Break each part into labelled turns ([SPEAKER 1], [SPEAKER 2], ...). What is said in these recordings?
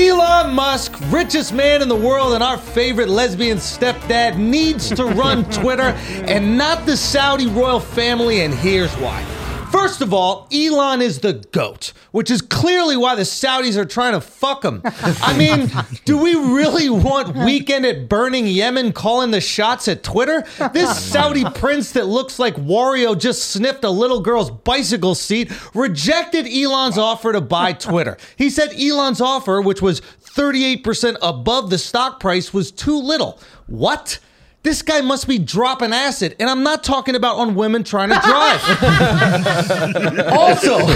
[SPEAKER 1] Elon Musk, richest man in the world, and our favorite lesbian stepdad needs to run Twitter and not the Saudi royal family, and here's why. First of all, Elon is the goat, which is clearly why the Saudis are trying to fuck him. I mean, do we really want weekend at burning Yemen calling the shots at Twitter? This Saudi prince that looks like Wario just sniffed a little girl's bicycle seat rejected Elon's offer to buy Twitter. He said Elon's offer, which was 38% above the stock price, was too little. What? This guy must be dropping acid, and I'm not talking about on women trying to drive. Also,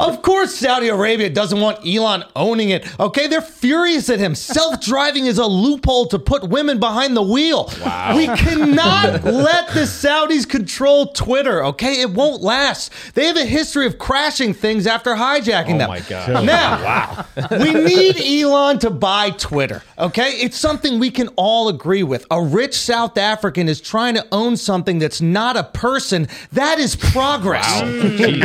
[SPEAKER 1] of course, Saudi Arabia doesn't want Elon owning it. Okay, they're furious at him. Self driving is a loophole to put women behind the wheel. We cannot let the Saudis control Twitter. Okay, it won't last. They have a history of crashing things after hijacking them.
[SPEAKER 2] Oh my God.
[SPEAKER 1] Now, we need Elon to buy Twitter. Okay, it's something we can all agree with. A rich South African is trying to own something that's not a person. That is progress.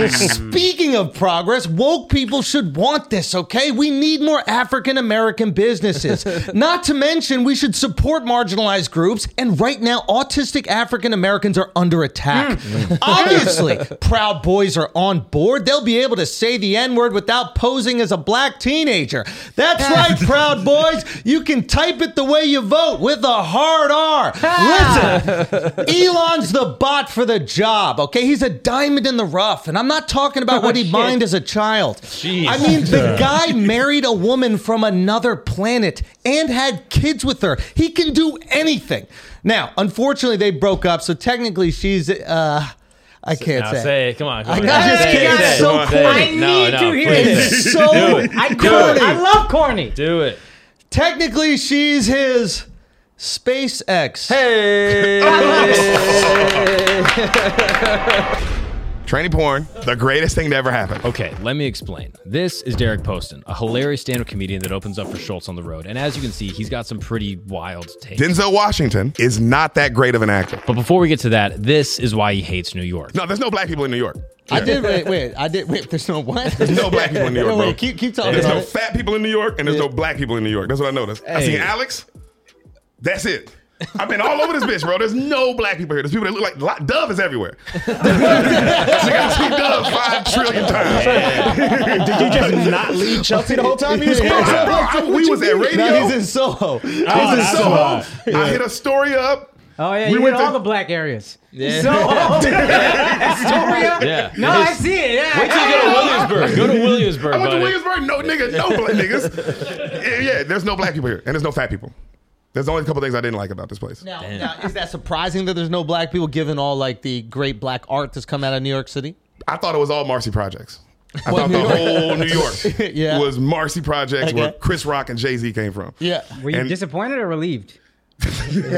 [SPEAKER 1] Speaking of progress, woke people should want this, okay? We need more African American businesses. Not to mention, we should support marginalized groups, and right now, autistic African Americans are under attack. Obviously, Proud Boys are on board. They'll be able to say the N word without posing as a black teenager. That's right, Proud Boys. You can type it the way you vote with a hard R. Listen, Elon's the bot for the job, okay? He's a diamond in the rough. And I'm not talking about
[SPEAKER 3] Oh,
[SPEAKER 1] what he mined as a child. I mean, the guy married a woman from another planet and had kids with her. He can do anything. Now, unfortunately, they broke up. So technically, she's, uh, I can't
[SPEAKER 2] Now
[SPEAKER 1] say.
[SPEAKER 2] say it. Come on. Come
[SPEAKER 1] I
[SPEAKER 2] on.
[SPEAKER 1] got-
[SPEAKER 2] Say
[SPEAKER 1] just
[SPEAKER 2] it,
[SPEAKER 1] kidding.
[SPEAKER 2] say it,
[SPEAKER 1] It's so
[SPEAKER 2] say it.
[SPEAKER 1] corny.
[SPEAKER 3] I
[SPEAKER 2] No,
[SPEAKER 3] need
[SPEAKER 2] no,
[SPEAKER 3] to hear
[SPEAKER 2] please
[SPEAKER 3] this.
[SPEAKER 2] say it.
[SPEAKER 1] It's so
[SPEAKER 2] Do it.
[SPEAKER 3] I,
[SPEAKER 1] Do
[SPEAKER 3] cor-
[SPEAKER 1] it.
[SPEAKER 3] I love corny.
[SPEAKER 2] Do it.
[SPEAKER 1] Technically, she's his SpaceX. Hey.
[SPEAKER 4] Tranny porn, the greatest thing to ever happen.
[SPEAKER 2] Okay, let me explain. This is Derek Poston, a hilarious stand-up comedian that opens up for Schultz on the road. And as you can see, he's got some pretty wild takes.
[SPEAKER 4] Denzel Washington is not that great of an actor.
[SPEAKER 2] but before we get to that, this is why he hates New York.
[SPEAKER 4] No, there's no black people in New York.
[SPEAKER 1] I
[SPEAKER 4] Yeah.
[SPEAKER 1] did, wait, wait, I did, wait, there's no what?
[SPEAKER 4] There's no black people in New York,
[SPEAKER 1] Wait,
[SPEAKER 4] bro.
[SPEAKER 1] wait, keep, keep talking
[SPEAKER 4] There's
[SPEAKER 1] about
[SPEAKER 4] no
[SPEAKER 1] it.
[SPEAKER 4] fat people in New York, and there's no black people in New York. That's what I noticed. I
[SPEAKER 2] Hey.
[SPEAKER 4] seen Alex. That's it. I've been all over this bitch, bro. There's no black people here. There's people that look like like- Dove is everywhere. This nigga, I've seen Dove five trillion times.
[SPEAKER 5] Did you just not leave Chelsea the whole time you was
[SPEAKER 4] Bro,
[SPEAKER 5] here?
[SPEAKER 4] I- we was at radio.
[SPEAKER 1] No, he's in Soho.
[SPEAKER 4] I was in
[SPEAKER 5] that's
[SPEAKER 4] Soho. Oh, I hit a story up.
[SPEAKER 3] Oh yeah,
[SPEAKER 4] We
[SPEAKER 3] you
[SPEAKER 4] went
[SPEAKER 3] went all
[SPEAKER 4] to-
[SPEAKER 3] the black areas. So Astoria.
[SPEAKER 2] Yeah.
[SPEAKER 3] No, I see it. Yeah.
[SPEAKER 2] Wait till you go to Williamsburg. Go to Williamsburg,
[SPEAKER 4] I went to
[SPEAKER 2] buddy.
[SPEAKER 4] Williamsburg. No nigga, no black niggas. Yeah, yeah, there's no black people here, and there's no fat people. There's only a couple things I didn't like about this place.
[SPEAKER 1] Now, now, is that surprising that there's no black people given all like the great black art that's come out of New York City?
[SPEAKER 4] I thought it was all Marcy projects. I thought the whole New York
[SPEAKER 1] Yeah.
[SPEAKER 4] was Marcy projects where
[SPEAKER 1] Okay.
[SPEAKER 4] Chris Rock and Jay Z came from.
[SPEAKER 1] Yeah.
[SPEAKER 3] Were you
[SPEAKER 4] And-
[SPEAKER 3] disappointed or relieved? if you're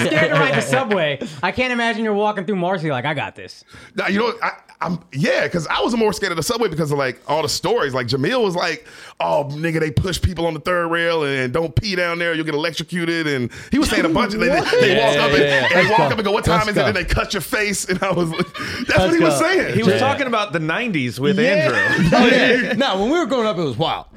[SPEAKER 3] scared to ride the subway, I can't imagine you're walking through Marcy like I got this.
[SPEAKER 4] Now, you know, I, I'm yeah, because I was more scared of the subway because of like all the stories. Like Jamil was like, "Oh, nigga, they push people on the third rail and don't pee down there, you'll get electrocuted." And he was saying a bunch of they, they walk up and, and they walk up and go, "What time
[SPEAKER 1] Let's
[SPEAKER 4] is
[SPEAKER 1] go.
[SPEAKER 4] it?" And they cut your face, and I was like, "That's what he
[SPEAKER 1] Let's
[SPEAKER 4] was
[SPEAKER 1] go.
[SPEAKER 4] saying."
[SPEAKER 6] He was talking about the 90s with Andrew.
[SPEAKER 1] Oh, yeah. no, when we were growing up, it was wild.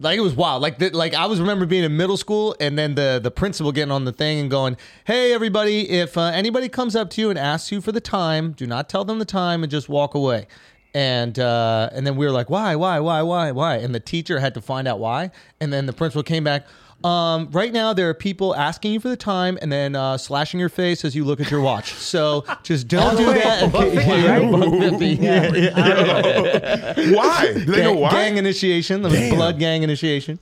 [SPEAKER 1] Like it was wild. Like the, like I was remember being in middle school, and then the the principal getting on the thing and going, "Hey, everybody! If uh, anybody comes up to you and asks you for the time, do not tell them the time and just walk away." And uh, and then we were like, "Why? Why? Why? Why? Why?" And the teacher had to find out why. And then the principal came back. Um, right now, there are people asking you for the time and then uh, slashing your face as you look at your watch. So just don't do that. And Yeah.
[SPEAKER 4] why? Do they know
[SPEAKER 1] Gang,
[SPEAKER 4] why?
[SPEAKER 1] gang initiation, the blood gang initiation.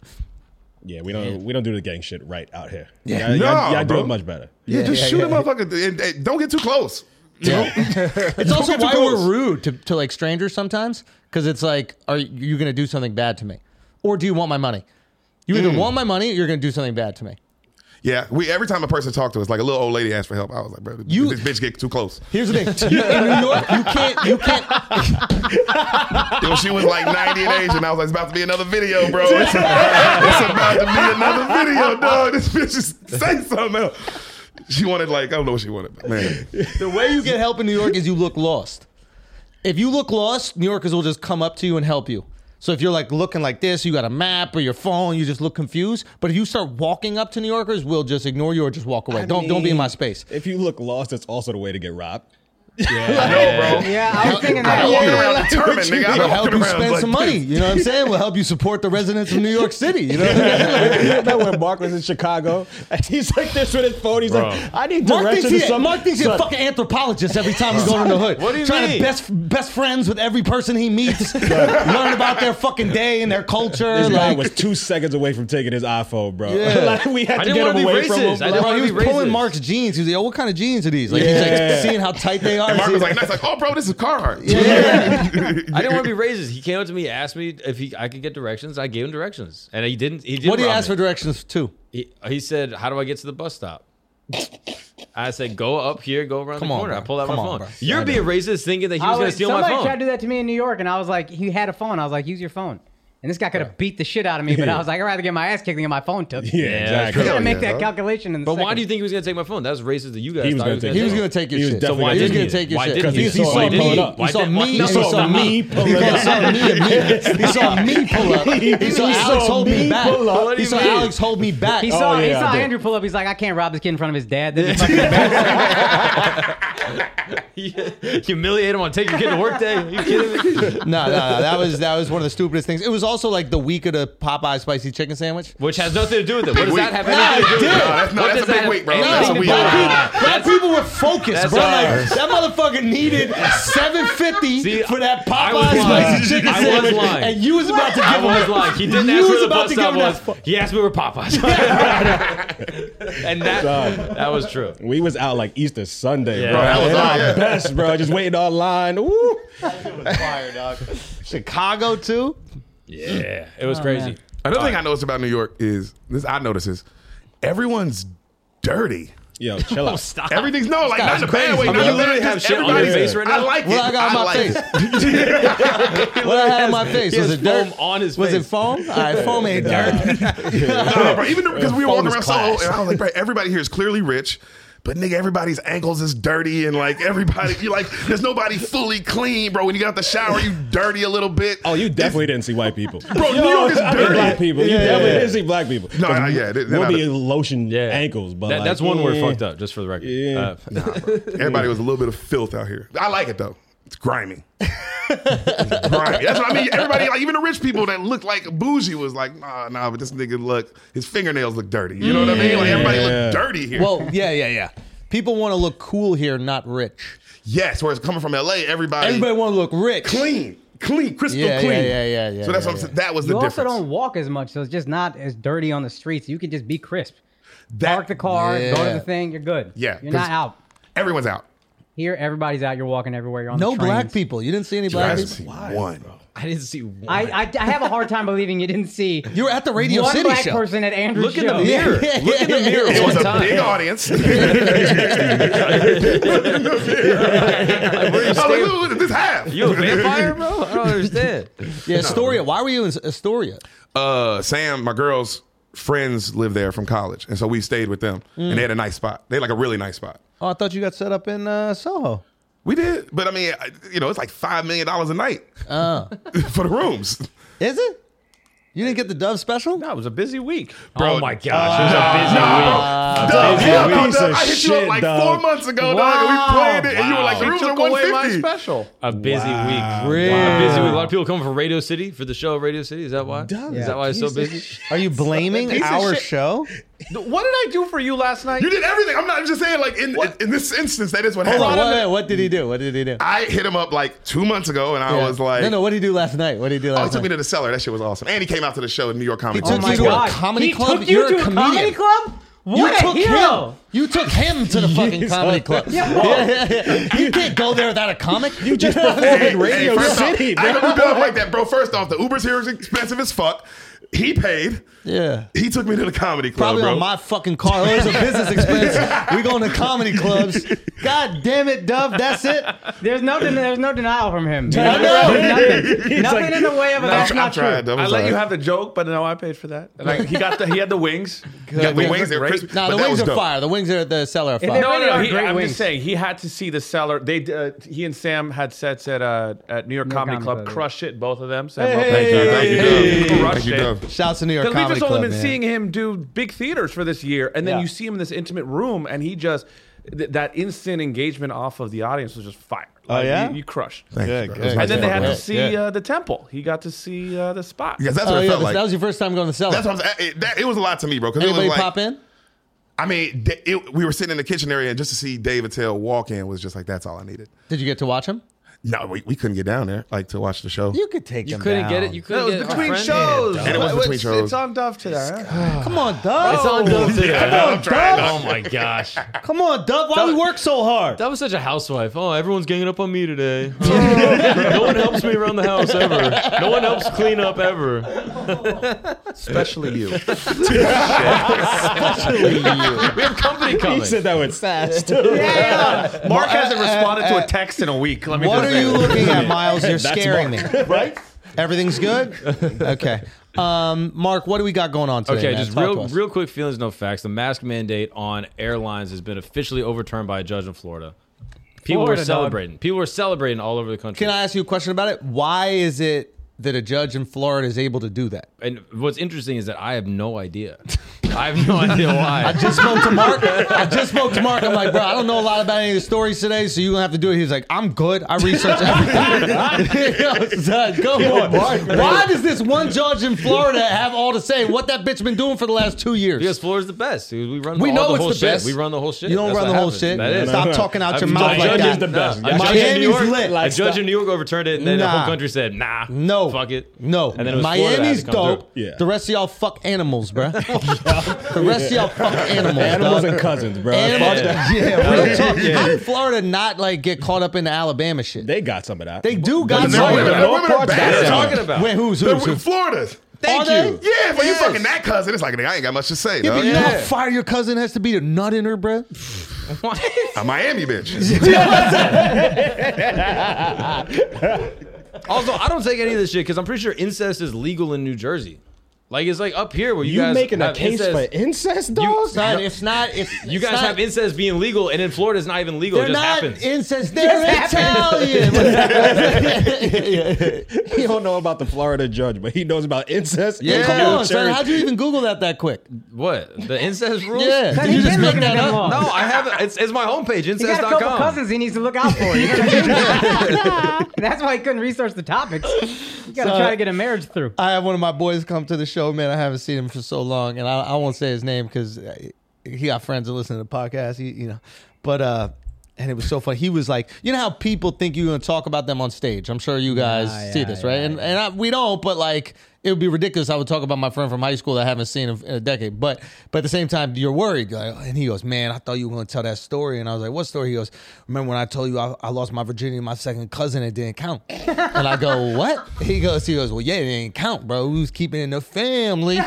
[SPEAKER 5] Yeah, we don't we don't do the gang shit right out here.
[SPEAKER 1] Yeah.
[SPEAKER 5] y'all, y'all-
[SPEAKER 4] Nah,
[SPEAKER 5] y'all do
[SPEAKER 4] bro.
[SPEAKER 5] it much better.
[SPEAKER 4] yeah, just
[SPEAKER 1] yeah,
[SPEAKER 4] shoot
[SPEAKER 1] yeah.
[SPEAKER 4] a motherfucker. And, and don't get too close.
[SPEAKER 1] It's also
[SPEAKER 4] get too
[SPEAKER 1] why we're
[SPEAKER 4] close.
[SPEAKER 1] rude to, to like strangers sometimes because it's like, are you going to do something bad to me, or do you want my money? You
[SPEAKER 4] Mm.
[SPEAKER 1] either want my money or you're going to do something bad to me.
[SPEAKER 4] Yeah, we every time a person talked to us, like a little old lady asked for help, I was like, "Bro,
[SPEAKER 1] You-
[SPEAKER 4] you, this bitch get too close."
[SPEAKER 1] Here's the thing: You- in New York, you can't, you can't.
[SPEAKER 4] Yo, she was like 90 in age, and I was like, it's about to be another video, bro. It's, it's about to be another video, dog. This bitch is say something else. She wanted like, I don't know what she wanted, but man.
[SPEAKER 1] The way you get help in New York is you look lost. If you look lost, New Yorkers will just come up to you and help you. So if you're like looking like this, you got a map or your phone, you just look confused. But if you start walking up to New Yorkers, we'll just ignore you or just walk away.
[SPEAKER 5] I
[SPEAKER 1] don't don't be in my
[SPEAKER 5] mean,
[SPEAKER 1] space.
[SPEAKER 5] If you look lost, that's also the way to get robbed.
[SPEAKER 4] No, bro.
[SPEAKER 3] Yeah, I was
[SPEAKER 4] I've been
[SPEAKER 3] thinking that. Yeah.
[SPEAKER 4] walking around
[SPEAKER 5] like,
[SPEAKER 4] determined,
[SPEAKER 5] what
[SPEAKER 4] nigga. I've
[SPEAKER 5] you mean?
[SPEAKER 4] been
[SPEAKER 1] We'll help
[SPEAKER 4] walking
[SPEAKER 1] you
[SPEAKER 4] around
[SPEAKER 1] spend
[SPEAKER 4] like
[SPEAKER 1] some money. You know what I'm saying? We'll help you support the residents of New York City. You know what I'm saying?
[SPEAKER 5] Remember when Mark was in Chicago and he's like this with his phone. He's
[SPEAKER 6] Bro.
[SPEAKER 5] like, I need
[SPEAKER 1] Mark thinks,
[SPEAKER 5] directions.
[SPEAKER 1] he,
[SPEAKER 5] to
[SPEAKER 1] Mark thinks he's a
[SPEAKER 5] Son,
[SPEAKER 1] fucking anthropologist every time he's going in the hood.
[SPEAKER 6] What do you
[SPEAKER 1] Trying
[SPEAKER 6] mean?
[SPEAKER 1] to best best friends with every person he meets, learn about their fucking day and their culture.
[SPEAKER 5] This guy
[SPEAKER 1] like,
[SPEAKER 5] was two seconds away from taking his iPhone, bro.
[SPEAKER 1] Yeah.
[SPEAKER 5] like, we had
[SPEAKER 6] I
[SPEAKER 5] to
[SPEAKER 6] didn't
[SPEAKER 5] get
[SPEAKER 6] wanna
[SPEAKER 5] him
[SPEAKER 6] be
[SPEAKER 5] away from
[SPEAKER 6] racist.
[SPEAKER 5] him.
[SPEAKER 6] I
[SPEAKER 5] bro.
[SPEAKER 1] bro,
[SPEAKER 6] didn't
[SPEAKER 1] he
[SPEAKER 6] wanna
[SPEAKER 1] was
[SPEAKER 6] be
[SPEAKER 1] pulling
[SPEAKER 6] racist.
[SPEAKER 1] Mark's jeans. He was like, "Yo, what kind of jeans are these?" Like he's
[SPEAKER 5] Yeah.
[SPEAKER 1] like seeing how tight they are.
[SPEAKER 4] And Mark
[SPEAKER 1] See-
[SPEAKER 4] was like, nice. Like, oh, bro, this is Carhartt.
[SPEAKER 2] I didn't want to be racist. He came up to me, asked me if he I could get directions. I gave him directions, and he didn't. He didn't.
[SPEAKER 1] "What do you
[SPEAKER 2] rob
[SPEAKER 1] ask
[SPEAKER 2] me.
[SPEAKER 1] for directions to?"
[SPEAKER 2] He, he said, "How do I get to the bus stop?" I said, "Go up here, go around
[SPEAKER 1] Come
[SPEAKER 2] the
[SPEAKER 1] on,
[SPEAKER 2] corner."
[SPEAKER 1] bro.
[SPEAKER 2] I pulled out
[SPEAKER 1] Come
[SPEAKER 2] my
[SPEAKER 1] on,
[SPEAKER 2] phone.
[SPEAKER 1] bro.
[SPEAKER 2] You're being racist, thinking that he was
[SPEAKER 3] I
[SPEAKER 2] going
[SPEAKER 3] was-
[SPEAKER 2] to steal my
[SPEAKER 3] somebody
[SPEAKER 2] phone.
[SPEAKER 3] tried to do that to me in New York, and I was like, he had a phone. I was like, use your phone. And this guy could have beat the shit out of me, but I was like, I'd rather get my ass kicked than get my phone took.
[SPEAKER 5] Yeah,
[SPEAKER 2] that's
[SPEAKER 5] exactly.
[SPEAKER 3] You gotta
[SPEAKER 4] Hell
[SPEAKER 3] make
[SPEAKER 4] Oh, yeah,
[SPEAKER 3] that
[SPEAKER 4] dog.
[SPEAKER 3] calculation. In the
[SPEAKER 2] But why do you think he was going to take my phone? That was racist that you guys.
[SPEAKER 5] He was
[SPEAKER 2] thought
[SPEAKER 5] gonna
[SPEAKER 2] gonna
[SPEAKER 5] take it.
[SPEAKER 1] He was
[SPEAKER 2] my
[SPEAKER 1] gonna
[SPEAKER 2] phone.
[SPEAKER 1] take your
[SPEAKER 5] He was
[SPEAKER 1] shit. So
[SPEAKER 5] definitely
[SPEAKER 1] why
[SPEAKER 5] gonna
[SPEAKER 1] he was gonna
[SPEAKER 5] take it.
[SPEAKER 1] take your
[SPEAKER 2] Why
[SPEAKER 1] shit
[SPEAKER 2] didn't
[SPEAKER 5] he?
[SPEAKER 1] because he
[SPEAKER 5] Why
[SPEAKER 1] saw
[SPEAKER 5] didn't he?
[SPEAKER 1] me. He
[SPEAKER 2] Why
[SPEAKER 1] saw
[SPEAKER 2] didn't- why-
[SPEAKER 1] me.
[SPEAKER 2] no,
[SPEAKER 1] and He saw me.
[SPEAKER 5] pull
[SPEAKER 1] He
[SPEAKER 5] up.
[SPEAKER 1] saw me and me. He saw me pull up. He saw
[SPEAKER 5] He
[SPEAKER 1] Alex
[SPEAKER 5] saw
[SPEAKER 1] hold me
[SPEAKER 5] me pull up.
[SPEAKER 1] back.
[SPEAKER 5] What
[SPEAKER 1] He
[SPEAKER 5] do
[SPEAKER 1] saw Alex hold me back.
[SPEAKER 3] He saw,
[SPEAKER 5] Oh,
[SPEAKER 3] he
[SPEAKER 5] yeah,
[SPEAKER 3] saw
[SPEAKER 5] I did.
[SPEAKER 3] Andrew pull up. He's like, I can't rob this kid in front of his dad. This is fucking
[SPEAKER 2] Humiliate him on take your kid to work day. Are you kidding me?
[SPEAKER 1] No, no, no, that was that was one of the stupidest things. It was also like the week of the Popeye spicy chicken sandwich.
[SPEAKER 2] Which has nothing to do with it. What does
[SPEAKER 4] Wait.
[SPEAKER 2] that have
[SPEAKER 4] Nah,
[SPEAKER 2] anything to do
[SPEAKER 1] dude.
[SPEAKER 2] with it?
[SPEAKER 4] No, that's, no,
[SPEAKER 2] What
[SPEAKER 4] that's
[SPEAKER 2] does
[SPEAKER 4] a big
[SPEAKER 2] that-
[SPEAKER 4] wait, bro.
[SPEAKER 2] No,
[SPEAKER 4] That's a
[SPEAKER 1] black,
[SPEAKER 4] weird
[SPEAKER 1] people,
[SPEAKER 4] one.
[SPEAKER 1] black people were focused,
[SPEAKER 2] that's
[SPEAKER 1] bro. Like,
[SPEAKER 2] ours.
[SPEAKER 1] that motherfucker needed 750
[SPEAKER 2] See,
[SPEAKER 1] for that
[SPEAKER 2] I
[SPEAKER 1] Popeye
[SPEAKER 2] was lying.
[SPEAKER 1] spicy chicken
[SPEAKER 2] I was
[SPEAKER 1] sandwich,
[SPEAKER 2] lying.
[SPEAKER 1] and you was about to give
[SPEAKER 2] I
[SPEAKER 1] him.
[SPEAKER 2] was
[SPEAKER 1] a-
[SPEAKER 2] like, he didn't
[SPEAKER 1] you
[SPEAKER 2] ask
[SPEAKER 1] was
[SPEAKER 2] where the
[SPEAKER 1] about
[SPEAKER 2] bus
[SPEAKER 1] to give
[SPEAKER 2] stop
[SPEAKER 1] him
[SPEAKER 2] was.
[SPEAKER 1] that
[SPEAKER 2] He asked me where Popeyes was. and that that was true.
[SPEAKER 5] We was out like Easter Sunday,
[SPEAKER 2] Yeah.
[SPEAKER 5] bro.
[SPEAKER 2] Bro, that
[SPEAKER 5] That
[SPEAKER 4] was
[SPEAKER 5] was
[SPEAKER 4] hard,
[SPEAKER 5] our
[SPEAKER 4] yeah.
[SPEAKER 5] best, bro. Just waiting online. Woo.
[SPEAKER 1] Chicago too.
[SPEAKER 2] Yeah, it was crazy.
[SPEAKER 4] Another thing I noticed about New York is this. I notice is everyone's dirty.
[SPEAKER 5] Yo, chill out.
[SPEAKER 2] Stop.
[SPEAKER 4] Everything's no, like not in a bad way.
[SPEAKER 2] I mean,
[SPEAKER 4] not
[SPEAKER 2] you
[SPEAKER 4] in a
[SPEAKER 2] literally
[SPEAKER 4] bad-
[SPEAKER 2] have
[SPEAKER 4] just
[SPEAKER 2] shit on your
[SPEAKER 4] everybody's-
[SPEAKER 2] face right
[SPEAKER 4] I
[SPEAKER 2] now.
[SPEAKER 4] like it.
[SPEAKER 1] What I got on my
[SPEAKER 4] like
[SPEAKER 1] face?
[SPEAKER 4] it.
[SPEAKER 1] What I had on my face
[SPEAKER 2] He
[SPEAKER 1] was
[SPEAKER 2] has
[SPEAKER 1] it dirt
[SPEAKER 2] foam on his
[SPEAKER 1] Was it
[SPEAKER 2] face.
[SPEAKER 1] foam? All right, foam ain't dirt.
[SPEAKER 4] Nah, bro, even because we were
[SPEAKER 5] Phone
[SPEAKER 4] walking
[SPEAKER 5] is
[SPEAKER 4] around Soho,
[SPEAKER 5] class.
[SPEAKER 4] and I was like, bro, everybody here is clearly rich. But nigga, everybody's ankles is dirty, and like everybody, you like, there's nobody fully clean, bro. When you get out the shower, you dirty a little bit.
[SPEAKER 5] Oh, you definitely didn't see white people.
[SPEAKER 4] Bro, New York is
[SPEAKER 5] I mean,
[SPEAKER 4] dirty.
[SPEAKER 5] black people. you
[SPEAKER 1] Yeah,
[SPEAKER 5] definitely
[SPEAKER 1] yeah.
[SPEAKER 5] didn't see black people.
[SPEAKER 4] No,
[SPEAKER 5] 'Cause
[SPEAKER 4] I- yeah, they- they're
[SPEAKER 5] We'll
[SPEAKER 4] not
[SPEAKER 5] be
[SPEAKER 4] a-
[SPEAKER 5] lotion
[SPEAKER 2] Yeah.
[SPEAKER 5] ankles, but
[SPEAKER 2] That-
[SPEAKER 5] like, eh.
[SPEAKER 2] that's one word
[SPEAKER 5] yeah.
[SPEAKER 2] fucked up, just for the record.
[SPEAKER 5] Yeah.
[SPEAKER 2] Uh,
[SPEAKER 4] Everybody was a little bit of filth out here. I like it though. It's grimy. It's grimy. That's what I mean. Everybody, like even the rich people that looked like bougie, was like, nah, nah. But this nigga look, his fingernails look dirty. You know what I mean? Like everybody
[SPEAKER 5] Yeah.
[SPEAKER 4] look dirty here.
[SPEAKER 1] Well, yeah, yeah, yeah. People want to look cool here, not rich.
[SPEAKER 4] yes, whereas coming from L.A., everybody,
[SPEAKER 1] Everybody want to look rich.
[SPEAKER 4] clean, clean, crystal
[SPEAKER 1] Yeah, yeah,
[SPEAKER 4] clean.
[SPEAKER 1] yeah, yeah, yeah,
[SPEAKER 4] So that's
[SPEAKER 1] yeah,
[SPEAKER 4] what I'm
[SPEAKER 1] yeah.
[SPEAKER 4] saying. That was the
[SPEAKER 3] you
[SPEAKER 4] difference.
[SPEAKER 3] also don't walk as much, so it's just not as dirty on the streets. You can just be crisp.
[SPEAKER 4] That-
[SPEAKER 3] Park the car, go to
[SPEAKER 1] Yeah.
[SPEAKER 3] the thing. You're good.
[SPEAKER 4] Yeah,
[SPEAKER 3] you're not
[SPEAKER 4] 'cause-
[SPEAKER 3] out
[SPEAKER 4] Everyone's out.
[SPEAKER 3] here. Everybody's out. You're walking everywhere. You're on
[SPEAKER 1] No
[SPEAKER 3] the trains.
[SPEAKER 1] black people. You didn't see any black
[SPEAKER 4] That's
[SPEAKER 1] people.
[SPEAKER 4] one.
[SPEAKER 2] I didn't see one.
[SPEAKER 3] I, I, I have a hard time believing you didn't see.
[SPEAKER 1] You were at the Radio
[SPEAKER 3] one
[SPEAKER 1] City
[SPEAKER 3] black
[SPEAKER 1] show.
[SPEAKER 3] person at Andrew's
[SPEAKER 2] Look in
[SPEAKER 3] show.
[SPEAKER 2] the mirror.
[SPEAKER 1] Yeah,
[SPEAKER 2] Look in the
[SPEAKER 1] yeah,
[SPEAKER 2] mirror.
[SPEAKER 1] yeah.
[SPEAKER 4] It was
[SPEAKER 2] one
[SPEAKER 4] a
[SPEAKER 2] time.
[SPEAKER 4] big audience. Look in the mirror. I'm like, look at this half.
[SPEAKER 2] You a vampire, bro? I don't understand.
[SPEAKER 1] Yeah, Astoria. Why were you in Astoria?
[SPEAKER 4] uh, Sam, my girl's friends live there from college, and so we stayed with them, and they had a nice spot. They had like a really nice spot.
[SPEAKER 1] Oh, I thought you got set up in uh, Soho.
[SPEAKER 4] We did, but I mean, I- you know, it's like five million dollars a night for the rooms.
[SPEAKER 1] Is it? You didn't get the Dove special?
[SPEAKER 2] No, it was a busy week.
[SPEAKER 4] Bro,
[SPEAKER 2] oh my gosh, it was a busy
[SPEAKER 4] Nah, bro. Dog,
[SPEAKER 5] Dog,
[SPEAKER 4] hell no,
[SPEAKER 5] piece
[SPEAKER 4] dog.
[SPEAKER 5] of
[SPEAKER 4] I hit you up
[SPEAKER 5] shit,
[SPEAKER 4] like
[SPEAKER 5] dog.
[SPEAKER 4] four months ago, dog, and we played it, and you were like, the rooms are one fifty.
[SPEAKER 6] special.
[SPEAKER 2] A busy
[SPEAKER 5] Wow.
[SPEAKER 2] week.
[SPEAKER 1] Wow.
[SPEAKER 2] A busy week. A lot of people coming from Radio City for the show. Radio City. Is that why?
[SPEAKER 5] Dumb.
[SPEAKER 2] Is that why it's so
[SPEAKER 5] Jesus.
[SPEAKER 2] busy?
[SPEAKER 1] Are you blaming
[SPEAKER 6] piece of
[SPEAKER 1] our
[SPEAKER 6] shit.
[SPEAKER 1] show?
[SPEAKER 6] What did I do for you last night?
[SPEAKER 4] You did everything. I'm not I'm just saying, like in in this instance, that is what
[SPEAKER 1] Hold on.
[SPEAKER 4] happened.
[SPEAKER 1] What, what did he do? What did he do?
[SPEAKER 4] I hit him up like two months ago, and I was like,
[SPEAKER 1] no, no. What did he do last night? What did he do
[SPEAKER 4] Oh, he
[SPEAKER 1] last
[SPEAKER 4] took me
[SPEAKER 1] night?
[SPEAKER 4] to the cellar. That shit was awesome. And he came out to the show at New York Comedy.
[SPEAKER 1] He
[SPEAKER 4] Club.
[SPEAKER 1] took
[SPEAKER 3] Oh my
[SPEAKER 1] you to a
[SPEAKER 3] God.
[SPEAKER 1] comedy
[SPEAKER 3] he
[SPEAKER 1] club?
[SPEAKER 3] Took
[SPEAKER 1] You're a
[SPEAKER 3] you to
[SPEAKER 1] comedian.
[SPEAKER 3] comedy club. What a hero!
[SPEAKER 1] him. You took him to the fucking comedy club. Yeah, yeah, yeah. You can't go there without a comic.
[SPEAKER 5] You just performed in
[SPEAKER 4] Hey,
[SPEAKER 5] Radio
[SPEAKER 4] first off,
[SPEAKER 5] City,
[SPEAKER 4] I
[SPEAKER 5] bro.
[SPEAKER 4] don't do up like that, bro. First off, the Uber's here is expensive as fuck. He paid.
[SPEAKER 1] Yeah.
[SPEAKER 4] He took me to the comedy club.
[SPEAKER 1] Probably
[SPEAKER 4] bro.
[SPEAKER 1] on my fucking car. It was a business expense. we going to comedy clubs. God damn it, Dove. That's it.
[SPEAKER 3] There's no den- there's no denial from him.
[SPEAKER 1] I know.
[SPEAKER 3] Nothing in the way of it. That's
[SPEAKER 4] I,
[SPEAKER 3] not true.
[SPEAKER 4] tried. That
[SPEAKER 6] I
[SPEAKER 4] was
[SPEAKER 6] let
[SPEAKER 4] all
[SPEAKER 6] you
[SPEAKER 4] right.
[SPEAKER 6] have the joke, but no, I paid for that. And I, he got the he had the wings.
[SPEAKER 4] You got the wings. They're
[SPEAKER 6] Right?
[SPEAKER 4] crispy.
[SPEAKER 1] Nah,
[SPEAKER 4] but
[SPEAKER 1] the
[SPEAKER 4] that
[SPEAKER 1] wings
[SPEAKER 4] was
[SPEAKER 1] are
[SPEAKER 4] dope.
[SPEAKER 1] fire. The wings are the seller are
[SPEAKER 3] If
[SPEAKER 1] fire.
[SPEAKER 3] they-
[SPEAKER 6] No, no,
[SPEAKER 3] Really
[SPEAKER 6] no.
[SPEAKER 3] are
[SPEAKER 6] He,
[SPEAKER 3] great
[SPEAKER 6] I'm
[SPEAKER 3] wings.
[SPEAKER 6] just saying he had to see the seller. They uh, he and Sam had sets at uh, at New York Comedy,
[SPEAKER 3] Comedy
[SPEAKER 6] Club.
[SPEAKER 3] Club, yeah.
[SPEAKER 6] Crush it, both of them. Sam, well,
[SPEAKER 4] Thank you. Thank you,
[SPEAKER 6] Hey.
[SPEAKER 4] Dove. People
[SPEAKER 6] Rushed
[SPEAKER 4] Thank you,
[SPEAKER 6] it.
[SPEAKER 4] Dove.
[SPEAKER 1] Shouts to New York
[SPEAKER 6] Because we've
[SPEAKER 1] Comedy
[SPEAKER 6] just only
[SPEAKER 1] Club.
[SPEAKER 6] been
[SPEAKER 1] man.
[SPEAKER 6] seeing him do big theaters for this year, and then you see him in this intimate room, and he just th- that instant engagement off of the audience was just fire. Oh
[SPEAKER 5] yeah?
[SPEAKER 6] you, crushed.
[SPEAKER 4] Thank you,
[SPEAKER 5] Good,
[SPEAKER 4] bro. That was
[SPEAKER 5] good.
[SPEAKER 4] my
[SPEAKER 6] And then they
[SPEAKER 4] fault,
[SPEAKER 6] had
[SPEAKER 4] bro.
[SPEAKER 6] to see
[SPEAKER 1] yeah.
[SPEAKER 6] uh, the temple. He got to see uh, the spot.
[SPEAKER 4] Because that's
[SPEAKER 1] Oh,
[SPEAKER 4] what it
[SPEAKER 1] yeah,
[SPEAKER 4] felt
[SPEAKER 1] this-
[SPEAKER 4] like.
[SPEAKER 1] that was your first time going to the cellar.
[SPEAKER 4] that's what I'm saying. It, that, it was a lot to me, bro. Because it was
[SPEAKER 1] Anybody
[SPEAKER 4] like,
[SPEAKER 1] pop in?
[SPEAKER 4] I mean, da- it, we were sitting in the kitchen area, and just to see Dave Attell walk in was just like that's all I needed.
[SPEAKER 1] Did you get to watch him?
[SPEAKER 4] No, we, we couldn't get down there like to watch the show.
[SPEAKER 1] You could take
[SPEAKER 2] You
[SPEAKER 1] him
[SPEAKER 2] couldn't
[SPEAKER 1] down.
[SPEAKER 2] get it. You couldn't
[SPEAKER 6] That was
[SPEAKER 2] get
[SPEAKER 6] between
[SPEAKER 2] our friend
[SPEAKER 6] shows.
[SPEAKER 2] in.
[SPEAKER 4] And it was between
[SPEAKER 6] it's,
[SPEAKER 4] shows.
[SPEAKER 6] It's on Dove today. huh?
[SPEAKER 1] Come on, Dove.
[SPEAKER 2] It's on Dove today.
[SPEAKER 4] I'm trying not-
[SPEAKER 2] Oh my gosh. That
[SPEAKER 1] Come on, Dove. Why we work so hard?
[SPEAKER 2] was such a housewife. Oh, everyone's ganging up on me today. no one helps me around the house ever. No one helps clean up ever.
[SPEAKER 6] Especially you.
[SPEAKER 2] We have company coming.
[SPEAKER 5] He said that with sass.
[SPEAKER 6] Mark hasn't responded to a text in a week. Let me
[SPEAKER 1] What
[SPEAKER 6] just
[SPEAKER 1] are
[SPEAKER 6] say
[SPEAKER 1] you
[SPEAKER 6] that.
[SPEAKER 1] looking at, Miles? You're scaring me.
[SPEAKER 5] right?
[SPEAKER 1] Everything's good? Okay. Um, Mark, what do we got going on today?
[SPEAKER 2] Okay,
[SPEAKER 1] man?
[SPEAKER 2] just
[SPEAKER 1] Talk to
[SPEAKER 2] real,
[SPEAKER 1] us.
[SPEAKER 2] real quick feelings, no facts. The mask mandate on airlines has been officially overturned by a judge in Florida. People
[SPEAKER 3] Florida,
[SPEAKER 2] were
[SPEAKER 3] dog.
[SPEAKER 2] celebrating. People were celebrating all over the country.
[SPEAKER 1] Can I ask you a question about it? Why is it that a judge in Florida is able to do that?
[SPEAKER 2] and what's interesting is that I have no idea. I have no idea why.
[SPEAKER 1] Just spoke to Mark. I just spoke to Mark. I'm like, bro, I don't know a lot about any of the stories today, so you're gonna have to do it. He's like, I'm good. I research everything. You know, so go for it. Why does this one judge in Florida have all to say what that bitch been doing for the last two years?
[SPEAKER 2] Because Florida's the best. dude. We run.
[SPEAKER 1] We
[SPEAKER 2] all
[SPEAKER 1] know
[SPEAKER 2] the
[SPEAKER 1] it's
[SPEAKER 2] whole
[SPEAKER 1] the
[SPEAKER 2] shit.
[SPEAKER 1] best.
[SPEAKER 2] We run the whole shit.
[SPEAKER 1] You don't
[SPEAKER 2] That's
[SPEAKER 1] run
[SPEAKER 2] what
[SPEAKER 1] the whole
[SPEAKER 2] happens.
[SPEAKER 1] shit.
[SPEAKER 2] That is.
[SPEAKER 1] Stop talking out your
[SPEAKER 2] I'm
[SPEAKER 1] mouth like
[SPEAKER 2] judge is
[SPEAKER 1] that.
[SPEAKER 5] the best.
[SPEAKER 2] No, I'm
[SPEAKER 5] Y'all
[SPEAKER 2] judge in
[SPEAKER 1] Miami's
[SPEAKER 2] New York-
[SPEAKER 1] lit.
[SPEAKER 2] A judge in New York overturned it, and then the
[SPEAKER 1] Nah.
[SPEAKER 2] whole country said, "Nah,
[SPEAKER 1] No.
[SPEAKER 2] fuck it,
[SPEAKER 1] No.
[SPEAKER 2] And then it was Florida that had to
[SPEAKER 1] Miami's
[SPEAKER 2] come through.
[SPEAKER 1] dope.
[SPEAKER 5] Yeah.
[SPEAKER 1] The rest of y'all fuck animals, bro. the rest of y'all fuck animals.
[SPEAKER 5] Animals
[SPEAKER 1] dog.
[SPEAKER 5] and cousins, bro.
[SPEAKER 1] Animals.
[SPEAKER 5] Fuck that.
[SPEAKER 1] Yeah, real talk. How did Florida not like get caught up in the Alabama shit?
[SPEAKER 5] They got some of that.
[SPEAKER 1] They do got
[SPEAKER 5] But
[SPEAKER 1] some
[SPEAKER 5] no,
[SPEAKER 1] of
[SPEAKER 5] wait,
[SPEAKER 1] that.
[SPEAKER 5] wait, wait, wait,
[SPEAKER 4] North
[SPEAKER 5] wait,
[SPEAKER 4] Park's
[SPEAKER 5] wait,
[SPEAKER 4] bad.
[SPEAKER 5] wey're
[SPEAKER 4] Yeah.
[SPEAKER 5] talking about.
[SPEAKER 2] about.
[SPEAKER 1] Wait, who's
[SPEAKER 4] They're
[SPEAKER 1] who's?
[SPEAKER 4] from
[SPEAKER 1] who's?
[SPEAKER 4] Florida's.
[SPEAKER 1] Thank
[SPEAKER 5] Are
[SPEAKER 1] you.
[SPEAKER 5] they?
[SPEAKER 4] Yeah,
[SPEAKER 1] Yes.
[SPEAKER 4] but you Oh, fucking that cousin. It's like nigga, I ain't got much to say.
[SPEAKER 1] Yeah,
[SPEAKER 4] dog.
[SPEAKER 1] but you know how fire your cousin has to be to nut in her, bro?
[SPEAKER 4] A Miami bitch.
[SPEAKER 2] Also, I don't take any of this shit because I'm pretty sure incest is legal in New Jersey. Like it's like up here where you,
[SPEAKER 5] You
[SPEAKER 2] guys
[SPEAKER 5] making a
[SPEAKER 2] have
[SPEAKER 5] case
[SPEAKER 2] incest.
[SPEAKER 5] for incest, dogs?
[SPEAKER 1] Son, it's not. It's,
[SPEAKER 2] you guys have incest being legal, and in Florida it's not even legal.
[SPEAKER 1] They're
[SPEAKER 2] it just
[SPEAKER 1] not
[SPEAKER 2] happens.
[SPEAKER 1] incest. They're Italian.
[SPEAKER 5] he don't know about the Florida judge, but he knows about incest. and
[SPEAKER 1] yeah, come
[SPEAKER 5] new
[SPEAKER 1] on, son.
[SPEAKER 5] church.
[SPEAKER 1] How'd you even Google that that quick?
[SPEAKER 2] what the incest rules?
[SPEAKER 1] Yeah,
[SPEAKER 3] Son,
[SPEAKER 1] did you
[SPEAKER 3] he's
[SPEAKER 1] just
[SPEAKER 3] been
[SPEAKER 1] make
[SPEAKER 3] looking at
[SPEAKER 1] that
[SPEAKER 3] them
[SPEAKER 1] up?
[SPEAKER 3] all.
[SPEAKER 2] No, I haven't. It's, it's my homepage,
[SPEAKER 3] He got a
[SPEAKER 2] incest.com.
[SPEAKER 3] couple cousins he needs to look out for. You know what I mean? That's why he couldn't research the topics. You got to
[SPEAKER 1] So-
[SPEAKER 3] try to get a marriage through.
[SPEAKER 1] I have one of my boys come to the show, man. I haven't seen him for so long, and I, I won't say his name because he got friends that listen to the podcast. He, you know, but uh, and it was so funny. He was like, you know how people think you're gonna talk about them on stage. I'm sure you guys
[SPEAKER 3] Yeah,
[SPEAKER 1] see
[SPEAKER 3] yeah,
[SPEAKER 1] this, right?
[SPEAKER 3] yeah,
[SPEAKER 1] and and I, we don't, but like it would be ridiculous. I would talk about my friend from high school that I haven't seen in, in a decade. But but at the same time, you're worried. You're like, and he goes, man, I thought you were gonna tell that story, and I was like, what story? He goes, remember when I told you I, I lost my virginity to my second cousin? It didn't count. and I go, what? He goes, he goes, well, yeah, it didn't count, bro. We was keeping it in the family.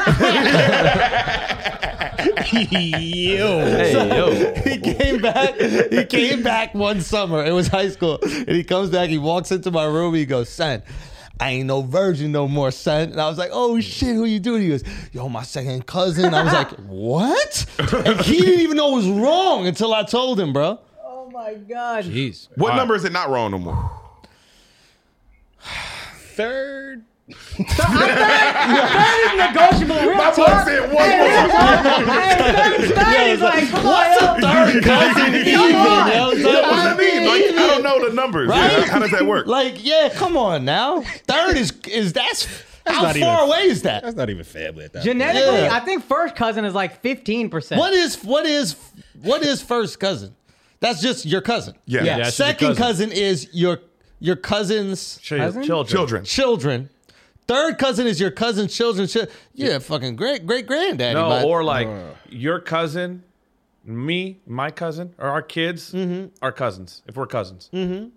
[SPEAKER 2] Hey, yo.
[SPEAKER 1] he came back. He came back one summer. It was high school, and he comes back. He walks into my room. He goes, "Son, I ain't no virgin no more, son." And I was like, "Oh shit, who you doing?" He goes, "Yo, my second cousin." I was like, "What?" And he didn't even know it was wrong until I told him, bro.
[SPEAKER 3] Oh my God.
[SPEAKER 2] Jeez.
[SPEAKER 4] what number is it not wrong no more?
[SPEAKER 5] Third.
[SPEAKER 3] That is negotiable. Real
[SPEAKER 4] My boy
[SPEAKER 3] talk.
[SPEAKER 4] said one more.
[SPEAKER 3] He's like, come
[SPEAKER 1] What's
[SPEAKER 3] on,
[SPEAKER 1] a third cousin even? yo, son?
[SPEAKER 4] What does that mean? Like, I don't know the numbers. Yeah,
[SPEAKER 1] Right?
[SPEAKER 4] how does that work?
[SPEAKER 1] Like, yeah, come on now. Third is is that's, how
[SPEAKER 5] not
[SPEAKER 1] far
[SPEAKER 5] even-
[SPEAKER 1] away is that?
[SPEAKER 5] That's not even family at that. point.
[SPEAKER 3] Genetically,
[SPEAKER 1] Yeah.
[SPEAKER 3] I think first cousin is like 15%.
[SPEAKER 1] What is what is what is first cousin? That's just your cousin.
[SPEAKER 4] yeah.
[SPEAKER 2] Yeah.
[SPEAKER 4] yeah.
[SPEAKER 2] that's your
[SPEAKER 1] Second cousin.
[SPEAKER 2] cousin.
[SPEAKER 1] is your your cousin's
[SPEAKER 3] Cousin?
[SPEAKER 6] Children.
[SPEAKER 4] Children.
[SPEAKER 1] children. Third cousin is your cousin's children. Chi- yeah, fucking great great granddaddy.
[SPEAKER 6] No,
[SPEAKER 1] but-
[SPEAKER 6] Oh, or like your cousin, me, my cousin, or our kids, our cousins, if we're cousins. Does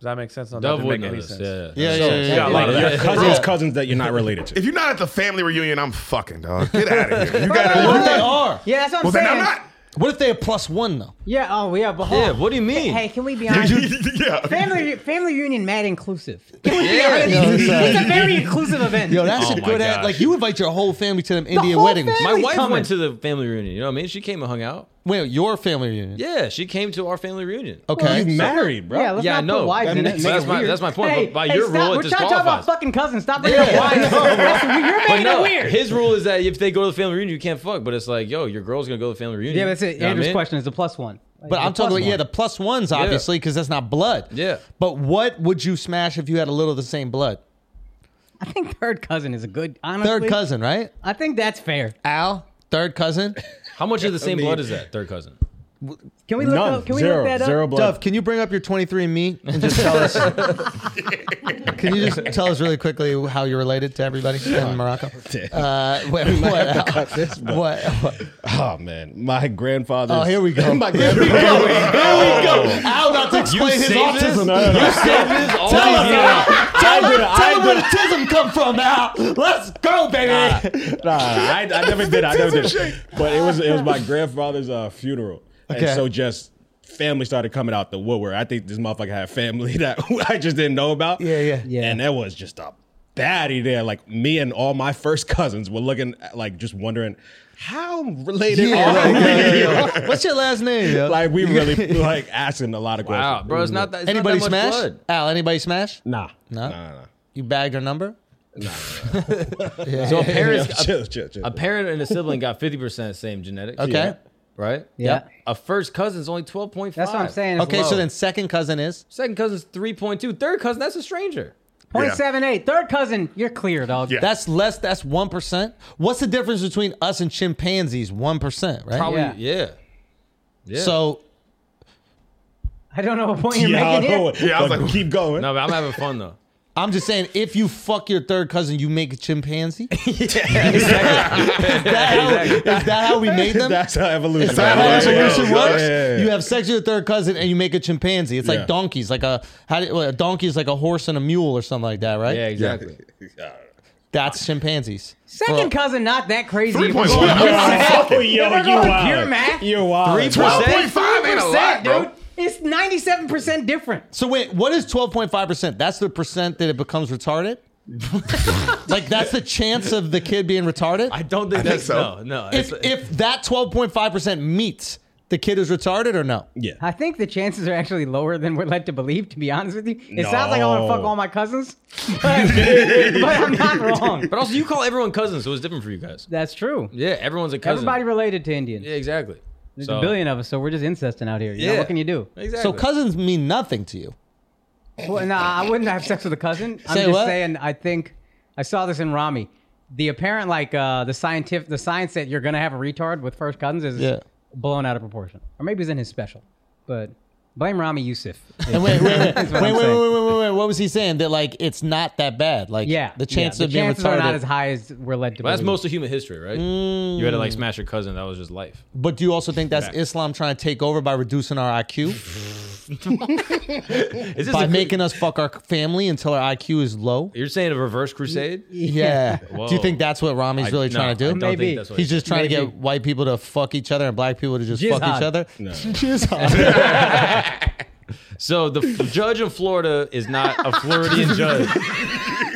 [SPEAKER 6] that make sense? No, that
[SPEAKER 2] Dove
[SPEAKER 6] didn't
[SPEAKER 2] would
[SPEAKER 6] make
[SPEAKER 2] know
[SPEAKER 6] any
[SPEAKER 2] this.
[SPEAKER 6] sense.
[SPEAKER 2] Yeah, yeah.
[SPEAKER 1] Yeah, yeah, yeah.
[SPEAKER 5] Yeah,
[SPEAKER 1] yeah.
[SPEAKER 5] like
[SPEAKER 2] Yeah.
[SPEAKER 5] your cousins, cousins that you're not related to.
[SPEAKER 4] If you're not at the family reunion, I'm fucking dog. Get out of here. You got
[SPEAKER 1] What if
[SPEAKER 4] to.
[SPEAKER 1] they are?
[SPEAKER 3] Yeah, that's what I'm
[SPEAKER 4] Well,
[SPEAKER 3] saying.
[SPEAKER 4] then I'm not.
[SPEAKER 1] What if they are plus one though?
[SPEAKER 3] Yeah. Oh, yeah. But hold
[SPEAKER 2] Yeah,
[SPEAKER 3] on.
[SPEAKER 2] what do you mean?
[SPEAKER 3] Hey, can we be honest?
[SPEAKER 4] yeah.
[SPEAKER 3] family family reunion, mad inclusive. Can we
[SPEAKER 2] Yeah.
[SPEAKER 3] be
[SPEAKER 1] Yo,
[SPEAKER 3] honest?
[SPEAKER 1] it's, uh,
[SPEAKER 3] it's a very inclusive event.
[SPEAKER 1] Yo, that's
[SPEAKER 2] Oh
[SPEAKER 1] a
[SPEAKER 2] my
[SPEAKER 1] good ad.
[SPEAKER 2] gosh.
[SPEAKER 1] Like you invite your whole family to them Indian
[SPEAKER 3] whole
[SPEAKER 1] weddings.
[SPEAKER 3] family?
[SPEAKER 2] My
[SPEAKER 3] Really
[SPEAKER 2] wife
[SPEAKER 3] coming.
[SPEAKER 2] went to the family reunion. You know what I mean? She came and hung out.
[SPEAKER 1] Wait, your family reunion?
[SPEAKER 2] Yeah, she came to our family reunion.
[SPEAKER 1] Okay.
[SPEAKER 5] you married, bro.
[SPEAKER 3] yeah, let's
[SPEAKER 2] yeah,
[SPEAKER 3] not
[SPEAKER 2] I know.
[SPEAKER 3] put wives in
[SPEAKER 5] That
[SPEAKER 3] it.
[SPEAKER 5] makes
[SPEAKER 2] So that's my
[SPEAKER 5] weird.
[SPEAKER 2] that's my point.
[SPEAKER 3] Hey,
[SPEAKER 2] but by
[SPEAKER 3] hey,
[SPEAKER 2] your
[SPEAKER 3] stop.
[SPEAKER 2] rule,
[SPEAKER 3] We're
[SPEAKER 2] it
[SPEAKER 3] trying to talk about
[SPEAKER 2] disqualifies.
[SPEAKER 3] fucking cousins. Stop bringing up wives. You're
[SPEAKER 2] But
[SPEAKER 3] making
[SPEAKER 2] no,
[SPEAKER 3] it weird.
[SPEAKER 2] his rule is that if they go to the family reunion, you can't fuck. But it's like, yo, your girl's gonna go to the family reunion.
[SPEAKER 3] Yeah, that's
[SPEAKER 2] You
[SPEAKER 3] it.
[SPEAKER 2] know what I
[SPEAKER 3] Andrew's
[SPEAKER 2] mean?
[SPEAKER 3] question is the plus one.
[SPEAKER 1] But I'm talking about yeah, the plus ones obviously because that's not blood.
[SPEAKER 2] Yeah.
[SPEAKER 1] But what would you smash if you had a little of the same blood?
[SPEAKER 3] I think third cousin is a good. Honestly,
[SPEAKER 1] Third cousin, right?
[SPEAKER 3] I think that's fair.
[SPEAKER 1] Al, third cousin.
[SPEAKER 2] How much of the same
[SPEAKER 5] mean-
[SPEAKER 2] blood is that? Third cousin.
[SPEAKER 3] Can we look?
[SPEAKER 5] None.
[SPEAKER 3] up, can we
[SPEAKER 5] zero.
[SPEAKER 3] look that up?
[SPEAKER 5] Zero blood.
[SPEAKER 1] Dove, can you bring up your 23andMe and just tell us? can you just tell us really quickly how you're related to everybody in Morocco? Uh, wait, what, Al?
[SPEAKER 5] this, but-
[SPEAKER 1] what? what?
[SPEAKER 5] Oh man, my grandfather.
[SPEAKER 1] Oh, here we go.
[SPEAKER 5] my
[SPEAKER 1] Here we go. Here we
[SPEAKER 5] grandfather.
[SPEAKER 1] go. Al about to explain his
[SPEAKER 2] saved
[SPEAKER 1] autism.
[SPEAKER 5] No, no, no.
[SPEAKER 1] Tell us, Al. Tell,
[SPEAKER 5] I did it.
[SPEAKER 1] us- tell
[SPEAKER 5] I
[SPEAKER 1] him where the tism come from, Al. Let's go, baby.
[SPEAKER 5] Nah, I, I never did. it. I never did. it. But it was it was my grandfather's uh, funeral,
[SPEAKER 1] Okay.
[SPEAKER 5] and so just family started coming out the woodwork. I think this motherfucker had family that I just didn't know about.
[SPEAKER 1] Yeah, yeah.
[SPEAKER 3] Yeah.
[SPEAKER 5] And there was just a baddie there. Like me and all my first cousins were looking at- like just wondering how related
[SPEAKER 1] Yeah,
[SPEAKER 5] are
[SPEAKER 1] like,
[SPEAKER 5] we?
[SPEAKER 1] yeah, yeah. What's your last name? yo?
[SPEAKER 5] Like we really like asking a lot of questions.
[SPEAKER 2] Wow, bro, it's not that. It's
[SPEAKER 1] anybody
[SPEAKER 2] not that much
[SPEAKER 1] smash?
[SPEAKER 2] blood.
[SPEAKER 1] Al, anybody smash?
[SPEAKER 5] Nah,
[SPEAKER 1] No?
[SPEAKER 5] nah, nah.
[SPEAKER 1] You bagged her number?
[SPEAKER 2] So a
[SPEAKER 5] Yeah,
[SPEAKER 2] parent,
[SPEAKER 5] chill, chill, chill.
[SPEAKER 2] a, a parent and a sibling got fifty percent same genetics.
[SPEAKER 1] Okay.
[SPEAKER 2] Yeah. right.
[SPEAKER 3] Yeah.
[SPEAKER 2] A first cousin's only twelve point five.
[SPEAKER 3] That's what I'm saying. It's
[SPEAKER 1] Okay,
[SPEAKER 3] low.
[SPEAKER 1] so then second cousin is?
[SPEAKER 2] Second cousin's three point two. Third cousin, that's a stranger.
[SPEAKER 3] point seven eight. Third cousin, you're clear, dog.
[SPEAKER 4] Yeah.
[SPEAKER 1] That's less, that's 1%. What's the difference between us and chimpanzees? 1%, right?
[SPEAKER 2] Probably,
[SPEAKER 3] Yeah.
[SPEAKER 2] yeah. yeah.
[SPEAKER 1] So,
[SPEAKER 3] I don't know what point you're
[SPEAKER 5] yeah, I
[SPEAKER 3] making
[SPEAKER 5] know
[SPEAKER 3] here.
[SPEAKER 5] it.
[SPEAKER 4] Yeah, I was
[SPEAKER 5] But
[SPEAKER 4] like-
[SPEAKER 5] keep going.
[SPEAKER 2] no, but I'm having fun though.
[SPEAKER 1] I'm just saying, if you fuck your third cousin, you make a chimpanzee? is, that how, is that how we made them?
[SPEAKER 5] That's how evolution.
[SPEAKER 4] how
[SPEAKER 5] works.
[SPEAKER 4] Yeah, evolution yeah,
[SPEAKER 1] Evolution
[SPEAKER 4] yeah,
[SPEAKER 1] works.
[SPEAKER 5] Yeah, yeah, yeah.
[SPEAKER 1] You have sex with your third cousin and you make a chimpanzee. It's
[SPEAKER 5] Yeah.
[SPEAKER 1] like donkeys, like a how do, well, a donkey is like a horse and a mule or something like that, right?
[SPEAKER 2] Yeah, exactly.
[SPEAKER 1] That's chimpanzees.
[SPEAKER 3] Second cousin, not that crazy.
[SPEAKER 4] Three
[SPEAKER 3] If we're
[SPEAKER 4] point
[SPEAKER 3] going-
[SPEAKER 4] one.
[SPEAKER 5] Oh, yo, you
[SPEAKER 3] If we're going
[SPEAKER 5] wild.
[SPEAKER 3] pure math,
[SPEAKER 5] You're wild.
[SPEAKER 2] Three
[SPEAKER 4] Twelve point five ain't a lot,
[SPEAKER 3] percent,
[SPEAKER 4] bro.
[SPEAKER 3] dude. It's ninety-seven percent different.
[SPEAKER 1] So wait, what is twelve point five percent? That's the percent that it becomes retarded. like that's the chance of the kid being retarded.
[SPEAKER 2] I don't think
[SPEAKER 4] think
[SPEAKER 2] that's
[SPEAKER 4] so.
[SPEAKER 2] no, no.
[SPEAKER 1] if
[SPEAKER 2] it's-
[SPEAKER 1] if that twelve point five percent meets the kid is retarded or no?
[SPEAKER 5] Yeah.
[SPEAKER 3] I think the chances are actually lower than we're led to believe. To be honest with you, it
[SPEAKER 5] No.
[SPEAKER 3] sounds like I want to fuck all my cousins, but, but I'm not wrong.
[SPEAKER 2] but also, you call everyone cousins, so it's different for you guys.
[SPEAKER 3] That's true.
[SPEAKER 2] Yeah, everyone's a cousin.
[SPEAKER 3] Everybody related to Indians.
[SPEAKER 2] Yeah, exactly.
[SPEAKER 3] There's
[SPEAKER 2] So-
[SPEAKER 3] a billion of us, so we're just incesting out here. You know,
[SPEAKER 2] Yeah.
[SPEAKER 3] what can you do?
[SPEAKER 2] Exactly.
[SPEAKER 1] So cousins mean nothing to you.
[SPEAKER 3] Well, nah, I wouldn't have sex with a cousin. I'm
[SPEAKER 1] Say
[SPEAKER 3] just
[SPEAKER 1] what?
[SPEAKER 3] saying. I think I saw this in Rami. The apparent, like uh, the scientific, the science that you're gonna have a retard with first cousins is
[SPEAKER 1] Yeah.
[SPEAKER 3] blown out of proportion, or maybe it's in his special. But blame Rami Youssef.
[SPEAKER 1] And wait, wait, wait, wait, wait,
[SPEAKER 3] what I'm
[SPEAKER 1] wait,
[SPEAKER 3] saying.
[SPEAKER 1] wait, wait, wait. What was he saying? That like it's not that bad. Like
[SPEAKER 3] Yeah,
[SPEAKER 1] the chances
[SPEAKER 3] yeah,
[SPEAKER 1] of being
[SPEAKER 3] chances
[SPEAKER 1] retarded
[SPEAKER 3] are not as high as we're led to.
[SPEAKER 2] But that's
[SPEAKER 3] believe.
[SPEAKER 2] most of human history, right? You had to like smash your cousin. That was just life.
[SPEAKER 1] But do you also think that's Islam trying to take over by reducing our IQ?
[SPEAKER 2] Is this
[SPEAKER 1] by
[SPEAKER 2] a-
[SPEAKER 1] making us fuck our family until our IQ is low?
[SPEAKER 2] You're saying a reverse crusade?
[SPEAKER 1] Yeah. Do you
[SPEAKER 2] Whoa.
[SPEAKER 1] think that's what Rami's really
[SPEAKER 2] no,
[SPEAKER 1] trying
[SPEAKER 2] I
[SPEAKER 1] to
[SPEAKER 2] don't
[SPEAKER 1] do?
[SPEAKER 2] think
[SPEAKER 3] Maybe.
[SPEAKER 2] that's what
[SPEAKER 1] He's
[SPEAKER 2] it is.
[SPEAKER 1] just trying to
[SPEAKER 3] Maybe.
[SPEAKER 1] get white people to fuck each other and black people to just fuck
[SPEAKER 3] Jihad.
[SPEAKER 1] each other.
[SPEAKER 5] No.
[SPEAKER 1] Jihad.
[SPEAKER 2] So the f- judge in Florida is not a Floridian judge.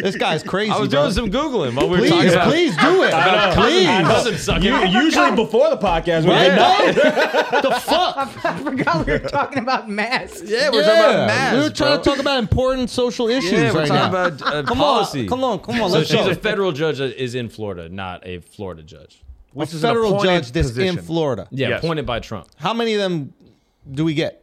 [SPEAKER 1] this guy's crazy.
[SPEAKER 2] I was
[SPEAKER 1] bro.
[SPEAKER 2] doing some googling while we were talking
[SPEAKER 1] please,
[SPEAKER 2] about
[SPEAKER 1] please do it.
[SPEAKER 2] about cousin,
[SPEAKER 1] Please.
[SPEAKER 2] cousin sucking.
[SPEAKER 5] You, usually before the podcast, we're
[SPEAKER 1] Right?
[SPEAKER 5] like, no.
[SPEAKER 1] the fuck?
[SPEAKER 3] I forgot we were talking about masks.
[SPEAKER 2] yeah, we're talking
[SPEAKER 1] Yeah.
[SPEAKER 2] about masks.
[SPEAKER 1] we were trying to
[SPEAKER 2] bro.
[SPEAKER 1] talk about important social issues
[SPEAKER 2] Yeah, we're
[SPEAKER 1] right
[SPEAKER 2] talking
[SPEAKER 1] now.
[SPEAKER 2] about uh,
[SPEAKER 1] come
[SPEAKER 2] policy.
[SPEAKER 1] on, come on, come on.
[SPEAKER 2] So
[SPEAKER 1] Let's
[SPEAKER 2] she's
[SPEAKER 1] go.
[SPEAKER 2] a federal judge that is in Florida, not a Florida judge.
[SPEAKER 1] a
[SPEAKER 6] Which is an
[SPEAKER 1] federal
[SPEAKER 6] appointed
[SPEAKER 1] judge that's
[SPEAKER 6] position.
[SPEAKER 1] in Florida.
[SPEAKER 2] Yeah,
[SPEAKER 6] Yes.
[SPEAKER 2] appointed by Trump.
[SPEAKER 1] How many of them do we get?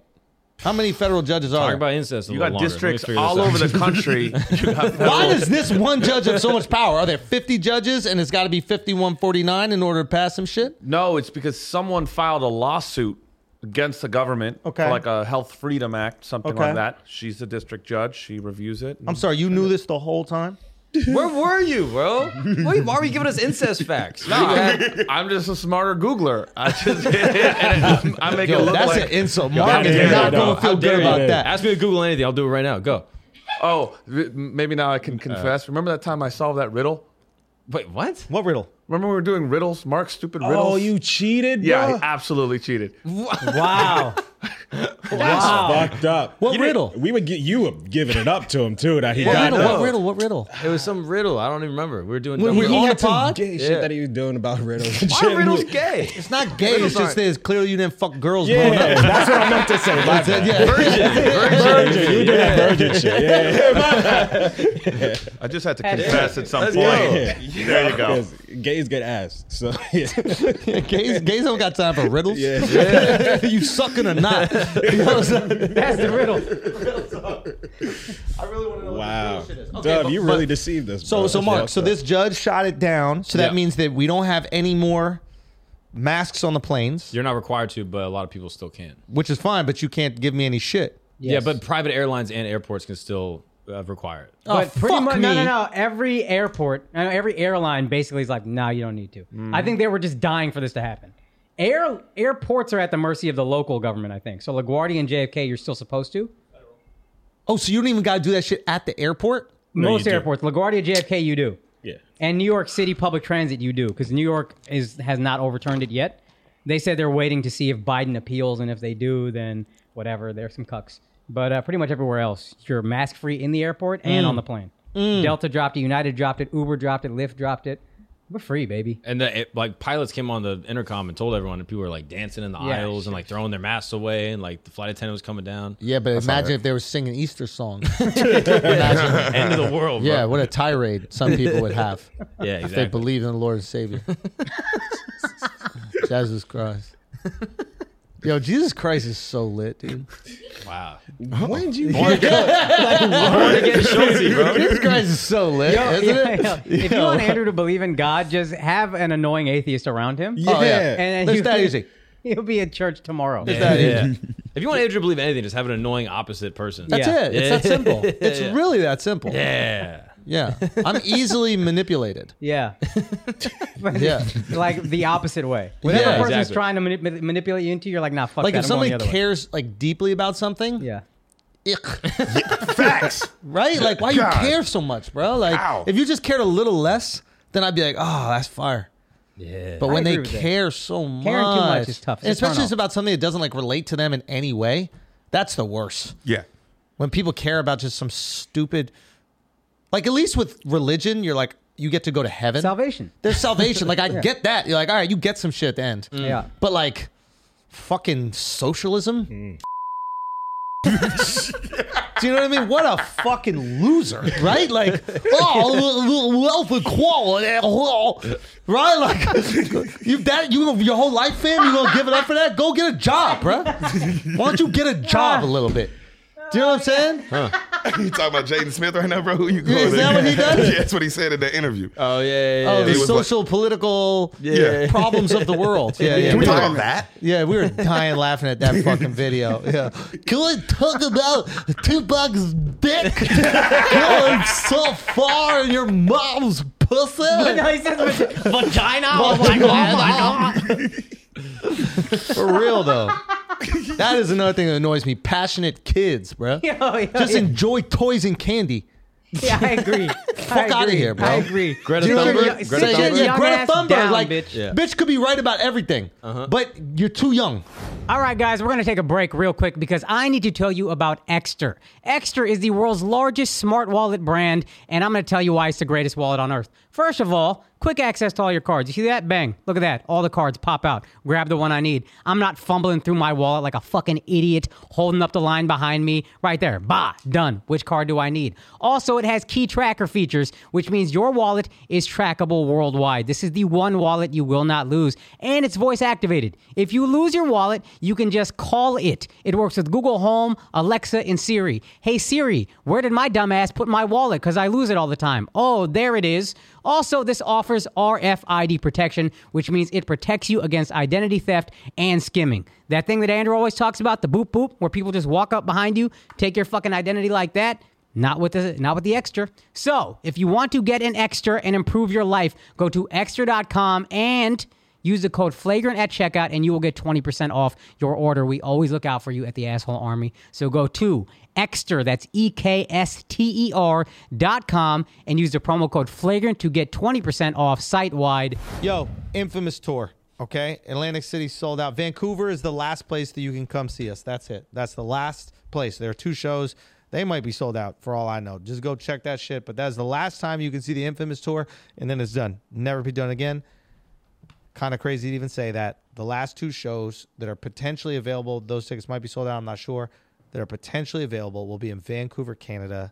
[SPEAKER 1] How many federal judges
[SPEAKER 2] Talk
[SPEAKER 1] are there?
[SPEAKER 2] about incest. A
[SPEAKER 6] You
[SPEAKER 2] little longer. Let
[SPEAKER 6] got
[SPEAKER 2] me
[SPEAKER 6] districts
[SPEAKER 2] figure this
[SPEAKER 6] all
[SPEAKER 2] out.
[SPEAKER 6] over the country. You got
[SPEAKER 1] Why
[SPEAKER 6] federal-
[SPEAKER 1] does this one judge have so much power? Are there 50 judges and it's got to be 5149 in order to pass some shit?
[SPEAKER 6] No, it's because someone filed a lawsuit against the government
[SPEAKER 1] Okay.
[SPEAKER 6] for like a Health Freedom Act, something
[SPEAKER 1] Okay.
[SPEAKER 6] like that. She's a district judge. She reviews it.
[SPEAKER 1] I'm sorry, you knew this the whole time?
[SPEAKER 2] Where were you, bro? Why, why were you giving us incest facts?
[SPEAKER 6] No, I'm, I'm just a smarter Googler. I just and I make it
[SPEAKER 1] Yo,
[SPEAKER 6] look
[SPEAKER 1] that's
[SPEAKER 6] like
[SPEAKER 1] an insult. Mark is
[SPEAKER 5] dare
[SPEAKER 1] not
[SPEAKER 5] you,
[SPEAKER 1] going
[SPEAKER 5] no.
[SPEAKER 1] to feel good
[SPEAKER 2] dare you.
[SPEAKER 1] about that.
[SPEAKER 2] Ask me to Google anything. I'll do it right now. Go.
[SPEAKER 6] oh th- maybe now I can confess. Remember that time I solved that riddle?
[SPEAKER 2] Wait, what?
[SPEAKER 1] What riddle?
[SPEAKER 6] Remember we were doing riddles, Mark stupid riddles.
[SPEAKER 5] Oh, you cheated,
[SPEAKER 6] yeah, I
[SPEAKER 5] bro?
[SPEAKER 6] absolutely cheated.
[SPEAKER 3] Wow.
[SPEAKER 5] That's
[SPEAKER 3] wow.
[SPEAKER 5] fucked up.
[SPEAKER 1] What riddle?
[SPEAKER 5] We would get you were giving it up to him too that he
[SPEAKER 1] What
[SPEAKER 5] got
[SPEAKER 1] riddle?
[SPEAKER 5] up.
[SPEAKER 1] What riddle? What riddle?
[SPEAKER 2] It was some riddle. I don't even remember. We were doing.
[SPEAKER 1] When
[SPEAKER 2] dumb
[SPEAKER 1] we-
[SPEAKER 2] riddles.
[SPEAKER 1] on
[SPEAKER 5] had
[SPEAKER 1] the
[SPEAKER 5] some
[SPEAKER 1] pod?
[SPEAKER 5] gay
[SPEAKER 2] Yeah.
[SPEAKER 5] shit that he was doing about riddles. and
[SPEAKER 2] Why
[SPEAKER 5] shit.
[SPEAKER 2] are riddles gay?
[SPEAKER 1] It's not gay. It's
[SPEAKER 6] aren't-
[SPEAKER 1] just that it's clearly you didn't fuck girls
[SPEAKER 5] Yeah,
[SPEAKER 1] growing up.
[SPEAKER 5] Oh, that's what I meant to say. My bad.
[SPEAKER 1] Yeah.
[SPEAKER 5] Virgin, you did that virgin shit. Yeah, yeah,
[SPEAKER 6] I just had to confess at some point.
[SPEAKER 5] yeah.
[SPEAKER 4] There you go.
[SPEAKER 5] Because gays get ass. So yeah.
[SPEAKER 1] Gays, gays don't got time for riddles.
[SPEAKER 5] Yeah.
[SPEAKER 1] you sucking or not? You know what I'm saying?
[SPEAKER 3] That's the riddle.
[SPEAKER 5] wow, Dub, you really deceived us.
[SPEAKER 1] so,
[SPEAKER 5] bro.
[SPEAKER 1] so Mark, so this judge shot it down. So that
[SPEAKER 2] Yeah.
[SPEAKER 1] means that we don't have any more masks on the planes,
[SPEAKER 2] You're not required to, but a lot of people still can.
[SPEAKER 1] which is fine. But you can't give me any shit.
[SPEAKER 2] Yeah,
[SPEAKER 3] Yes.
[SPEAKER 2] but private airlines and airports can still uh, require it.
[SPEAKER 1] Oh,
[SPEAKER 3] But pretty
[SPEAKER 1] fuck
[SPEAKER 3] much,
[SPEAKER 1] me.
[SPEAKER 3] no, no, no. Every airport, no, every airline basically is like, nah, you don't need to.
[SPEAKER 1] Mm.
[SPEAKER 3] I think they were just dying for this to happen. Air airports are at the mercy of the local government. I think so. LaGuardia and JFK, you're still supposed to.
[SPEAKER 1] Oh, so you don't even got to do that shit at the airport?
[SPEAKER 3] Most
[SPEAKER 5] you do.
[SPEAKER 3] airports, LaGuardia, JFK, you do.
[SPEAKER 5] Yeah.
[SPEAKER 3] And New York City public transit, you do, because New York is has not overturned it yet. They said they're waiting to see if Biden appeals, and if they do, then whatever. There's some cucks, but uh, pretty much everywhere else, you're mask free in the airport and
[SPEAKER 1] Mm.
[SPEAKER 3] on the plane. Delta dropped it, United dropped it, Uber dropped it, Lyft dropped it. We're free, baby.
[SPEAKER 2] And the it, like pilots came on the intercom and told everyone, and people were like dancing in the
[SPEAKER 3] Yeah,
[SPEAKER 2] aisles and like throwing their masks away, and like the flight attendant was coming down.
[SPEAKER 1] Yeah, but imagine if they were singing Easter songs. Imagine-
[SPEAKER 2] End of the world.
[SPEAKER 1] yeah,
[SPEAKER 2] bro.
[SPEAKER 1] what a tirade some people would have
[SPEAKER 2] yeah,
[SPEAKER 1] if they
[SPEAKER 2] exactly.
[SPEAKER 1] believe in the Lord and Savior. Jesus Christ. Yo, Jesus Christ is so lit, dude.
[SPEAKER 2] wow.
[SPEAKER 5] when did you get
[SPEAKER 1] Jesus Christ is so lit, isn't
[SPEAKER 3] Yeah,
[SPEAKER 1] it?
[SPEAKER 3] yeah. If you want Andrew to believe in God, just have an annoying atheist around him.
[SPEAKER 5] Yeah.
[SPEAKER 1] Oh, yeah.
[SPEAKER 3] And then
[SPEAKER 1] That's
[SPEAKER 3] you-
[SPEAKER 1] that easy.
[SPEAKER 3] He'll be at church tomorrow.
[SPEAKER 1] that
[SPEAKER 2] Yeah. if you want Andrew to believe anything, just have an annoying opposite person.
[SPEAKER 1] That's
[SPEAKER 3] Yeah.
[SPEAKER 1] it. It's that simple. It's really that simple. Yeah.
[SPEAKER 2] Yeah.
[SPEAKER 1] I'm easily manipulated.
[SPEAKER 3] Yeah. But
[SPEAKER 1] Yeah.
[SPEAKER 3] like the opposite way. Whatever
[SPEAKER 1] Yeah,
[SPEAKER 3] person's
[SPEAKER 2] exactly.
[SPEAKER 3] trying to manip- manipulate you into, you're like, nah, fuck
[SPEAKER 1] Like
[SPEAKER 3] that.
[SPEAKER 1] if
[SPEAKER 3] I'm
[SPEAKER 1] somebody
[SPEAKER 3] going the other way.
[SPEAKER 1] cares like deeply about something,
[SPEAKER 3] Yeah.
[SPEAKER 1] ick.
[SPEAKER 4] Facts.
[SPEAKER 1] right? Like why you
[SPEAKER 4] God.
[SPEAKER 1] care so much, bro? Like
[SPEAKER 4] Ow.
[SPEAKER 1] if you just cared a little less, then I'd be like, oh, that's fire.
[SPEAKER 2] Yeah.
[SPEAKER 1] But when
[SPEAKER 3] agree
[SPEAKER 1] they
[SPEAKER 3] with that.
[SPEAKER 1] care so much,
[SPEAKER 3] Caring too much is tough. It's
[SPEAKER 1] And
[SPEAKER 3] a turn
[SPEAKER 1] especially if it's
[SPEAKER 3] off.
[SPEAKER 1] about something that doesn't like relate to them in any way. That's the worst.
[SPEAKER 4] Yeah.
[SPEAKER 1] when people care about just some stupid like at least with religion you're like you get to go to heaven
[SPEAKER 3] Salvation.
[SPEAKER 1] there's salvation like i get that you're like all right you get some shit at the end
[SPEAKER 3] Yeah.
[SPEAKER 1] but like fucking socialism Do you know what I mean? What a fucking loser, right? Like, oh, wealth equality, right? Like, you that you your whole life, fam, you gonna give it up for that? Go get a job, bro. Why don't you get a job a little bit? Do you know what I'm saying?
[SPEAKER 4] Oh, You talking about Jaden Smith right now, bro? Who you calling?
[SPEAKER 1] Is that what he does?
[SPEAKER 4] yeah, that's what he said in that interview.
[SPEAKER 2] Oh yeah.
[SPEAKER 1] Oh, the
[SPEAKER 4] It was like-
[SPEAKER 1] social, political
[SPEAKER 4] Yeah.
[SPEAKER 1] problems of the world. Yeah, yeah.
[SPEAKER 4] Can we
[SPEAKER 1] yeah.
[SPEAKER 4] talk about that?
[SPEAKER 1] Yeah, we were dying laughing at that fucking video. Yeah. Can we talk about Tupac's dick going so far in your mom's pussy?
[SPEAKER 3] No, he says vag- vagina. Oh my God.
[SPEAKER 1] For real though. That is another thing that annoys me. Passionate kids, bruh.
[SPEAKER 3] Yo, yo,
[SPEAKER 1] Just
[SPEAKER 3] Oh, yeah.
[SPEAKER 1] enjoy toys and candy.
[SPEAKER 3] Yeah, I agree. Fuck
[SPEAKER 1] outta here, bro.
[SPEAKER 3] I agree.
[SPEAKER 2] Greta
[SPEAKER 3] Dude,
[SPEAKER 2] Thunberg?
[SPEAKER 3] you're-
[SPEAKER 2] Greta
[SPEAKER 3] sit
[SPEAKER 1] yeah,
[SPEAKER 3] your
[SPEAKER 2] Thunberg?
[SPEAKER 1] yeah,
[SPEAKER 3] young
[SPEAKER 1] Greta
[SPEAKER 3] ass
[SPEAKER 1] Thunberg,
[SPEAKER 3] down,
[SPEAKER 1] like,
[SPEAKER 3] bitch.
[SPEAKER 1] bitch could be right about everything,
[SPEAKER 2] Uh-huh.
[SPEAKER 1] but you're too young.
[SPEAKER 3] All right, guys, we're going to take a break real quick because I need to tell you about Exter. Exter is the world's largest smart wallet brand, and I'm going to tell you why it's the greatest wallet on earth. First of all, quick access to all your cards. You see that? Bang. Look at that. All the cards pop out. Grab the one I need. I'm not fumbling through my wallet like a fucking idiot holding up the line behind me. Right there. Bah. Done. Which card do I need? Also, it has key tracker features, which means your wallet is trackable worldwide. This is the one wallet you will not lose, and it's voice activated. If you lose your wallet, you can just call it. It works with Google Home, Alexa, and Siri. Hey Siri, where did my dumbass put my wallet? Because I lose it all the time. Oh, there it is. Also, this offers RFID protection, which means it protects you against identity theft and skimming. That thing that Andrew always talks about, the boop boop, where people just walk up behind you, take your fucking identity like that. Not with the not with the extra. So, if you want to get an extra and improve your life, go to extra.com and use the code flagrant at checkout and you will get 20% off your order. We always look out for you at the asshole army. So go to extra that's E K S T E R dot com and use the promo code flagrant to get 20% off site wide.
[SPEAKER 1] Yo, infamous tour. Okay, Atlantic City sold out. Vancouver is the last place that you can come see us. That's it. That's the last place. There are two shows. They might be sold out for all I know. Just go check that shit. But that's the last time you can see the infamous tour, and then it's done. Never be done again. Kind of crazy to even say that. The last two shows that are potentially available, those tickets might be sold out. I'm not sure. That are potentially available will be in Vancouver, Canada.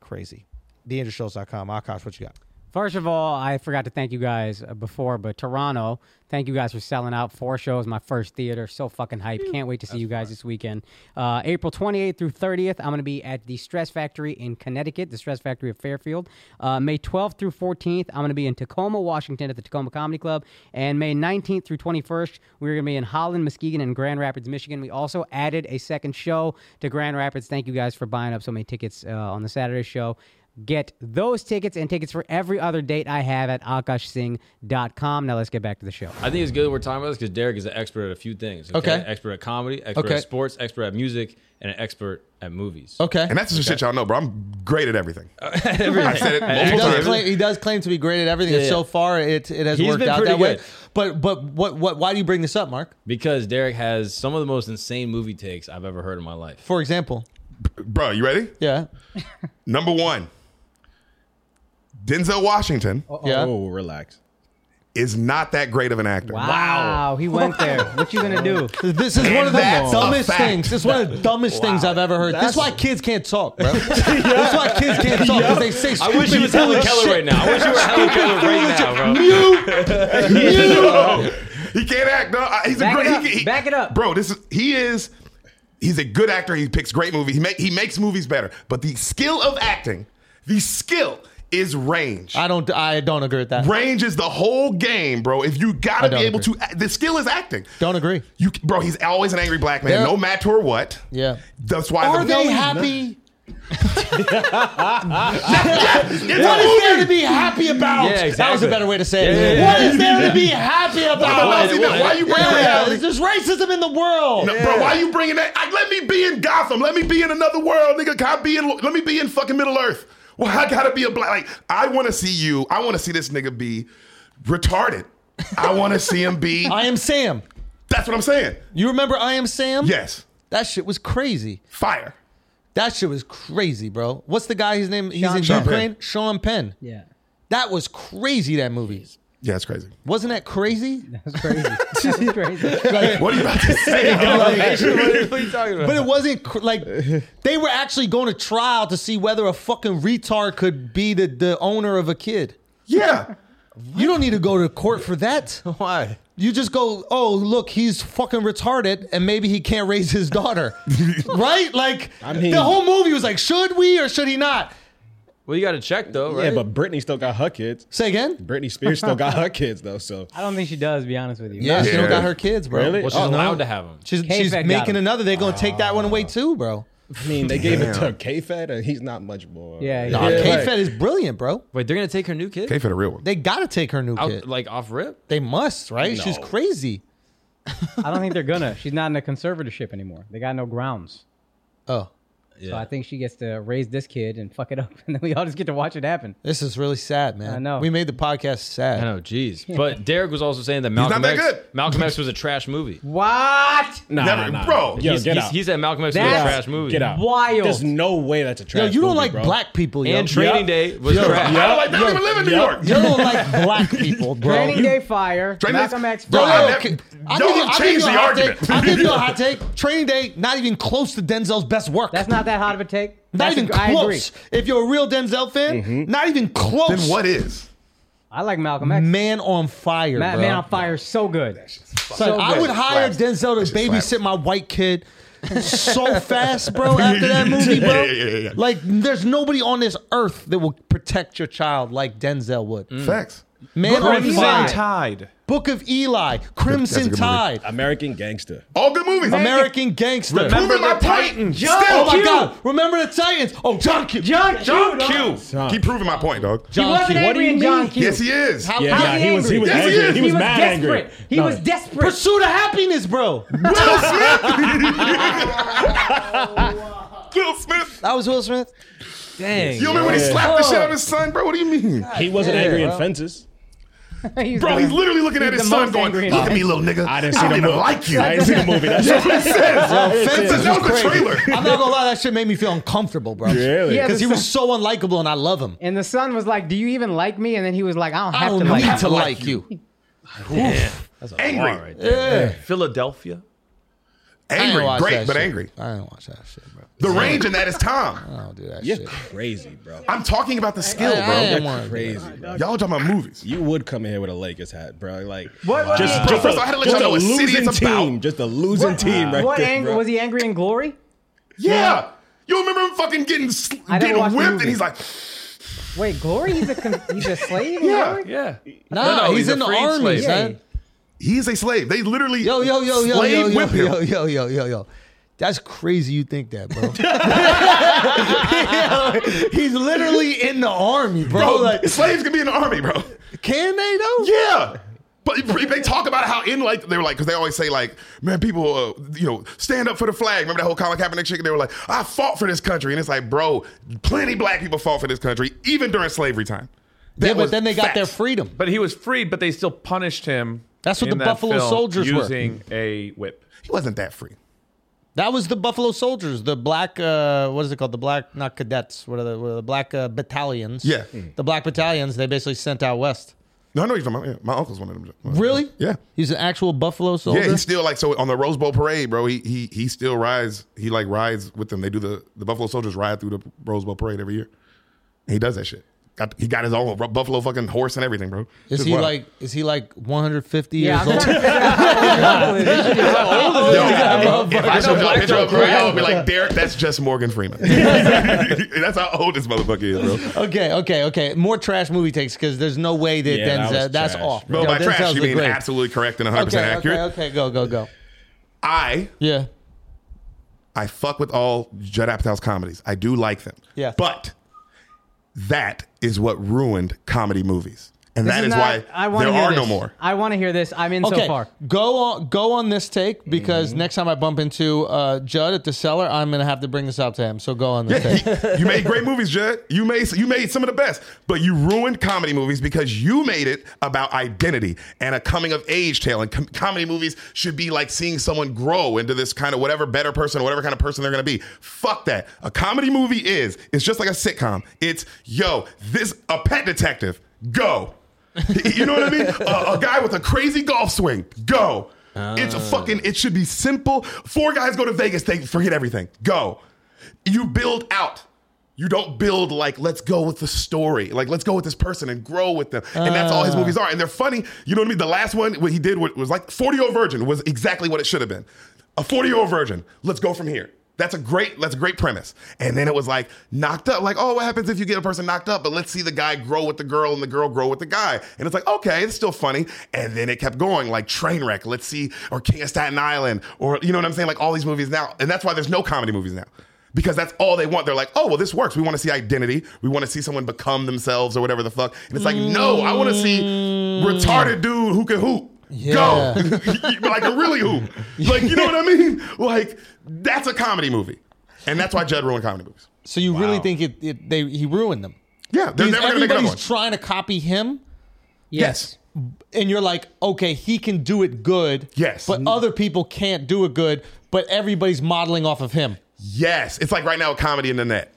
[SPEAKER 1] Crazy. TheAndrewSchultz.com. Akash, what you got?
[SPEAKER 3] First of all, I forgot to thank you guys uh, before, but Toronto, thank you guys for selling out four shows. My first theater, so fucking hype! Can't wait to see you guys this weekend. Uh, April 28th through 30th, I'm gonna be at the Stress Factory in Connecticut, the Stress Factory of Fairfield. Uh, May 12th through 14th, I'm gonna be in Tacoma, Washington, at the Tacoma Comedy Club, and May 19th through 21st, we're gonna be in Holland, Muskegon, and Grand Rapids, Michigan. We also added a second show to Grand Rapids. Thank you guys for buying up so many tickets uh, on the Saturday show get those tickets and tickets for every other date I have at akashsing.com. Now let's get back to the show.
[SPEAKER 2] I think it's good we're talking about this because Derek is an expert at a few things.
[SPEAKER 1] Okay.
[SPEAKER 2] Expert at comedy, expert
[SPEAKER 1] Okay.
[SPEAKER 2] at sports, expert at music, and an expert at movies.
[SPEAKER 1] Okay.
[SPEAKER 4] And that's the shit y'all know, bro. I'm great at everything. I said it
[SPEAKER 1] He
[SPEAKER 4] multiple
[SPEAKER 1] does,
[SPEAKER 4] times.
[SPEAKER 1] claim, he does claim to be great at everything. and
[SPEAKER 2] yeah.
[SPEAKER 1] So far, it it has
[SPEAKER 2] He's
[SPEAKER 1] worked
[SPEAKER 2] been
[SPEAKER 1] out
[SPEAKER 2] pretty
[SPEAKER 1] that way.
[SPEAKER 2] good.
[SPEAKER 1] But but what what why do you bring this up, Mark?
[SPEAKER 2] Because Derek has some of the most insane movie takes I've ever heard in my life.
[SPEAKER 1] For example,
[SPEAKER 4] Bro, you ready?
[SPEAKER 1] yeah,
[SPEAKER 4] Number one, Denzel Washington
[SPEAKER 1] yeah.
[SPEAKER 5] Oh, relax.
[SPEAKER 4] is not that great of an actor.
[SPEAKER 3] Wow, he went there. What you gonna do?
[SPEAKER 1] This is one of the
[SPEAKER 4] that's a
[SPEAKER 1] dumbest
[SPEAKER 4] fact.
[SPEAKER 1] things. This is one of the dumbest things I've ever heard. This is why kids can't talk, bro. That's why kids can't talk because they say
[SPEAKER 2] I
[SPEAKER 1] stupid
[SPEAKER 2] wish you was Helen
[SPEAKER 1] foolish
[SPEAKER 2] Keller
[SPEAKER 1] shit.
[SPEAKER 2] right now. I wish you were Helen Keller right now, bro.
[SPEAKER 4] No, he can't act. No, I- he's
[SPEAKER 3] Back
[SPEAKER 4] a great.
[SPEAKER 3] it up.
[SPEAKER 4] he- he-
[SPEAKER 3] Back it up.
[SPEAKER 4] bro. This is he is. He's a good actor. He picks great movies. He make he makes movies better. But the skill of acting, the skill is range.
[SPEAKER 1] I don't I don't agree with that.
[SPEAKER 4] range is the whole game, bro. If you
[SPEAKER 1] I
[SPEAKER 4] gotta be
[SPEAKER 1] don't
[SPEAKER 4] able
[SPEAKER 1] agree.
[SPEAKER 4] to, act- the skill is acting.
[SPEAKER 1] Don't agree.
[SPEAKER 4] You, bro, he's always an angry black man,
[SPEAKER 1] There-
[SPEAKER 4] no matter what.
[SPEAKER 1] Yeah.
[SPEAKER 4] That's why.
[SPEAKER 1] Are
[SPEAKER 4] the-
[SPEAKER 1] they happy?
[SPEAKER 4] It's
[SPEAKER 1] What
[SPEAKER 4] a
[SPEAKER 1] is there
[SPEAKER 4] movie.
[SPEAKER 1] to be happy about?
[SPEAKER 2] Yeah,
[SPEAKER 1] That was a
[SPEAKER 2] exactly.
[SPEAKER 1] better way to say it.
[SPEAKER 2] Yeah, yeah, yeah.
[SPEAKER 1] What is there to be happy about?
[SPEAKER 4] Why, why, why, you bringing
[SPEAKER 1] Yeah,
[SPEAKER 4] that?
[SPEAKER 1] there's racism in the world.
[SPEAKER 4] No, Bro, why you bringing that? I, let me be in Gotham. Let me be in another world, nigga. Can I be in? Let me be in fucking Middle Earth. Well, I gotta be a black. Like, I want to see you. I want to see this nigga be retarded. I want to see him be.
[SPEAKER 1] I am Sam.
[SPEAKER 4] That's what I'm saying.
[SPEAKER 1] You remember I am Sam?
[SPEAKER 4] Yes,
[SPEAKER 1] That shit was crazy.
[SPEAKER 4] fire.
[SPEAKER 1] That shit was crazy, bro. What's the guy? His name? He's
[SPEAKER 3] Sean
[SPEAKER 1] in
[SPEAKER 3] Penn.
[SPEAKER 1] Ukraine. Sean Penn.
[SPEAKER 3] Yeah.
[SPEAKER 1] That was crazy. That movie.
[SPEAKER 4] Yeah, it's crazy.
[SPEAKER 1] Wasn't that crazy?
[SPEAKER 3] That's crazy. That's crazy.
[SPEAKER 4] What are you about to say?
[SPEAKER 6] what are you talking about?
[SPEAKER 1] But it wasn't cr- like they were actually going to trial to see whether a fucking retard could be the, the owner of a kid.
[SPEAKER 4] yeah,
[SPEAKER 1] You don't need to go to court for that.
[SPEAKER 2] Why?
[SPEAKER 1] You just go, oh look, he's fucking retarded, and maybe he can't raise his daughter, right? Like
[SPEAKER 5] mean-
[SPEAKER 1] the whole movie was like, should we or should he not?
[SPEAKER 2] Well, you got to check though, right?
[SPEAKER 5] Yeah, but Britney still got her kids.
[SPEAKER 1] Say again.
[SPEAKER 5] Britney Spears still got her kids though. So
[SPEAKER 3] I don't think she does, to be honest with you.
[SPEAKER 1] Yeah, she don't
[SPEAKER 4] Yeah.
[SPEAKER 1] got her kids, bro.
[SPEAKER 5] Really?
[SPEAKER 2] well, she's
[SPEAKER 5] Oh,
[SPEAKER 2] allowed to have them.
[SPEAKER 1] She's,
[SPEAKER 3] K-Fed
[SPEAKER 1] she's
[SPEAKER 3] got
[SPEAKER 1] making
[SPEAKER 3] him.
[SPEAKER 1] another. They're gonna take that one away
[SPEAKER 4] Oh.
[SPEAKER 1] too, bro.
[SPEAKER 5] I mean, they gave it to K Fed, and he's not much more.
[SPEAKER 3] Yeah,
[SPEAKER 1] Nah,
[SPEAKER 3] Yeah,
[SPEAKER 1] K-Fed is brilliant, bro.
[SPEAKER 2] Wait, they're gonna take her new kid
[SPEAKER 4] K for the real one.
[SPEAKER 1] They gotta take her new kid.
[SPEAKER 2] out like off rip.
[SPEAKER 1] they must, right? She's
[SPEAKER 5] No.
[SPEAKER 1] crazy.
[SPEAKER 3] I don't think they're gonna. She's not in a conservatorship anymore. They got no grounds.
[SPEAKER 1] Oh,
[SPEAKER 3] So I think she gets to raise this kid and fuck it up, and then we all just get to watch it happen.
[SPEAKER 1] this is really sad, man.
[SPEAKER 3] I know.
[SPEAKER 1] We made the podcast sad.
[SPEAKER 2] I know, jeez. But Derek was also saying that Malcolm
[SPEAKER 4] not that
[SPEAKER 2] X.
[SPEAKER 4] good.
[SPEAKER 2] Malcolm X was a trash movie.
[SPEAKER 3] What?
[SPEAKER 5] Nah,
[SPEAKER 4] Never-
[SPEAKER 5] nah,
[SPEAKER 4] bro,
[SPEAKER 5] Yo,
[SPEAKER 2] he's,
[SPEAKER 5] get
[SPEAKER 2] he's,
[SPEAKER 5] out.
[SPEAKER 2] he's at Malcolm X was a
[SPEAKER 3] That's-
[SPEAKER 2] trash movie.
[SPEAKER 5] Get out.
[SPEAKER 3] Wild.
[SPEAKER 5] There's no way that's a
[SPEAKER 1] Yo,
[SPEAKER 5] trash.
[SPEAKER 1] you don't
[SPEAKER 5] movie,
[SPEAKER 1] like
[SPEAKER 5] bro.
[SPEAKER 1] black people, yo.
[SPEAKER 2] And Training
[SPEAKER 5] Yup.
[SPEAKER 2] Day was trash.
[SPEAKER 4] I don't like that. I don't even live in New
[SPEAKER 5] Yup.
[SPEAKER 4] York.
[SPEAKER 1] you don't like black people, bro.
[SPEAKER 3] Training
[SPEAKER 1] You-
[SPEAKER 3] Day Fire.
[SPEAKER 4] Training Day-
[SPEAKER 3] Malcolm X.
[SPEAKER 1] Bro,
[SPEAKER 4] Bro,
[SPEAKER 3] Fire.
[SPEAKER 4] I never-
[SPEAKER 1] okay.
[SPEAKER 4] don't
[SPEAKER 1] give you-
[SPEAKER 4] change
[SPEAKER 1] give you a
[SPEAKER 4] the
[SPEAKER 1] hot
[SPEAKER 4] argument.
[SPEAKER 1] take. I'll give you a hot take. Training Day, not even close to Denzel's best work.
[SPEAKER 3] That's not that hot of a take.
[SPEAKER 1] Not
[SPEAKER 3] That's
[SPEAKER 1] even
[SPEAKER 3] a- I agree.
[SPEAKER 1] close. If you're a real Denzel fan, not even close.
[SPEAKER 4] Mm-hmm. Then what is?
[SPEAKER 3] I like Malcolm X.
[SPEAKER 1] Man on fire,
[SPEAKER 3] Ma-
[SPEAKER 1] bro.
[SPEAKER 3] Man on Fire is so good.
[SPEAKER 1] Son,
[SPEAKER 3] So
[SPEAKER 1] I
[SPEAKER 3] good.
[SPEAKER 1] would hire
[SPEAKER 4] Slaps.
[SPEAKER 1] Denzel to
[SPEAKER 4] That shit
[SPEAKER 1] babysit
[SPEAKER 4] slaps.
[SPEAKER 1] my white kid so fast, bro, after that movie, bro.
[SPEAKER 4] Yeah, yeah, yeah, yeah. Mm.
[SPEAKER 1] Like, there's nobody on this earth that will protect your child like Denzel would.
[SPEAKER 4] Facts.
[SPEAKER 1] Man on
[SPEAKER 6] Crimson
[SPEAKER 1] Fire,
[SPEAKER 6] Tide.
[SPEAKER 1] Book of Eli, Crimson
[SPEAKER 4] movie.
[SPEAKER 1] Tide,
[SPEAKER 5] American Gangster.
[SPEAKER 4] All good movies.
[SPEAKER 1] American Gangster.
[SPEAKER 6] Remember
[SPEAKER 4] Proving my
[SPEAKER 6] the
[SPEAKER 4] point.
[SPEAKER 6] Titans.
[SPEAKER 4] Still,
[SPEAKER 1] oh my
[SPEAKER 4] keep-
[SPEAKER 1] God! Remember the Titans? Oh, John Q.
[SPEAKER 3] John,
[SPEAKER 6] John
[SPEAKER 3] Q.
[SPEAKER 6] Q.
[SPEAKER 4] Keep proving my point, dog.
[SPEAKER 3] He
[SPEAKER 1] John
[SPEAKER 3] wasn't
[SPEAKER 1] Q.
[SPEAKER 3] angry at John Q.
[SPEAKER 4] Yes, he is.
[SPEAKER 1] How-
[SPEAKER 5] Yeah,
[SPEAKER 1] how
[SPEAKER 5] yeah, he was he was
[SPEAKER 4] Yes, he
[SPEAKER 5] angry.
[SPEAKER 4] is.
[SPEAKER 5] He was mad
[SPEAKER 3] desperate.
[SPEAKER 5] angry.
[SPEAKER 3] He
[SPEAKER 5] No.
[SPEAKER 3] was desperate.
[SPEAKER 1] Pursuit of happiness, bro.
[SPEAKER 4] Will Smith.
[SPEAKER 1] That was Will Smith. Dang.
[SPEAKER 4] You remember when he slapped the shit out of his son, bro? What do you mean?
[SPEAKER 5] He wasn't angry in fences.
[SPEAKER 3] He's
[SPEAKER 4] Bro,
[SPEAKER 3] the-
[SPEAKER 4] he's literally looking at
[SPEAKER 3] He's
[SPEAKER 4] his
[SPEAKER 3] the
[SPEAKER 4] son
[SPEAKER 3] most
[SPEAKER 4] going,
[SPEAKER 3] angry
[SPEAKER 4] look at
[SPEAKER 3] man.
[SPEAKER 4] me, little nigga.
[SPEAKER 5] I didn't see
[SPEAKER 4] don't
[SPEAKER 5] the
[SPEAKER 4] even
[SPEAKER 5] movie.
[SPEAKER 4] like you.
[SPEAKER 5] I didn't see the movie. That's what he said.
[SPEAKER 1] Fences
[SPEAKER 4] That
[SPEAKER 1] was
[SPEAKER 4] was
[SPEAKER 1] crazy.
[SPEAKER 4] the trailer.
[SPEAKER 1] I'm not gonna lie, that shit made me feel uncomfortable, bro.
[SPEAKER 5] Really?
[SPEAKER 3] Yeah,
[SPEAKER 1] Because he
[SPEAKER 3] the
[SPEAKER 1] was so unlikable, and I love him.
[SPEAKER 3] And the son was like, "Do you even like me?" And then he was like, "I don't
[SPEAKER 1] I
[SPEAKER 3] have
[SPEAKER 1] don't
[SPEAKER 3] to like."
[SPEAKER 1] need
[SPEAKER 3] you."
[SPEAKER 1] to like you.
[SPEAKER 4] Angry.
[SPEAKER 2] Right there.
[SPEAKER 6] Philadelphia.
[SPEAKER 1] I ain't
[SPEAKER 4] Angry.
[SPEAKER 1] watch
[SPEAKER 4] Great,
[SPEAKER 1] that
[SPEAKER 4] but
[SPEAKER 1] shit.
[SPEAKER 4] angry.
[SPEAKER 1] I didn't watch that shit, bro.
[SPEAKER 4] The range in that is Tom.
[SPEAKER 1] I don't do that
[SPEAKER 5] You're
[SPEAKER 1] shit.
[SPEAKER 5] crazy, bro.
[SPEAKER 4] I'm talking about the skill,
[SPEAKER 1] I- I
[SPEAKER 4] bro.
[SPEAKER 1] am one.
[SPEAKER 5] You're crazy, bro.
[SPEAKER 4] Y'all talking about movies.
[SPEAKER 5] You would come in here with a Lakers hat, bro. Like
[SPEAKER 3] What- what
[SPEAKER 5] just,
[SPEAKER 3] angle-
[SPEAKER 5] just
[SPEAKER 4] First
[SPEAKER 5] a,
[SPEAKER 4] of all, I had to let
[SPEAKER 5] just
[SPEAKER 4] y'all
[SPEAKER 5] a
[SPEAKER 4] know what city
[SPEAKER 5] losing
[SPEAKER 4] it's about.
[SPEAKER 5] team, just a losing team, right
[SPEAKER 3] what
[SPEAKER 5] there.
[SPEAKER 3] ang-
[SPEAKER 5] bro.
[SPEAKER 3] was he angry in glory?
[SPEAKER 4] Yeah. You remember him fucking getting sl-
[SPEAKER 3] I
[SPEAKER 4] getting
[SPEAKER 3] didn't watch
[SPEAKER 4] whipped,
[SPEAKER 3] the
[SPEAKER 4] and
[SPEAKER 3] movie.
[SPEAKER 4] he's like,
[SPEAKER 3] Wait, glory? He's a con- he's a slave. in
[SPEAKER 4] Yeah.
[SPEAKER 3] Glory?
[SPEAKER 6] Yeah.
[SPEAKER 1] Nah, he's, in the
[SPEAKER 6] a freed
[SPEAKER 1] army,
[SPEAKER 6] slave.
[SPEAKER 1] son.
[SPEAKER 4] he's a slave. They literally
[SPEAKER 1] Yo, yo, yo, yo,
[SPEAKER 4] slave
[SPEAKER 1] yo, yo,
[SPEAKER 4] whip him.
[SPEAKER 1] yo, yo, yo, yo, yo. That's crazy. You think that, bro? Yo, he's literally in the army, bro.
[SPEAKER 4] Bro,
[SPEAKER 1] Like,
[SPEAKER 4] slaves can be in the army, bro.
[SPEAKER 1] can they though?
[SPEAKER 4] Yeah. But they talk about how in like they were like because they always say like man people uh, you know stand up for the flag remember that whole Colin Kaepernick chick they were like I fought for this country and it's like bro plenty black people fought for this country even during slavery time that
[SPEAKER 1] Yeah, but
[SPEAKER 4] was
[SPEAKER 1] then they got their
[SPEAKER 4] facts.
[SPEAKER 1] freedom.
[SPEAKER 6] But he was freed, but they still punished him.
[SPEAKER 1] That's what
[SPEAKER 6] in
[SPEAKER 1] the
[SPEAKER 6] that
[SPEAKER 1] Buffalo
[SPEAKER 6] film
[SPEAKER 1] Soldiers were.
[SPEAKER 6] using a whip.
[SPEAKER 4] he wasn't that free
[SPEAKER 1] That was the Buffalo Soldiers, the black. Uh, what is it called? The black, not cadets. What are the, what are the black uh, battalions?
[SPEAKER 4] Yeah.
[SPEAKER 1] the black battalions. They basically sent out west.
[SPEAKER 4] no I know he's my, yeah, my uncle's one of them
[SPEAKER 1] Really?
[SPEAKER 4] yeah
[SPEAKER 1] He's an actual Buffalo soldier.
[SPEAKER 4] yeah he's still like so on the Rose Bowl parade bro he he he still rides he like rides with them they do the the Buffalo Soldiers ride through the Rose Bowl parade every year he does that shit got, he got his own Buffalo fucking horse and everything bro
[SPEAKER 1] is
[SPEAKER 4] Just
[SPEAKER 1] he
[SPEAKER 4] wild.
[SPEAKER 1] like? Is he like 150
[SPEAKER 3] Yeah, I'm
[SPEAKER 1] years
[SPEAKER 3] trying to
[SPEAKER 1] old?
[SPEAKER 3] figure out how old he is.
[SPEAKER 4] Yo, if I showed y'all a picture of Corey, I would be like, Derek, that's just Morgan Freeman. that's how old this motherfucker is, bro.
[SPEAKER 1] Okay, okay, okay. More trash movie takes because there's no way that
[SPEAKER 5] Yeah, that
[SPEAKER 1] Denzel.
[SPEAKER 5] was
[SPEAKER 1] that's
[SPEAKER 5] trash,
[SPEAKER 1] off.
[SPEAKER 4] Bro,
[SPEAKER 1] No,
[SPEAKER 4] by trash,
[SPEAKER 1] Denzel's
[SPEAKER 4] you
[SPEAKER 1] the
[SPEAKER 4] mean
[SPEAKER 1] great.
[SPEAKER 4] absolutely correct and 100%
[SPEAKER 1] Okay,
[SPEAKER 4] accurate.
[SPEAKER 1] okay, okay. Go, go, go.
[SPEAKER 4] I
[SPEAKER 1] Yeah.
[SPEAKER 4] I fuck with all Judd Apatow's comedies. I do like them.
[SPEAKER 1] Yeah.
[SPEAKER 4] But that is what ruined comedy movies. And
[SPEAKER 3] This
[SPEAKER 4] that
[SPEAKER 3] is
[SPEAKER 4] is
[SPEAKER 3] not-
[SPEAKER 4] why
[SPEAKER 3] I wanna
[SPEAKER 4] there
[SPEAKER 3] hear
[SPEAKER 4] are no
[SPEAKER 3] this.
[SPEAKER 4] more.
[SPEAKER 3] I want to hear this. I'm in
[SPEAKER 1] Okay.
[SPEAKER 3] so far.
[SPEAKER 1] Go on. Go on this take because
[SPEAKER 4] Mm-hmm.
[SPEAKER 1] next time I bump into uh, Judd at the cellar, I'm gonna have to bring this up to him. So go on this take.
[SPEAKER 4] you made great movies, Judd. You made you made some of the best, but you ruined comedy movies because you made it about identity and a coming of age tale. And com- comedy movies should be like seeing someone grow into this kind of whatever better person, whatever kind of person they're going to be. Fuck that. A comedy movie is it's just like a sitcom. It's yo, this a pet detective. Go. you know what I mean? A- a guy with a crazy golf swing. Go. It's a fucking. It should be simple. Four guys go to Vegas. They forget everything. Go. You build out. You don't build like let's go with the story. Like let's go with this person and grow with them. And that's all his movies are. And they're funny. You know what I mean? The last one what he did was, was like 40 year old virgin was exactly what it should have been. A 40 year old virgin. Let's go from here. That's a great that's a great premise. And then it was like knocked up. Like, oh, what happens if you get a person knocked up? But let's see the guy grow with the girl and the girl grow with the guy. And it's like, okay, it's still funny. And then it kept going, like Trainwreck, let's see, or King of Staten Island, or you know what I'm saying? Like all these movies now. And that's why there's no comedy movies now. Because that's all they want. They're like, oh, well, this works. We want to see identity. We want to see someone become themselves or whatever the fuck. And it's like, no, I want to see retarded dude who can hoop.
[SPEAKER 1] Mm. Yeah.
[SPEAKER 4] Go. like a really hoop. Like, you know what I mean? Like, that's a comedy movie. And that's why Judd ruined comedy movies.
[SPEAKER 1] So you really think it, it? They he ruined them.
[SPEAKER 4] Yeah, they're
[SPEAKER 1] Because
[SPEAKER 4] never going to make another one.
[SPEAKER 1] everybody's trying to copy him,
[SPEAKER 4] Yes.
[SPEAKER 1] and you're like, okay, he can do it good.
[SPEAKER 4] Yes.
[SPEAKER 1] But other people can't do it good. But everybody's modeling off of him.
[SPEAKER 4] Yes. It's like right now, comedy in the net.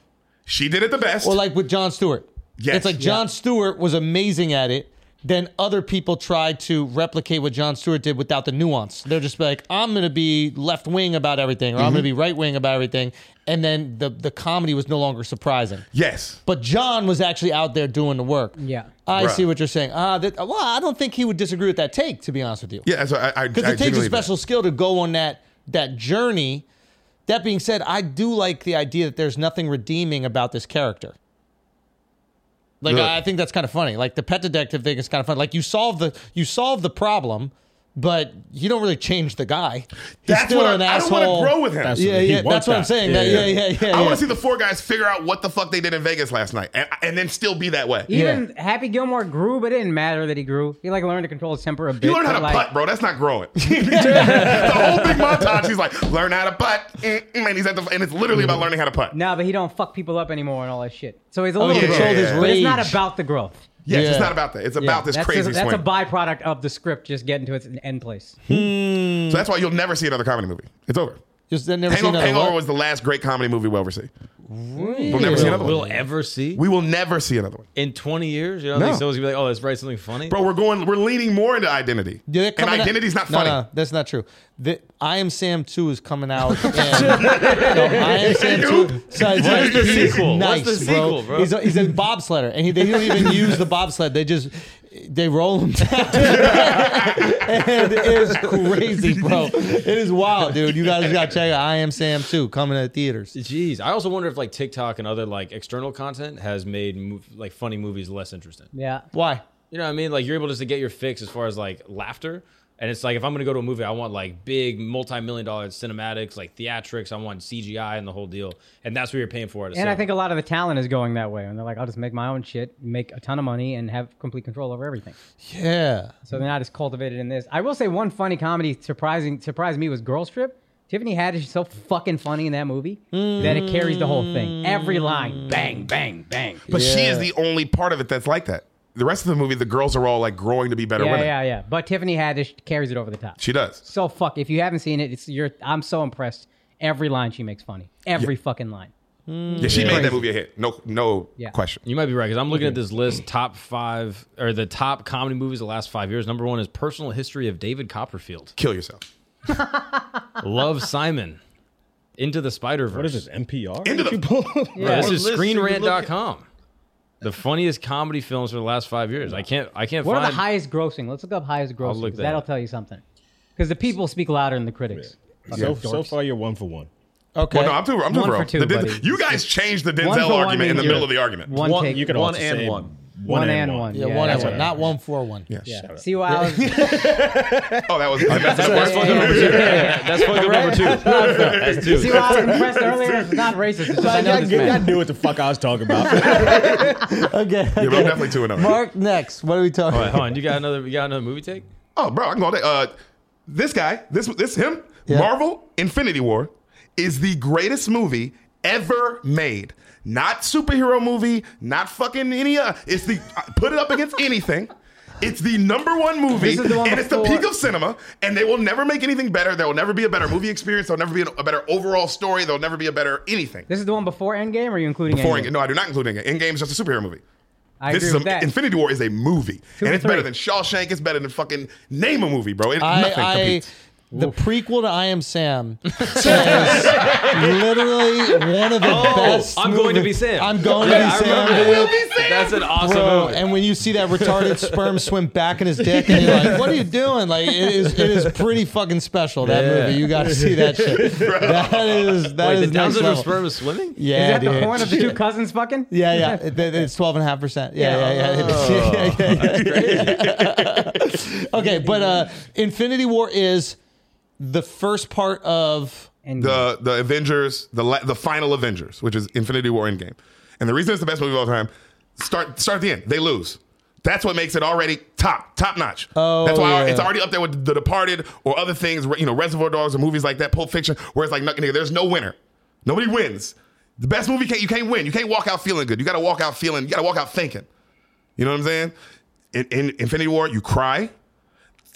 [SPEAKER 4] She did it the best.
[SPEAKER 1] Or like with John Stewart.
[SPEAKER 4] Yes.
[SPEAKER 1] It's like John Stewart was amazing at it. Then other people tried to replicate what John Stewart did without the nuance. They're just like, I'm going to be left wing about everything, or I'm
[SPEAKER 4] Mm-hmm.
[SPEAKER 1] going to be right wing about everything. And then the, the comedy was no longer surprising.
[SPEAKER 4] yes.
[SPEAKER 1] But John was actually out there doing the work.
[SPEAKER 3] Yeah.
[SPEAKER 1] I
[SPEAKER 4] Bruh.
[SPEAKER 1] see what you're saying. Ah, that, well, I don't think he would disagree with that take, to be honest with you.
[SPEAKER 4] Yeah, so I, I,
[SPEAKER 1] Because it
[SPEAKER 4] I
[SPEAKER 1] takes a
[SPEAKER 4] genuinely-
[SPEAKER 1] special skill to go on that that journey. That being said, I do like the idea that there's nothing redeeming about this character. Like I think that's kind of funny. Like the pet detective thing is kind of fun. Like you solve the you solve the problem, but you don't really change the guy. He's
[SPEAKER 4] That's
[SPEAKER 1] still
[SPEAKER 4] what I,
[SPEAKER 1] an
[SPEAKER 4] I don't
[SPEAKER 1] asshole.
[SPEAKER 4] want to grow with him.
[SPEAKER 5] That's-
[SPEAKER 1] Yeah,
[SPEAKER 5] He
[SPEAKER 1] yeah, that's
[SPEAKER 5] wants
[SPEAKER 1] what I'm
[SPEAKER 5] that.
[SPEAKER 1] saying.
[SPEAKER 5] Yeah,
[SPEAKER 1] Yeah, yeah, yeah. yeah,
[SPEAKER 5] yeah.
[SPEAKER 4] I want
[SPEAKER 1] yeah.
[SPEAKER 4] to see the four guys figure out what the fuck they did in Vegas last night, and, and then still be that way.
[SPEAKER 3] Even Happy Gilmore grew, but it didn't matter that he grew. He like learned to control his temper a bit.
[SPEAKER 4] You learn how
[SPEAKER 3] but,
[SPEAKER 4] to
[SPEAKER 3] like,
[SPEAKER 4] putt, bro. That's not growing. the whole big montage, he's like, learn how to putt, mm, mm, and he's at the, and it's literally about learning how to putt.
[SPEAKER 3] Nah, but he don't fuck people up anymore and all that shit. So
[SPEAKER 4] Oh,
[SPEAKER 3] he's a
[SPEAKER 1] he
[SPEAKER 3] little bit.
[SPEAKER 4] controlled his
[SPEAKER 3] But it's not
[SPEAKER 1] rage.
[SPEAKER 3] about the growth.
[SPEAKER 4] Yes,
[SPEAKER 1] Yeah.
[SPEAKER 4] it's not about that. It's about this
[SPEAKER 3] that's
[SPEAKER 4] crazy
[SPEAKER 3] a, that's a
[SPEAKER 4] swing.
[SPEAKER 3] byproduct of the script just getting to its end place.
[SPEAKER 4] so that's why you'll never see another comedy movie. It's over.
[SPEAKER 1] Just I've never seen
[SPEAKER 4] Hangover,
[SPEAKER 1] another
[SPEAKER 4] Hangover
[SPEAKER 1] one.
[SPEAKER 4] was the last great comedy movie we'll ever see. We'll never see another
[SPEAKER 2] We'll
[SPEAKER 4] one.
[SPEAKER 2] ever see
[SPEAKER 4] We will never see another one,
[SPEAKER 2] in 20 years. You don't think
[SPEAKER 4] No.
[SPEAKER 2] someone's gonna be like, "Oh, let's write something funny."
[SPEAKER 4] bro. We're going. We're leaning more into identity,
[SPEAKER 1] Yeah, they're
[SPEAKER 4] and
[SPEAKER 1] coming out-
[SPEAKER 4] identity's not
[SPEAKER 1] No,
[SPEAKER 4] funny.
[SPEAKER 1] No, that's not true. The, I am Sam Two is coming out. in- no, I am Sam Two. So it's
[SPEAKER 4] What's the
[SPEAKER 1] it's
[SPEAKER 2] sequel?
[SPEAKER 1] Nice,
[SPEAKER 2] What's the
[SPEAKER 1] bro.
[SPEAKER 2] sequel, bro?
[SPEAKER 1] He's a, he's a bobsledder, and he, they don't even use the bobsled. They just they roll him down. and it is crazy, bro. It is wild, dude. You guys got to check out. I am Sam Two coming to theaters.
[SPEAKER 2] Jeez, I also wonder if like TikTok and other like external content has made mo- like funny movies less interesting.
[SPEAKER 3] Yeah.
[SPEAKER 1] Why?
[SPEAKER 2] You know what I mean? Like you're able just to get your fix as far as like laughter. And it's like if I'm gonna go to a movie, I want like big multi-million dollar cinematics, like theatrics. I want CGI and the whole deal. And that's what you're paying for. At a
[SPEAKER 3] And I
[SPEAKER 2] cinema.
[SPEAKER 3] think a lot of the talent is going that way. And they're like, I'll just make my own shit, make a ton of money, and have complete control over everything.
[SPEAKER 1] Yeah.
[SPEAKER 3] So they're not as cultivated in this. I will say one funny comedy surprising surprised me was Girls Trip. Tiffany Haddish is so fucking funny in that movie that it carries the whole thing. Every line, bang, bang, bang.
[SPEAKER 4] But she
[SPEAKER 1] Yeah.
[SPEAKER 4] is the only part of it that's like that. The rest of the movie, the girls are all like growing to be better
[SPEAKER 3] Yeah,
[SPEAKER 4] women.
[SPEAKER 3] yeah, yeah. But Tiffany Haddish carries it over the top.
[SPEAKER 4] She does.
[SPEAKER 3] so fuck. If you haven't seen it, it's your. I'm so impressed. Every line she makes funny. Every fucking line.
[SPEAKER 4] Yeah, she made that movie a hit. No, no
[SPEAKER 3] Mm. Yeah.
[SPEAKER 4] question.
[SPEAKER 2] You might be right because I'm looking at this list top five or the top comedy movies of the last five years. Number one is Personal History of David Copperfield,
[SPEAKER 4] Kill yourself.
[SPEAKER 2] Love Simon, Into the Spider
[SPEAKER 5] What is
[SPEAKER 2] Verse.
[SPEAKER 5] this? NPR?
[SPEAKER 4] Into the-
[SPEAKER 5] You pull-
[SPEAKER 2] This is
[SPEAKER 6] What list are you
[SPEAKER 2] ScreenRant.com. The funniest comedy films for the last five years. I can't. I can't
[SPEAKER 3] What
[SPEAKER 2] find.
[SPEAKER 3] are the highest grossing? Let's look up highest grossing.
[SPEAKER 2] look
[SPEAKER 3] 'cause
[SPEAKER 2] that
[SPEAKER 3] that'll
[SPEAKER 2] up.
[SPEAKER 3] tell you something. Because the people speak louder than the critics.
[SPEAKER 5] So, so far, you're one for one.
[SPEAKER 1] Okay.
[SPEAKER 4] Well, no, I'm too. I'm too
[SPEAKER 3] One
[SPEAKER 4] bro.
[SPEAKER 3] for two,
[SPEAKER 4] The
[SPEAKER 3] buddy.
[SPEAKER 4] Den- you guys changed the
[SPEAKER 3] One
[SPEAKER 4] Denzel
[SPEAKER 3] for one
[SPEAKER 4] argument in the
[SPEAKER 3] means
[SPEAKER 4] middle
[SPEAKER 3] you're-
[SPEAKER 4] of the argument.
[SPEAKER 3] One,
[SPEAKER 6] One-
[SPEAKER 3] take.
[SPEAKER 5] You could
[SPEAKER 6] One
[SPEAKER 5] also
[SPEAKER 6] and
[SPEAKER 5] say
[SPEAKER 6] one.
[SPEAKER 5] One,
[SPEAKER 3] One
[SPEAKER 5] and
[SPEAKER 3] and
[SPEAKER 5] one.
[SPEAKER 3] one.
[SPEAKER 1] yeah,
[SPEAKER 3] Yeah,
[SPEAKER 1] one
[SPEAKER 3] that's
[SPEAKER 1] and one,
[SPEAKER 3] what I-
[SPEAKER 1] not one for one. Yeah.
[SPEAKER 3] Yeah. See why I was.
[SPEAKER 4] Oh, that was that's the
[SPEAKER 2] That's
[SPEAKER 4] worst
[SPEAKER 2] fucking number two. Yeah, That's fucking number two. That's two.
[SPEAKER 3] See why I was impressed earlier? It's not racist. It's just I
[SPEAKER 5] I,
[SPEAKER 3] know
[SPEAKER 5] I,
[SPEAKER 3] this
[SPEAKER 5] knew- I
[SPEAKER 3] man.
[SPEAKER 5] knew what the fuck I was talking about.
[SPEAKER 1] Okay.
[SPEAKER 4] Yeah, but I'm definitely two and oh. zero.
[SPEAKER 1] Mark next. What are we talking?
[SPEAKER 2] All right, hold on. You got another? You got another movie take?
[SPEAKER 4] Oh, bro, I can go all day. Uh, this guy, this this him,
[SPEAKER 1] Yeah.
[SPEAKER 4] Marvel Infinity War is the greatest movie ever made. Not superhero movie, not fucking any. Uh, it's the uh, put it up against anything. It's the number one movie,
[SPEAKER 3] This is the one
[SPEAKER 4] and it's the
[SPEAKER 3] before-
[SPEAKER 4] peak of cinema. And they will never make anything better. There will never be a better movie experience. There'll never be a better overall story. There'll never be a better anything.
[SPEAKER 3] This is the one before Endgame. Or are you including
[SPEAKER 4] Before
[SPEAKER 3] Endgame?
[SPEAKER 4] Endgame- no, I do not include Endgame. Endgame is just a superhero movie.
[SPEAKER 3] I
[SPEAKER 4] this
[SPEAKER 3] agree
[SPEAKER 4] is a,
[SPEAKER 3] with that.
[SPEAKER 4] Infinity War is a movie, and
[SPEAKER 3] and
[SPEAKER 4] it's better
[SPEAKER 3] three.
[SPEAKER 4] than Shawshank. It's better than fucking name a movie, bro. It, nothing
[SPEAKER 1] I, I
[SPEAKER 4] competes.
[SPEAKER 1] the prequel to I Am Sam says literally one of the best.
[SPEAKER 2] Oh, I'm going to be
[SPEAKER 1] movies-
[SPEAKER 2] Sam.
[SPEAKER 1] I'm going
[SPEAKER 2] Yeah, I
[SPEAKER 1] to be Sam.
[SPEAKER 2] remember
[SPEAKER 1] dude.
[SPEAKER 2] that. That's an awesome
[SPEAKER 1] Bro,
[SPEAKER 2] movie.
[SPEAKER 1] and when you see that retarded sperm swim back in his dick, and you're like, "What are you doing?" Like, it is, it is pretty fucking special. That
[SPEAKER 2] Yeah.
[SPEAKER 1] movie, you got to see that shit. That is, that
[SPEAKER 2] Wait,
[SPEAKER 1] is
[SPEAKER 2] the
[SPEAKER 1] next
[SPEAKER 2] Downs
[SPEAKER 1] level.
[SPEAKER 2] of sperm is swimming?
[SPEAKER 1] yeah,
[SPEAKER 3] Is that
[SPEAKER 1] dude.
[SPEAKER 3] the point of the two cousins fucking?
[SPEAKER 1] Yeah, yeah, It- it- it's twelve and a half percent. Yeah, yeah, yeah. It
[SPEAKER 4] Oh.
[SPEAKER 1] is. yeah, yeah, yeah, yeah. okay, but uh, Infinity War is the first part of
[SPEAKER 3] And
[SPEAKER 4] the the Avengers, the la- the final Avengers, which is Infinity War Endgame, and the reason it's the best movie of all time. Start start at the end. They lose. That's what makes it already top top notch.
[SPEAKER 1] Oh,
[SPEAKER 4] That's why
[SPEAKER 1] yeah.
[SPEAKER 4] it's already up there with The Departed or other things, you know, Reservoir Dogs or movies like that, Pulp Fiction, where it's like, "Nuck, nigga, there's no winner. Nobody wins. The best movie can't you can't win. You can't walk out feeling good. You got to walk out feeling. You got to walk out thinking. You know what I'm saying? In, in Infinity War, you cry.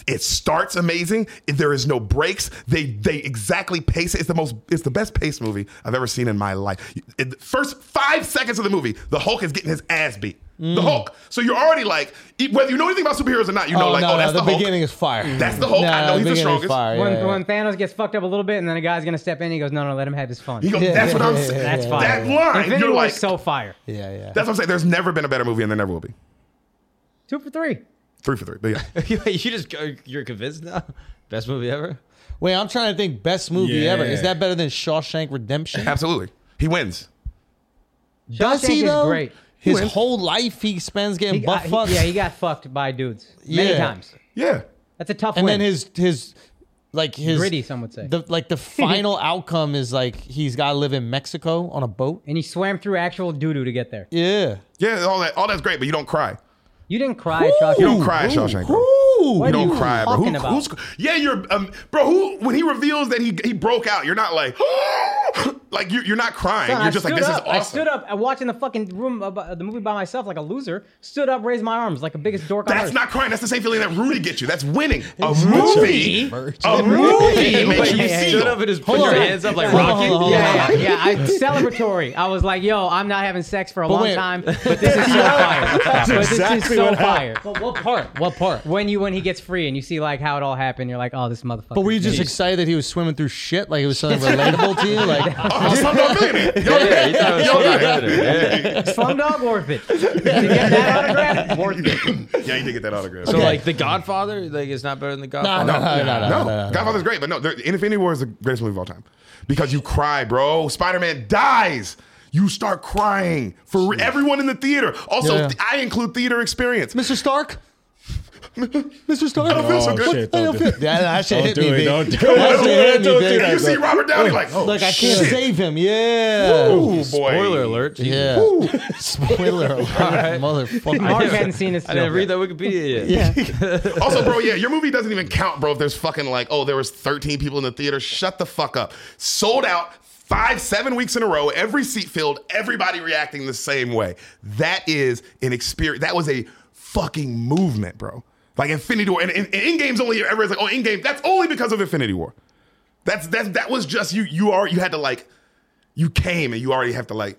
[SPEAKER 4] It starts amazing. There is no breaks. They they exactly pace it. It's the most. It's the best paced movie I've ever seen in my life. In the first five seconds of the movie, the Hulk is getting his ass beat.
[SPEAKER 1] Mm.
[SPEAKER 4] The Hulk. So you're already like, e- whether you know anything about superheroes or not, you know
[SPEAKER 1] oh,
[SPEAKER 4] like,
[SPEAKER 1] no,
[SPEAKER 4] oh, that's
[SPEAKER 1] no,
[SPEAKER 4] the,
[SPEAKER 1] the,
[SPEAKER 4] Hulk.
[SPEAKER 1] beginning is fire.
[SPEAKER 4] That's the Hulk. I know he's the
[SPEAKER 1] beginning is
[SPEAKER 4] strongest.
[SPEAKER 1] Fire.
[SPEAKER 3] when,
[SPEAKER 1] yeah, yeah.
[SPEAKER 3] when Thanos gets fucked up a little bit, and then a guy's gonna step in, he goes, "No, no, let him have his fun."
[SPEAKER 4] You go,
[SPEAKER 1] Yeah,
[SPEAKER 4] that's
[SPEAKER 1] yeah,
[SPEAKER 4] what I'm
[SPEAKER 1] yeah,
[SPEAKER 4] saying.
[SPEAKER 1] yeah,
[SPEAKER 3] That's
[SPEAKER 1] yeah.
[SPEAKER 3] fine.
[SPEAKER 4] That line,
[SPEAKER 3] Infinity
[SPEAKER 4] you're
[SPEAKER 3] War
[SPEAKER 4] like,
[SPEAKER 3] is so fire.
[SPEAKER 1] yeah, yeah.
[SPEAKER 4] that's what I'm saying. There's never been a better movie, and there never will be.
[SPEAKER 3] Two for three.
[SPEAKER 4] Three for three, but yeah,
[SPEAKER 2] you just go- you're convinced now. Best movie ever.
[SPEAKER 1] Wait, I'm trying to think best movie
[SPEAKER 5] Yeah.
[SPEAKER 1] ever. Is that better than Shawshank Redemption?
[SPEAKER 4] absolutely. He wins.
[SPEAKER 1] Does
[SPEAKER 3] Shawshank
[SPEAKER 1] he
[SPEAKER 3] is
[SPEAKER 1] though?
[SPEAKER 3] great.
[SPEAKER 1] His whole life he spends getting
[SPEAKER 3] He-
[SPEAKER 1] butt
[SPEAKER 3] I- he-
[SPEAKER 1] fucked.
[SPEAKER 3] yeah, he got fucked by dudes many
[SPEAKER 1] Yeah.
[SPEAKER 3] times.
[SPEAKER 4] Yeah.
[SPEAKER 3] That's a tough
[SPEAKER 1] and
[SPEAKER 3] win.
[SPEAKER 1] then his his like his
[SPEAKER 3] Gritty, some would say.
[SPEAKER 1] the like the final outcome is like he's got to live in Mexico on a boat.
[SPEAKER 3] and he swam through actual doo doo to get there.
[SPEAKER 1] Yeah,
[SPEAKER 4] Yeah, all that all that's great, but you don't cry.
[SPEAKER 3] You didn't cry, Josh.
[SPEAKER 4] You don't cry, at Shawshank. Redemption.
[SPEAKER 1] Ooh.
[SPEAKER 4] You
[SPEAKER 3] are
[SPEAKER 4] don't
[SPEAKER 3] you
[SPEAKER 4] cry, bro.
[SPEAKER 3] talking
[SPEAKER 4] Who,
[SPEAKER 3] about?
[SPEAKER 4] who's, yeah, you're, um, bro. Who when he reveals that he he broke out, you're not like, like you're, you're not crying.
[SPEAKER 3] Son,
[SPEAKER 4] you're
[SPEAKER 3] I
[SPEAKER 4] just
[SPEAKER 3] stood
[SPEAKER 4] like, this
[SPEAKER 3] up.
[SPEAKER 4] is awesome.
[SPEAKER 3] I stood up uh, watching the fucking room of, uh, the movie by myself like a loser. Stood up, raised my arms like the biggest dork on
[SPEAKER 4] That's
[SPEAKER 3] earth.
[SPEAKER 4] not crying. That's the same feeling that Rudy gets you. That's winning. A movie. A movie makes
[SPEAKER 2] Wait,
[SPEAKER 4] you
[SPEAKER 2] you
[SPEAKER 3] yeah,
[SPEAKER 2] stood
[SPEAKER 4] feel.
[SPEAKER 2] up and just put your
[SPEAKER 1] on.
[SPEAKER 2] hands up like
[SPEAKER 1] Hold on, hold on,
[SPEAKER 2] Rocky.
[SPEAKER 1] hold on.
[SPEAKER 3] yeah, yeah, yeah. I, celebratory. I was like, yo, I'm not having sex for a long
[SPEAKER 1] wait.
[SPEAKER 3] time, but this is so fire. But this is
[SPEAKER 5] exactly
[SPEAKER 3] so
[SPEAKER 5] what
[SPEAKER 3] fire.
[SPEAKER 5] happened.
[SPEAKER 1] But what part? What part?
[SPEAKER 3] When you when he gets free and you see like how it all happened, you're like, oh, this motherfucker.
[SPEAKER 1] But were you just excited that he was swimming through shit? Like it was something relatable to you? Like
[SPEAKER 4] Oh, Slumdog Millionaire. Yo,
[SPEAKER 2] Yeah, he thought it was so much better, yeah.
[SPEAKER 3] Slumdog worth it. to get that autograph, worth it.
[SPEAKER 4] yeah, you did get that autograph.
[SPEAKER 2] So like the Godfather, like it's not better than the
[SPEAKER 1] no,
[SPEAKER 2] Godfather.
[SPEAKER 1] no, Uh, no, no,
[SPEAKER 4] No,
[SPEAKER 1] no, no.
[SPEAKER 4] Godfather's great, but no, there- Infinity War is the greatest movie of all time because you cry, bro. Spider Man dies. You start crying for re- everyone in the theater. Also,
[SPEAKER 1] Yeah.
[SPEAKER 4] th- I include theater experience.
[SPEAKER 1] Mr. Stark. Mr. Stark.
[SPEAKER 4] I don't feel so
[SPEAKER 5] Oh,
[SPEAKER 4] good.
[SPEAKER 5] shit,
[SPEAKER 1] I
[SPEAKER 5] don't
[SPEAKER 1] don't
[SPEAKER 5] do
[SPEAKER 1] feel.
[SPEAKER 5] it.
[SPEAKER 1] Yeah, that shit
[SPEAKER 5] Don't
[SPEAKER 1] hit
[SPEAKER 5] do
[SPEAKER 1] me,
[SPEAKER 5] it,
[SPEAKER 1] big.
[SPEAKER 5] don't do it.
[SPEAKER 1] That shit hit
[SPEAKER 5] Don't
[SPEAKER 1] me,
[SPEAKER 5] do
[SPEAKER 1] big.
[SPEAKER 5] that.
[SPEAKER 4] You see Robert Downey like, oh,
[SPEAKER 1] Like I
[SPEAKER 4] shit.
[SPEAKER 1] can't save him. Yeah.
[SPEAKER 4] Oh, boy.
[SPEAKER 2] Spoiler alert. Jesus.
[SPEAKER 1] Yeah. Spoiler alert,
[SPEAKER 3] Mark
[SPEAKER 1] motherfucker.
[SPEAKER 3] hadn't seen his.
[SPEAKER 2] I didn't
[SPEAKER 3] film
[SPEAKER 2] read
[SPEAKER 3] yet.
[SPEAKER 2] that Wikipedia yet.
[SPEAKER 4] Also, bro, yeah, your movie doesn't even count, bro. If there's fucking like, oh, there was 13 people in the theater. Shut the fuck up. Sold out five, seven weeks in a row. Every seat filled. Everybody reacting the same way. That is an experience. That was a fucking movement, bro. Like Infinity War and, and, and Endgame's only everybody's like, oh, Endgame. That's only because of Infinity War. That's that's that was just you. You are you had to like, you came and you already have to like,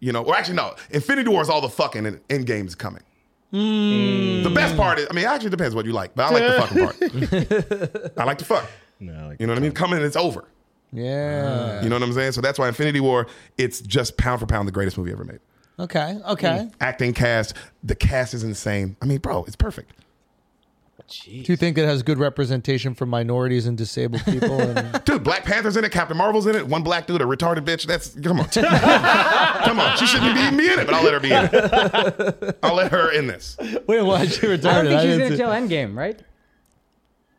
[SPEAKER 4] you know. Or actually, no. Infinity War is all the fucking and Endgame's coming. The best part is, I mean, it actually depends what you like, but I like the fucking part. I like to fuck.
[SPEAKER 5] No, like,
[SPEAKER 4] You know what I mean? Coming and it's over.
[SPEAKER 1] Yeah.
[SPEAKER 4] You know what I'm saying? So that's why Infinity War, it's just pound for pound the greatest movie ever made.
[SPEAKER 1] Okay. Okay.
[SPEAKER 4] Acting cast, the cast is insane. I mean, bro, it's perfect.
[SPEAKER 1] Do you think it has good representation for minorities and disabled people? And
[SPEAKER 4] Dude, Black Panther's in it, Captain Marvel's in it, one black dude, a retarded bitch. That's come on. come on. She shouldn't be me in it, but I'll let her be in it. I'll let her in this.
[SPEAKER 1] wait, why she retarded?
[SPEAKER 3] I don't think she's in
[SPEAKER 1] see-
[SPEAKER 3] until Endgame, right?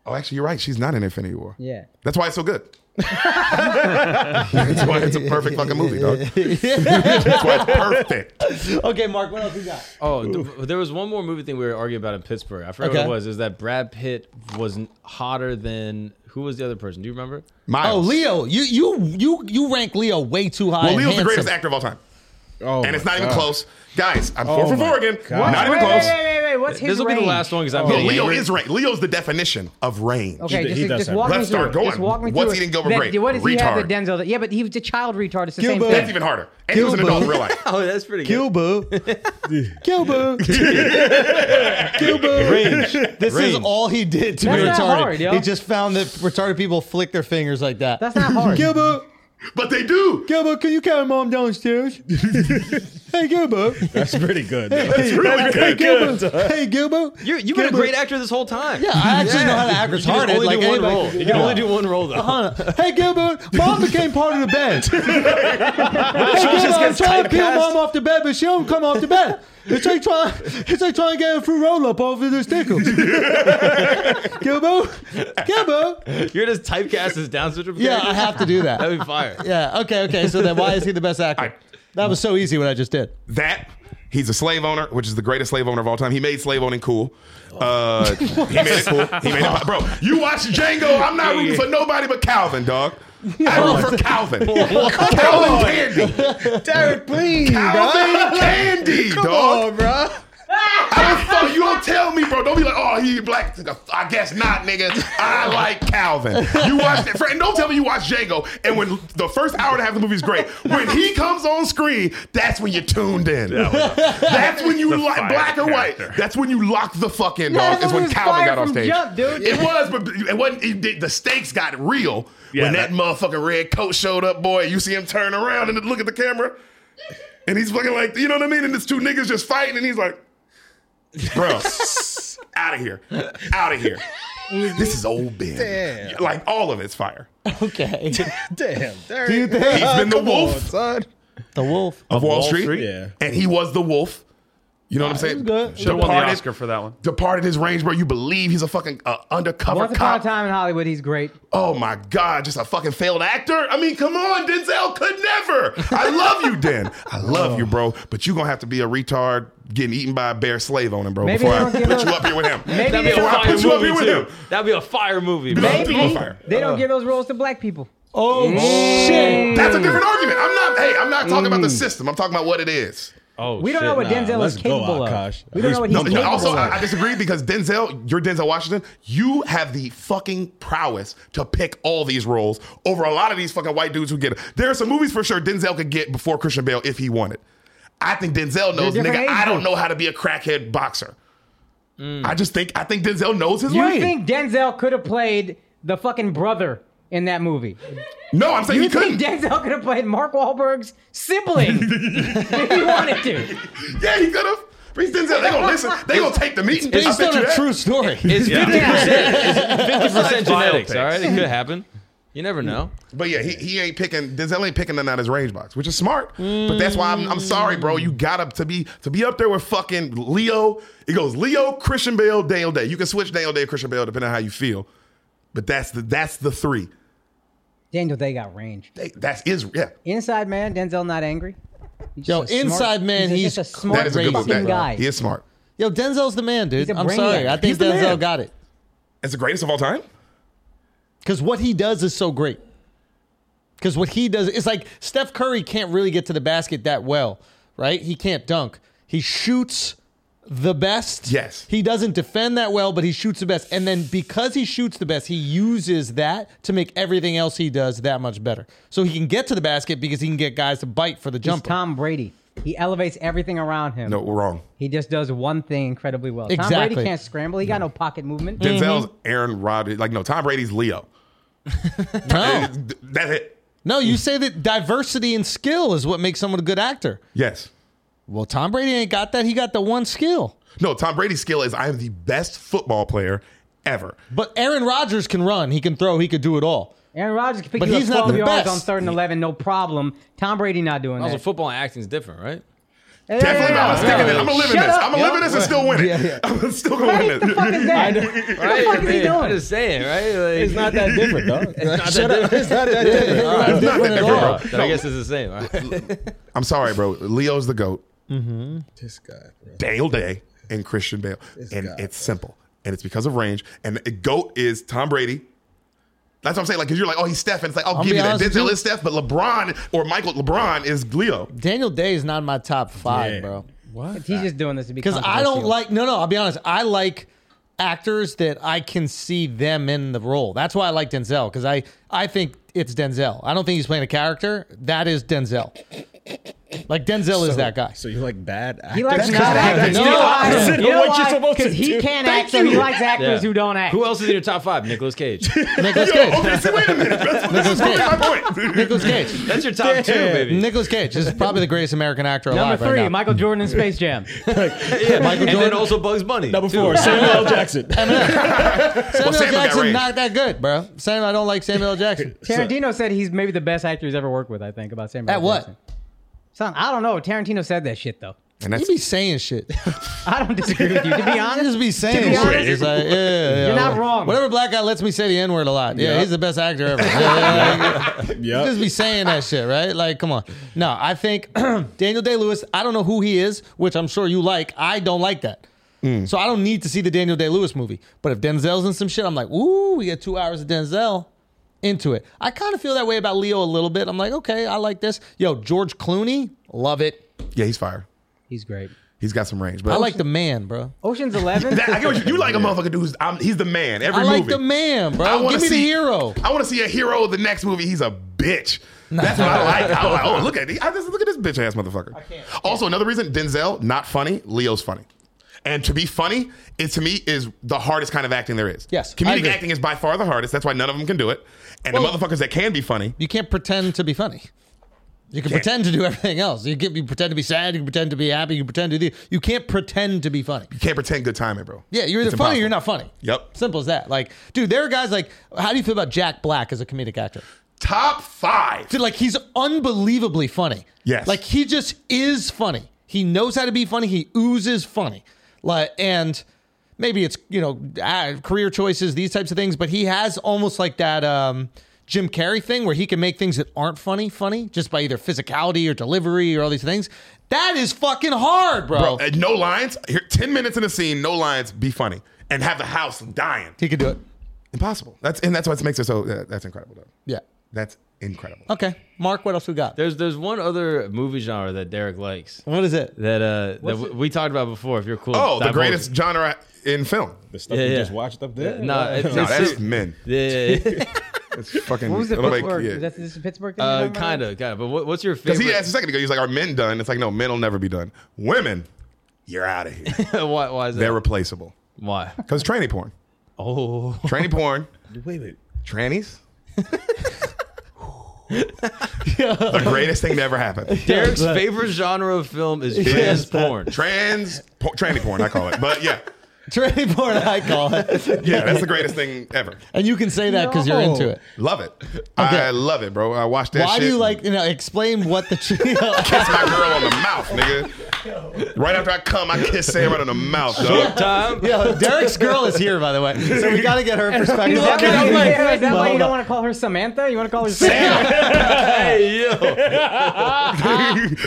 [SPEAKER 4] Oh, actually, you're right. She's not in Infinity War.
[SPEAKER 3] Yeah.
[SPEAKER 4] That's why it's so good. That's why it's a perfect fucking movie, dog. That's why it's perfect.
[SPEAKER 1] Okay, Mark, what else you got?
[SPEAKER 2] Oh, th- there was one more movie thing we were arguing about in Pittsburgh. I forgot what
[SPEAKER 1] Okay.
[SPEAKER 2] it was. Is that Brad Pitt was n- hotter than who was the other person? Do you remember?
[SPEAKER 1] Oh,
[SPEAKER 4] Miles.
[SPEAKER 1] Leo, you you you you rank Leo way too high.
[SPEAKER 4] Well,
[SPEAKER 1] and
[SPEAKER 4] Leo's the greatest
[SPEAKER 1] handsome.
[SPEAKER 4] actor of all time.
[SPEAKER 5] oh
[SPEAKER 4] and it's
[SPEAKER 5] my
[SPEAKER 4] not even
[SPEAKER 5] God. Oh
[SPEAKER 4] close. Guys, I'm four for
[SPEAKER 5] my
[SPEAKER 4] four again.
[SPEAKER 5] God. Oh,
[SPEAKER 4] Not
[SPEAKER 3] Wait,
[SPEAKER 4] even
[SPEAKER 3] wait,
[SPEAKER 4] close.
[SPEAKER 3] wait, wait, wait. What's his
[SPEAKER 2] This will be the
[SPEAKER 3] range?
[SPEAKER 2] last one
[SPEAKER 1] Oh,
[SPEAKER 2] because I'm
[SPEAKER 4] No,
[SPEAKER 2] getting
[SPEAKER 4] Leo
[SPEAKER 2] angry.
[SPEAKER 4] is right. Leo's the definition of range.
[SPEAKER 3] Okay,
[SPEAKER 5] He-
[SPEAKER 3] just,
[SPEAKER 5] he does
[SPEAKER 3] just
[SPEAKER 5] have
[SPEAKER 3] walk
[SPEAKER 5] range.
[SPEAKER 3] me
[SPEAKER 4] Let's
[SPEAKER 3] through
[SPEAKER 4] start
[SPEAKER 3] it.
[SPEAKER 4] going.
[SPEAKER 3] Just walk me
[SPEAKER 4] What's
[SPEAKER 3] through
[SPEAKER 4] eating
[SPEAKER 3] it.
[SPEAKER 4] Gilbert
[SPEAKER 3] That-
[SPEAKER 4] Grape?
[SPEAKER 3] What does he have that
[SPEAKER 4] Retard.
[SPEAKER 3] Denzel? did? Yeah, but he was a child retard. It's the
[SPEAKER 1] Gilbert.
[SPEAKER 3] same
[SPEAKER 4] That's
[SPEAKER 3] thing.
[SPEAKER 4] even harder. And he was an
[SPEAKER 1] Gilbo.
[SPEAKER 4] adult in real life.
[SPEAKER 2] Oh, that's pretty good.
[SPEAKER 1] Gilbo. Gilbo. Gilbo.
[SPEAKER 2] Range.
[SPEAKER 1] This is
[SPEAKER 2] Range.
[SPEAKER 1] all he did to be
[SPEAKER 3] That's not
[SPEAKER 1] retarded.
[SPEAKER 3] hard, yo.
[SPEAKER 1] he just found that retarded people flick their fingers like that.
[SPEAKER 3] That's not hard.
[SPEAKER 1] Gilbo.
[SPEAKER 4] But they do.
[SPEAKER 1] Gilbo, can you carry mom downstairs? hey, Gilbo.
[SPEAKER 5] That's pretty good. though.
[SPEAKER 1] hey,
[SPEAKER 4] really
[SPEAKER 1] hey,
[SPEAKER 4] good.
[SPEAKER 1] Gilbo. Hey, Gilbo.
[SPEAKER 2] You're, you've been a
[SPEAKER 1] Gilbo.
[SPEAKER 2] great actor this whole time.
[SPEAKER 1] Yeah, I actually know how to act
[SPEAKER 2] You can
[SPEAKER 1] retarded.
[SPEAKER 2] only
[SPEAKER 1] like
[SPEAKER 2] do one
[SPEAKER 1] anybody
[SPEAKER 2] role. Uh-huh.
[SPEAKER 1] can
[SPEAKER 2] You
[SPEAKER 1] do
[SPEAKER 2] can only
[SPEAKER 1] that.
[SPEAKER 2] do one role though.
[SPEAKER 1] Hey, Gilbert, mom became part of the bed. hey, Gilbert, I'm
[SPEAKER 2] gets
[SPEAKER 1] trying to peel
[SPEAKER 2] typecast.
[SPEAKER 1] mom off the bed, but she don't come off the bed. It's like trying, it's like trying to get her through roll up over the stickle. Gilbert, Gilbert.
[SPEAKER 2] You're just typecast as Down syndrome.
[SPEAKER 1] Yeah,
[SPEAKER 2] character?
[SPEAKER 1] I have to do
[SPEAKER 2] That'd
[SPEAKER 1] that.
[SPEAKER 2] be fire.
[SPEAKER 1] Yeah. Okay. Okay. So then, why is he the best actor? that was so easy what I just did.
[SPEAKER 4] That. He's a slave owner, which is the greatest slave owner of all time. He made slave owning cool. Uh, he made it cool. He made it pop. Bro, you watch Django. I'm not rooting for nobody but Calvin, dog. I root for Calvin. Calvin Candy.
[SPEAKER 5] Derek, please.
[SPEAKER 4] Calvin Candy, dog.
[SPEAKER 5] bro.
[SPEAKER 4] I don't fuck. You don't tell me, bro. Don't be like, oh, he black. I guess not, nigga. I like Calvin. You watch that, friend. Don't tell me you watch Django. And when the first hour and a half of the movie is great, when he comes on screen, that's when you're tuned in. That's when you like
[SPEAKER 7] fire
[SPEAKER 4] black or white.
[SPEAKER 7] character.
[SPEAKER 4] That's when you lock the fuck in,
[SPEAKER 3] Yeah,
[SPEAKER 4] dog.
[SPEAKER 3] that's
[SPEAKER 4] Is when
[SPEAKER 3] when he was
[SPEAKER 4] Calvin
[SPEAKER 3] fired
[SPEAKER 4] got on
[SPEAKER 3] from
[SPEAKER 4] stage.
[SPEAKER 3] jump, dude.
[SPEAKER 4] It was, but it wasn't. It, did- the stakes got real
[SPEAKER 7] Yeah,
[SPEAKER 4] when that,
[SPEAKER 7] that-
[SPEAKER 4] motherfucking red coat showed up, boy. You see him turn around and look at the camera. And he's fucking like, you know what I mean? And it's two niggas just fighting, and he's like, bro, out of here, out of here. This is old Ben.
[SPEAKER 5] Damn.
[SPEAKER 4] Like all of it's fire.
[SPEAKER 1] Okay.
[SPEAKER 5] Damn, Derek.
[SPEAKER 1] Do you think-
[SPEAKER 4] He's been the
[SPEAKER 5] Come on,
[SPEAKER 4] wolf.
[SPEAKER 5] son.
[SPEAKER 1] The Wolf.
[SPEAKER 4] of Wall,
[SPEAKER 6] Wall
[SPEAKER 4] Street,
[SPEAKER 6] Street?
[SPEAKER 5] Yeah.
[SPEAKER 4] and he was the wolf. You know what I'm
[SPEAKER 1] he
[SPEAKER 4] saying?
[SPEAKER 1] was good.
[SPEAKER 4] Should've
[SPEAKER 6] Should have won the
[SPEAKER 4] parted-
[SPEAKER 6] Oscar for that one.
[SPEAKER 4] Departed his range, bro. You believe he's a fucking uh, undercover
[SPEAKER 3] Once upon
[SPEAKER 4] cop?
[SPEAKER 3] a time in Hollywood, he's great.
[SPEAKER 4] Oh my God, just a fucking failed actor? I mean, come on, Denzel could never. I love you, Den. I love you, bro. But you're going to have to be a retard getting eaten by a bear slave on him, bro,
[SPEAKER 3] Maybe
[SPEAKER 4] before I
[SPEAKER 3] they don't give
[SPEAKER 4] put
[SPEAKER 3] a-
[SPEAKER 4] you up here with him.
[SPEAKER 3] Maybe they
[SPEAKER 2] That'd be a
[SPEAKER 3] don't-
[SPEAKER 4] Before I
[SPEAKER 2] fire
[SPEAKER 4] put you up here
[SPEAKER 2] movie
[SPEAKER 4] with
[SPEAKER 2] too.
[SPEAKER 4] him.
[SPEAKER 2] That'd be a fire movie. bro.
[SPEAKER 4] Maybe.
[SPEAKER 3] Maybe
[SPEAKER 4] Fire. Uh-huh.
[SPEAKER 3] they don't give those roles to black people.
[SPEAKER 1] Oh, shit.
[SPEAKER 4] That's a different argument. I'm not, hey, I'm not talking about the system. I'm talking about what it is.
[SPEAKER 2] Oh,
[SPEAKER 3] We don't
[SPEAKER 2] shit,
[SPEAKER 3] know what
[SPEAKER 2] nah.
[SPEAKER 3] Denzel
[SPEAKER 5] let's
[SPEAKER 3] is
[SPEAKER 5] go,
[SPEAKER 3] capable of.
[SPEAKER 5] Akash.
[SPEAKER 3] We don't know what he's
[SPEAKER 4] No,
[SPEAKER 3] capable
[SPEAKER 4] also,
[SPEAKER 3] of.
[SPEAKER 4] I, I disagree because Denzel, you're Denzel Washington. You have the fucking prowess to pick all these roles over a lot of these fucking white dudes who get it. There are some movies for sure Denzel could get before Christian Bale if he wanted. I think Denzel knows,
[SPEAKER 3] different
[SPEAKER 4] nigga. I
[SPEAKER 3] age
[SPEAKER 4] don't
[SPEAKER 3] groups.
[SPEAKER 4] know how to be a crackhead boxer. I just think I think Denzel knows his
[SPEAKER 3] you
[SPEAKER 4] lane.
[SPEAKER 3] think Denzel could have played the fucking brother in that movie?
[SPEAKER 4] no, I'm saying he
[SPEAKER 3] You
[SPEAKER 4] couldn't.
[SPEAKER 3] think Denzel could have played Mark Wahlberg's sibling if he wanted to?
[SPEAKER 4] yeah, he could have. But he's Denzel. They gonna listen. They gonna take the meeting.
[SPEAKER 1] Based
[SPEAKER 4] I bet
[SPEAKER 1] on
[SPEAKER 4] you
[SPEAKER 1] a
[SPEAKER 4] that.
[SPEAKER 1] true story.
[SPEAKER 2] It's fifty percent. Fifty percent genetics.
[SPEAKER 6] biopics.
[SPEAKER 2] All right, it could happen. You never know.
[SPEAKER 4] But yeah, he, he ain't picking Denzel ain't picking none out his range box, which is smart. But that's why I'm, I'm sorry, bro. You gotta to be to be up there with fucking Leo. It goes Leo, Christian Bale, Daniel Day. You can switch Daniel Day, Christian Bale, depending on how you feel. But that's the that's the three.
[SPEAKER 3] Daniel Day got range.
[SPEAKER 4] They, that's is yeah.
[SPEAKER 3] Inside man, Denzel not angry. He's
[SPEAKER 1] Yo,
[SPEAKER 3] just a
[SPEAKER 1] Inside Man,
[SPEAKER 3] he's,
[SPEAKER 1] he's
[SPEAKER 3] just a
[SPEAKER 4] That
[SPEAKER 3] smart
[SPEAKER 4] is a good book.
[SPEAKER 3] fucking
[SPEAKER 4] That,
[SPEAKER 3] guy.
[SPEAKER 4] He is smart.
[SPEAKER 1] Yo, Denzel's the man, dude.
[SPEAKER 3] He's a
[SPEAKER 1] I'm sorry.
[SPEAKER 3] brainiac.
[SPEAKER 1] I think
[SPEAKER 4] He's the
[SPEAKER 1] Denzel
[SPEAKER 4] man.
[SPEAKER 1] got it.
[SPEAKER 4] It's the greatest of all time.
[SPEAKER 1] Because what he does is so great. Because what he does, it's like Steph Curry can't really get to the basket that well, right? He can't dunk. He shoots the best.
[SPEAKER 4] Yes.
[SPEAKER 1] He doesn't defend that well, but he shoots the best. And then because he shoots the best, he uses that to make everything else he does that much better. So he can get to the basket because he can get guys to bite for the
[SPEAKER 3] He's
[SPEAKER 1] jumper.
[SPEAKER 3] Tom Brady. He elevates everything around him.
[SPEAKER 4] No, we're wrong.
[SPEAKER 3] He just does one thing incredibly well. Tom
[SPEAKER 1] Exactly.
[SPEAKER 3] Brady can't scramble. He got no pocket movement.
[SPEAKER 4] Denzel's Aaron Rodgers. Like no, Tom Brady's Leo.
[SPEAKER 3] Oh.
[SPEAKER 1] No.
[SPEAKER 4] That's it.
[SPEAKER 1] no, you say that diversity and skill is what makes someone a good actor.
[SPEAKER 4] Yes.
[SPEAKER 1] Well, Tom Brady ain't got that. He got the one skill.
[SPEAKER 4] No, Tom Brady's skill is I am the best football player ever.
[SPEAKER 1] But Aaron Rodgers can run. He can throw. He could do it all.
[SPEAKER 3] Aaron Rodgers can pick
[SPEAKER 1] But
[SPEAKER 3] you
[SPEAKER 1] he's
[SPEAKER 3] up
[SPEAKER 1] not
[SPEAKER 3] 12
[SPEAKER 1] the
[SPEAKER 3] yards
[SPEAKER 1] best.
[SPEAKER 3] on third and 11, no problem. Tom Brady not doing
[SPEAKER 2] Also,
[SPEAKER 3] that.
[SPEAKER 2] football and acting is different, right?
[SPEAKER 4] Definitely not. I'm sticking in. I'm gonna live in
[SPEAKER 3] Shut
[SPEAKER 4] this.
[SPEAKER 3] up.
[SPEAKER 4] I'm gonna live in this and still win it.
[SPEAKER 1] Yeah, yeah.
[SPEAKER 4] I'm still gonna win
[SPEAKER 3] What the
[SPEAKER 4] this.
[SPEAKER 3] fuck is that? What the fuck is he
[SPEAKER 2] I'm
[SPEAKER 3] doing?
[SPEAKER 2] just saying, right? Like,
[SPEAKER 5] It's not that different, dog.
[SPEAKER 1] Shut up. It's not that different. It's not different at all.
[SPEAKER 2] Then I guess it's the same. all right?
[SPEAKER 4] I'm sorry, bro. Leo's the goat.
[SPEAKER 5] this guy, bro.
[SPEAKER 4] Dale Day and Christian Bale, and
[SPEAKER 5] guy,
[SPEAKER 4] it's simple, and it's because of range. And the goat is Tom Brady. That's what I'm saying. Like, cause you're like, oh, he's Steph, and it's like, I'll,
[SPEAKER 1] I'll
[SPEAKER 4] give
[SPEAKER 1] be
[SPEAKER 4] you that.
[SPEAKER 1] honest with
[SPEAKER 4] Denzel
[SPEAKER 1] you.
[SPEAKER 4] is Steph, but LeBron or Michael LeBron is Leo.
[SPEAKER 1] Daniel Day is not in my top five,
[SPEAKER 5] Yeah.
[SPEAKER 1] bro.
[SPEAKER 3] He's just doing this to be
[SPEAKER 1] Because I don't
[SPEAKER 3] controversial.
[SPEAKER 1] like. No, no. I'll be honest. I like actors that I can see them in the role. That's why I like Denzel. Because I I think it's Denzel. I don't think he's playing a character. That is Denzel. Like Denzel is that guy.
[SPEAKER 5] So you like bad actors?
[SPEAKER 3] He likes
[SPEAKER 1] That's
[SPEAKER 3] not
[SPEAKER 1] not
[SPEAKER 3] actors.
[SPEAKER 1] acting.
[SPEAKER 3] You
[SPEAKER 1] No,
[SPEAKER 3] know
[SPEAKER 1] I
[SPEAKER 3] why?
[SPEAKER 5] said
[SPEAKER 3] You know
[SPEAKER 5] what you're
[SPEAKER 3] why?
[SPEAKER 5] supposed to
[SPEAKER 3] 'Cause he
[SPEAKER 5] do.
[SPEAKER 3] can't
[SPEAKER 4] Thank
[SPEAKER 3] act, so he
[SPEAKER 4] you.
[SPEAKER 3] likes actors
[SPEAKER 2] Yeah.
[SPEAKER 3] who don't act.
[SPEAKER 2] Who else is in your top five? Nicolas Cage.
[SPEAKER 1] Nicholas
[SPEAKER 4] Yo,
[SPEAKER 1] Cage.
[SPEAKER 4] okay, see, wait a minute. That's, that's
[SPEAKER 1] Nicholas
[SPEAKER 4] really
[SPEAKER 1] Cage.
[SPEAKER 4] my point.
[SPEAKER 1] Nicholas Cage.
[SPEAKER 2] That's your top two, baby.
[SPEAKER 1] Nicholas Cage is probably the greatest American actor
[SPEAKER 3] Number
[SPEAKER 1] alive
[SPEAKER 3] three,
[SPEAKER 1] right now.
[SPEAKER 3] Michael Jordan in Space Jam.
[SPEAKER 2] Yeah, Michael and then
[SPEAKER 1] Jordan.
[SPEAKER 2] also Bugs Bunny.
[SPEAKER 5] Number
[SPEAKER 2] too.
[SPEAKER 5] four, Samuel L. Jackson.
[SPEAKER 1] Samuel
[SPEAKER 4] Samuel got
[SPEAKER 1] Jackson
[SPEAKER 4] range.
[SPEAKER 1] not that good, bro. Samuel, I don't like Samuel L. Jackson.
[SPEAKER 3] Tarantino said he's maybe the best actor he's ever worked with, I think, about Samuel
[SPEAKER 1] At
[SPEAKER 3] L.
[SPEAKER 1] what?
[SPEAKER 3] Jackson. Son, I don't know. Tarantino said that shit, though.
[SPEAKER 4] And
[SPEAKER 1] You
[SPEAKER 4] that's
[SPEAKER 1] be saying shit.
[SPEAKER 3] I don't disagree with you. To be honest,
[SPEAKER 1] just be
[SPEAKER 3] To
[SPEAKER 1] saying
[SPEAKER 3] be
[SPEAKER 1] shit.
[SPEAKER 3] honest,
[SPEAKER 1] It's like, yeah, yeah,
[SPEAKER 3] You're
[SPEAKER 1] yeah.
[SPEAKER 3] not wrong.
[SPEAKER 1] Whatever black guy lets me say the N word a lot. Yeah,
[SPEAKER 5] Yeah.
[SPEAKER 1] he's the best actor ever. Yeah, yeah, yeah.
[SPEAKER 5] Yup.
[SPEAKER 1] Just be saying that shit, right? Like, come on. No, I think Daniel Day Lewis, I don't know who he is, which I'm sure you like. I don't like that. So I don't need to see the Daniel Day Lewis movie. But if Denzel's in some shit, I'm like, ooh, we get two hours of Denzel into it. I kind of feel that way about Leo a little bit. I'm like, okay, I like this. Yo, George Clooney, love it.
[SPEAKER 4] yeah, he's fire.
[SPEAKER 3] he's great.
[SPEAKER 4] He's got some range. But
[SPEAKER 1] I like the man, bro.
[SPEAKER 3] Ocean's Eleven.
[SPEAKER 4] That, I get what you, you like a motherfucker dude. who's- I'm, he's the man. Every
[SPEAKER 1] I like
[SPEAKER 4] movie.
[SPEAKER 1] the man, bro.
[SPEAKER 4] I wanna
[SPEAKER 1] Give me
[SPEAKER 4] see,
[SPEAKER 1] the hero.
[SPEAKER 4] I want to see a hero. The next movie, he's a bitch. That's what I like. I'm like, oh, look at I just look at this bitch ass motherfucker. Also, another reason Denzel not funny. Leo's funny. And to be funny, it to me is the hardest kind of acting there is.
[SPEAKER 1] Yes, I
[SPEAKER 4] comedic
[SPEAKER 1] agree.
[SPEAKER 4] acting is by far the hardest. That's why none of them can do it. And
[SPEAKER 1] Well-
[SPEAKER 4] the motherfuckers that can be funny,
[SPEAKER 1] You can't pretend to be funny. You can pretend to do everything else. You can you pretend to be sad. You can pretend to be happy. You can pretend to do. You can't pretend to be funny.
[SPEAKER 4] you can't pretend good timing, bro.
[SPEAKER 1] Yeah, you're either
[SPEAKER 4] It's
[SPEAKER 1] funny or
[SPEAKER 4] impossible.
[SPEAKER 1] you're not funny.
[SPEAKER 4] Yep.
[SPEAKER 1] Simple as that. Like, dude, there are guys like. How do you feel about Jack Black as a comedic actor?
[SPEAKER 4] Top five.
[SPEAKER 1] Dude, like he's unbelievably funny.
[SPEAKER 4] Yes.
[SPEAKER 1] Like he just is funny. He knows how to be funny. He oozes funny. Like and maybe it's you know ah, career choices, these types of things, but he has almost like that um, Jim Carrey thing where he can make things that aren't funny funny just by either physicality or delivery or all these things. That is fucking hard, bro.
[SPEAKER 4] Bro, uh, no lines. Here, 10 minutes in the scene, no lines, be funny. And have the house dying.
[SPEAKER 1] he could do it.
[SPEAKER 4] Impossible. That's And that's what makes it so. Uh, that's incredible, though.
[SPEAKER 1] Yeah.
[SPEAKER 4] That's incredible.
[SPEAKER 1] Okay, Mark, what else we got?
[SPEAKER 2] There's there's one other movie genre that Derek likes
[SPEAKER 1] What is it?
[SPEAKER 2] that uh that w- we talked about before. If you're cool,
[SPEAKER 4] Oh, the
[SPEAKER 2] divulge
[SPEAKER 4] greatest
[SPEAKER 2] it.
[SPEAKER 4] genre in film.
[SPEAKER 5] The stuff
[SPEAKER 2] Yeah,
[SPEAKER 5] you
[SPEAKER 2] yeah.
[SPEAKER 5] just watched up there.
[SPEAKER 2] No, it's,
[SPEAKER 4] No,
[SPEAKER 2] it's
[SPEAKER 4] that's
[SPEAKER 2] just-
[SPEAKER 4] men.
[SPEAKER 2] yeah, yeah, yeah.
[SPEAKER 4] That's fucking.
[SPEAKER 3] What was it?
[SPEAKER 4] like,
[SPEAKER 3] Pittsburgh?
[SPEAKER 4] yeah.
[SPEAKER 3] That's this is Pittsburgh thing?
[SPEAKER 2] Uh, kind of, kind of. But what, what's your
[SPEAKER 4] Because
[SPEAKER 2] favorite?
[SPEAKER 4] he asked a second ago, he's like, "Are men done?" It's like, no, men will never be done. Women, you're out of here.
[SPEAKER 2] why, why is that?
[SPEAKER 4] They're replaceable.
[SPEAKER 2] why?
[SPEAKER 4] Because tranny porn,
[SPEAKER 2] Oh,
[SPEAKER 4] tranny porn,
[SPEAKER 5] Wait a minute.
[SPEAKER 4] trannies. the greatest thing to ever happen.
[SPEAKER 2] Derek's favorite genre of film is trans porn.
[SPEAKER 4] Trans, po- tranny porn, I call it. But yeah,
[SPEAKER 1] Tranny porn, I call it.
[SPEAKER 4] yeah, that's the greatest thing ever.
[SPEAKER 1] And you can say that because you're into
[SPEAKER 3] No.
[SPEAKER 1] it.
[SPEAKER 4] Love it. I love it, bro. I watched that.
[SPEAKER 1] Why do
[SPEAKER 4] shit.
[SPEAKER 1] you like? You know, explain what the
[SPEAKER 4] kiss my girl on the mouth, nigga? Right after I come, I kiss Sam right on the mouth, dog.
[SPEAKER 2] Time.
[SPEAKER 1] Yo, Derek's girl is here, by the way, so we got to get her perspective.
[SPEAKER 3] Is that,
[SPEAKER 1] Okay,
[SPEAKER 3] why,
[SPEAKER 1] I'm like,
[SPEAKER 3] is that why you
[SPEAKER 1] hold
[SPEAKER 3] don't
[SPEAKER 1] on.
[SPEAKER 3] want to call her Samantha? You want to call her Sam?
[SPEAKER 2] Hey yo,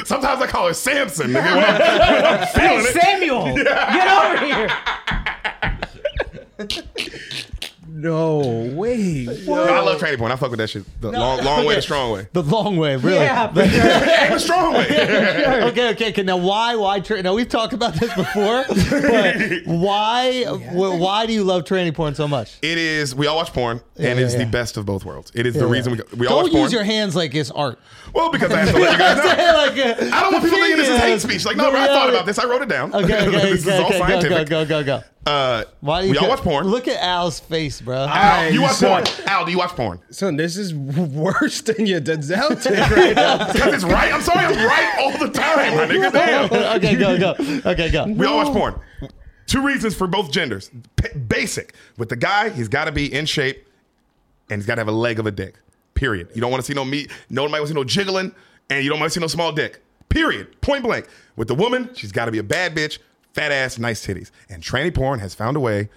[SPEAKER 4] Sometimes I call her Samson, nigga. When I'm, when I'm feeling
[SPEAKER 3] Hey,
[SPEAKER 4] it.
[SPEAKER 3] Samuel! Get over here!
[SPEAKER 5] No, wait.
[SPEAKER 4] I love tranny porn. I fuck with that shit. The long, long way, the strong way.
[SPEAKER 1] The long way, really.
[SPEAKER 3] Yeah, for sure.
[SPEAKER 4] Ain't the strong way.
[SPEAKER 1] Okay, okay, okay. Now, why, why? Tra- now we've talked about this before, but why, wh- why do you love tranny porn so much?
[SPEAKER 4] It is. We all watch porn, and it's
[SPEAKER 1] yeah, yeah.
[SPEAKER 4] the best of both worlds. It is the
[SPEAKER 1] Yeah,
[SPEAKER 4] reason
[SPEAKER 1] yeah.
[SPEAKER 4] we, we all
[SPEAKER 1] don't
[SPEAKER 4] watch
[SPEAKER 1] use
[SPEAKER 4] porn.
[SPEAKER 1] your hands like it's art. uh,
[SPEAKER 4] well, because I have to let you guys know. I don't want people thinking this is hate speech. Like, no, bro, I thought about this. I wrote it down.
[SPEAKER 1] Okay, okay,
[SPEAKER 4] this
[SPEAKER 1] okay,
[SPEAKER 4] is all
[SPEAKER 1] okay,
[SPEAKER 4] scientific.
[SPEAKER 1] Go, go, go, go.
[SPEAKER 4] Uh,
[SPEAKER 1] Why do you
[SPEAKER 4] we all
[SPEAKER 1] go-
[SPEAKER 4] watch porn.
[SPEAKER 1] Look at Al's face, bro.
[SPEAKER 4] Al, you
[SPEAKER 5] Hey,
[SPEAKER 4] watch
[SPEAKER 5] so-
[SPEAKER 4] porn. Al, do you watch porn?
[SPEAKER 5] Son, this is worse than your Denzel take right now.
[SPEAKER 4] Because it's right. I'm sorry, I'm right all the time, my nigga. Damn.
[SPEAKER 1] okay, go, go. Okay, go.
[SPEAKER 4] We all watch porn. Two reasons for both genders. P- basic. With the guy, he's got to be in shape, and he's got to have a leg of a dick. Period. You don't want to see no meat. Nobody wants to see no jiggling, and you don't want to see no small dick. Period. Point blank. With the woman, she's got to be a bad bitch, fat ass, nice titties. And tranny porn has found a way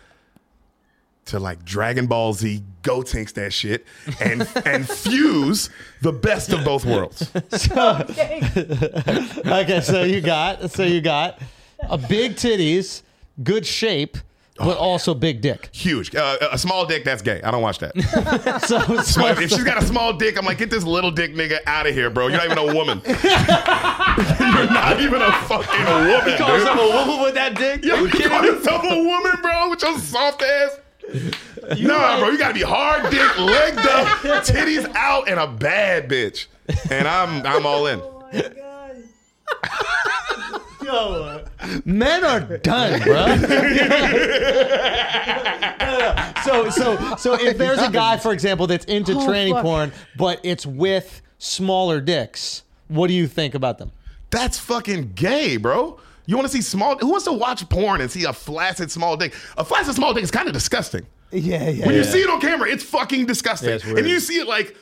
[SPEAKER 4] to like Dragon Ball Z, Go Tanks that shit, and and fuse the best of both worlds.
[SPEAKER 1] So, okay, so you got so you got a big titties, good shape, but also big dick.
[SPEAKER 4] Huge. Uh, a- a small dick, that's gay. I don't watch that.
[SPEAKER 1] So, so
[SPEAKER 4] But if she's got a small dick, I'm like, get this little dick nigga out of here, bro. You're not even a woman. You're not even a fucking woman. Dude.
[SPEAKER 2] calls up a woman with that dick.
[SPEAKER 4] Yo,
[SPEAKER 2] You
[SPEAKER 4] you
[SPEAKER 2] kidding
[SPEAKER 4] call
[SPEAKER 2] me?
[SPEAKER 4] yourself a woman, bro, with your soft ass. nah, bro, you gotta be hard dick, legged up, titties out, and a bad bitch. And I'm I'm all in.
[SPEAKER 1] men are done, bro. So so so if there's a guy, for example, that's into tranny porn, but it's with smaller dicks, what do you think about them?
[SPEAKER 4] That's fucking gay, bro. You wanna see small who wants to watch porn and see a flaccid small dick? A flaccid small dick is kind of disgusting.
[SPEAKER 1] Yeah, yeah.
[SPEAKER 4] When you see it on camera, it's fucking disgusting.
[SPEAKER 2] Yeah, it's weird.
[SPEAKER 4] and you see it like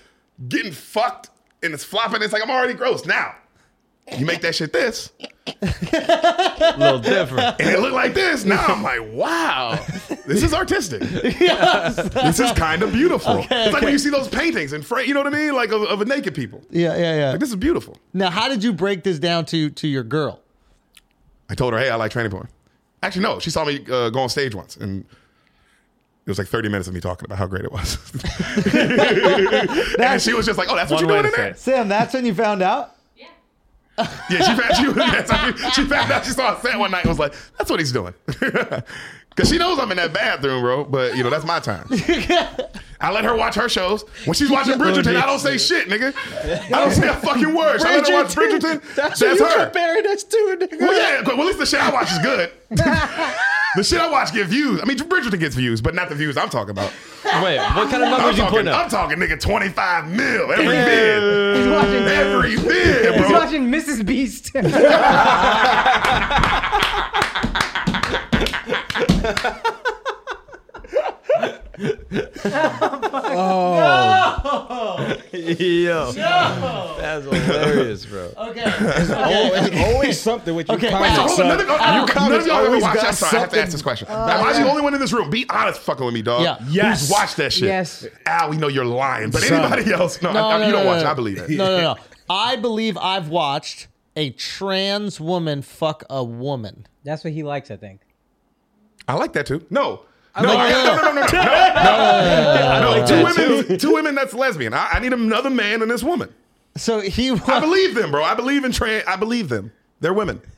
[SPEAKER 4] getting fucked and it's flopping. It's like, I'm already gross now. You make that shit this,
[SPEAKER 2] A little different.
[SPEAKER 4] and it look like this. Now I'm like, wow, this is artistic. This is kind of beautiful. it's like when you see those paintings in frame, you know what I mean? Like of, of naked people.
[SPEAKER 1] yeah, yeah, yeah.
[SPEAKER 4] Like, this is beautiful.
[SPEAKER 1] Now, how did you break this down to to your girl?
[SPEAKER 4] I told her, hey, I like tranny porn. Actually, no, she saw me uh, go on stage once, and it was like 30 minutes of me talking about how great it was. and she was just like, oh, that's what
[SPEAKER 2] One
[SPEAKER 4] you're
[SPEAKER 2] way
[SPEAKER 4] doing
[SPEAKER 2] to
[SPEAKER 4] in
[SPEAKER 2] say
[SPEAKER 4] there?
[SPEAKER 2] it.
[SPEAKER 1] Sam, that's when you found out.
[SPEAKER 4] Yeah, she found, she, was- yes, I mean, she found out she saw a set one night and was like, that's what he's doing. Because she knows I'm in that bathroom, bro, but, you know, that's my time. I let her watch her shows. When she's watching
[SPEAKER 2] Oh,
[SPEAKER 4] Bridgerton, I don't say shit, nigga. I don't say a fucking word. So I let her watch Bridgerton. That's,
[SPEAKER 5] That's, what you
[SPEAKER 4] her.
[SPEAKER 5] comparing us to, nigga.
[SPEAKER 4] Well, yeah, but well, at least the shit I watch is good. the shit I watch get views. I mean, Bridgerton gets views, but not the views I'm talking about.
[SPEAKER 2] Wait, what kind of
[SPEAKER 4] I'm
[SPEAKER 2] numbers you
[SPEAKER 4] talking,
[SPEAKER 2] putting
[SPEAKER 4] I'm
[SPEAKER 2] up?
[SPEAKER 4] talking, nigga, 25 mil every bid.
[SPEAKER 3] He's watching,
[SPEAKER 4] Every bid, bro.
[SPEAKER 3] he's watching Mrs. Beast.
[SPEAKER 2] Yo, that's hilarious, bro.
[SPEAKER 1] Okay.
[SPEAKER 5] Oh, it's always something with you.
[SPEAKER 1] Okay.
[SPEAKER 5] comments,
[SPEAKER 1] Wait,
[SPEAKER 4] Hold on, none
[SPEAKER 5] son.
[SPEAKER 4] of, none of
[SPEAKER 5] comments
[SPEAKER 4] y'all ever
[SPEAKER 5] always
[SPEAKER 4] watched
[SPEAKER 5] got
[SPEAKER 4] that. Sorry, I have to ask
[SPEAKER 5] something.
[SPEAKER 4] this question. Am I the only one in this room? Be honest fucking with me, dog.
[SPEAKER 1] Yeah.
[SPEAKER 5] Yes.
[SPEAKER 4] Who's watched that shit?
[SPEAKER 3] Yes.
[SPEAKER 4] Al, we know you're lying. But
[SPEAKER 5] Son.
[SPEAKER 4] anybody else? No, I, I, you don't watch it. I believe it.
[SPEAKER 1] No, no, no. I believe I've watched a trans woman fuck a woman.
[SPEAKER 3] That's what he likes, I think.
[SPEAKER 4] I like that too. No. No,
[SPEAKER 1] like
[SPEAKER 4] I-
[SPEAKER 1] that.
[SPEAKER 4] no, no, no, no, no, no, two women, two women. That's lesbian. I, I need another man and this woman.
[SPEAKER 1] So he wa-
[SPEAKER 4] I believe them, bro. I believe in trans. I believe them. They're women.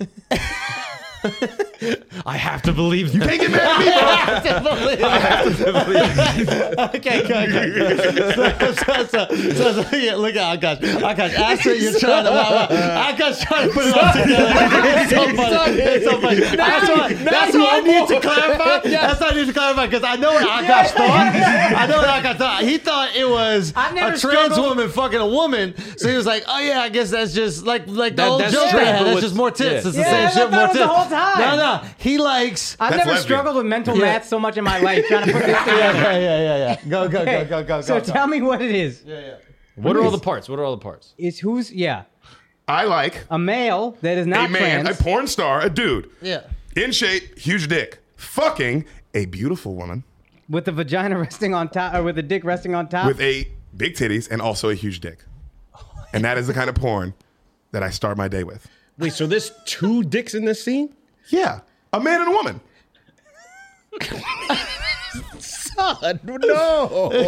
[SPEAKER 2] I have to believe
[SPEAKER 4] You can't get mad at me, bro.
[SPEAKER 1] okay, okay, okay. So, so, so, so, so, yeah, look at Akash. Akash, after you're trying to, wow, wow. Akash trying to put it all together. It's so funny. It's so funny. That's why. That's why I need to clarify. That's why I need to clarify because I know what Akash thought. I know what Akash thought. He thought it was
[SPEAKER 3] I've never
[SPEAKER 1] a trans
[SPEAKER 3] struggled-
[SPEAKER 1] woman fucking a woman. So he was like, oh yeah, I guess that's just like like the
[SPEAKER 2] That-
[SPEAKER 1] old
[SPEAKER 2] that's
[SPEAKER 1] joke
[SPEAKER 2] true,
[SPEAKER 1] I had.
[SPEAKER 2] but
[SPEAKER 1] That's
[SPEAKER 2] with-
[SPEAKER 1] just more tits.
[SPEAKER 2] yeah.
[SPEAKER 1] It's
[SPEAKER 3] Yeah,
[SPEAKER 1] the
[SPEAKER 3] that's
[SPEAKER 1] same shit.
[SPEAKER 3] what
[SPEAKER 1] More
[SPEAKER 3] I was
[SPEAKER 1] tits.
[SPEAKER 3] the whole time.
[SPEAKER 1] No, no. He likes.
[SPEAKER 3] I've
[SPEAKER 4] That's
[SPEAKER 3] never
[SPEAKER 4] lesbian.
[SPEAKER 3] struggled with mental math so much in my life trying to put this
[SPEAKER 1] Yeah,
[SPEAKER 3] together.
[SPEAKER 1] yeah, yeah, yeah, yeah. Go, go, go,
[SPEAKER 3] Okay,
[SPEAKER 1] go, go, go.
[SPEAKER 3] So
[SPEAKER 1] go.
[SPEAKER 3] tell me what it is.
[SPEAKER 2] What are all the parts? What are all the parts?
[SPEAKER 3] It's who's yeah
[SPEAKER 4] I like
[SPEAKER 3] a male that is
[SPEAKER 4] a
[SPEAKER 3] not
[SPEAKER 4] man,
[SPEAKER 3] trans.
[SPEAKER 4] a porn star, a dude.
[SPEAKER 1] Yeah.
[SPEAKER 4] in shape, huge dick, fucking a beautiful woman
[SPEAKER 3] with the vagina resting on top or with the dick resting on top.
[SPEAKER 4] with a big titties and also a huge dick. And that is the kind of porn that I start my day with.
[SPEAKER 5] Wait, so there's two dicks in this scene?
[SPEAKER 4] Yeah, a man and a woman.
[SPEAKER 5] No.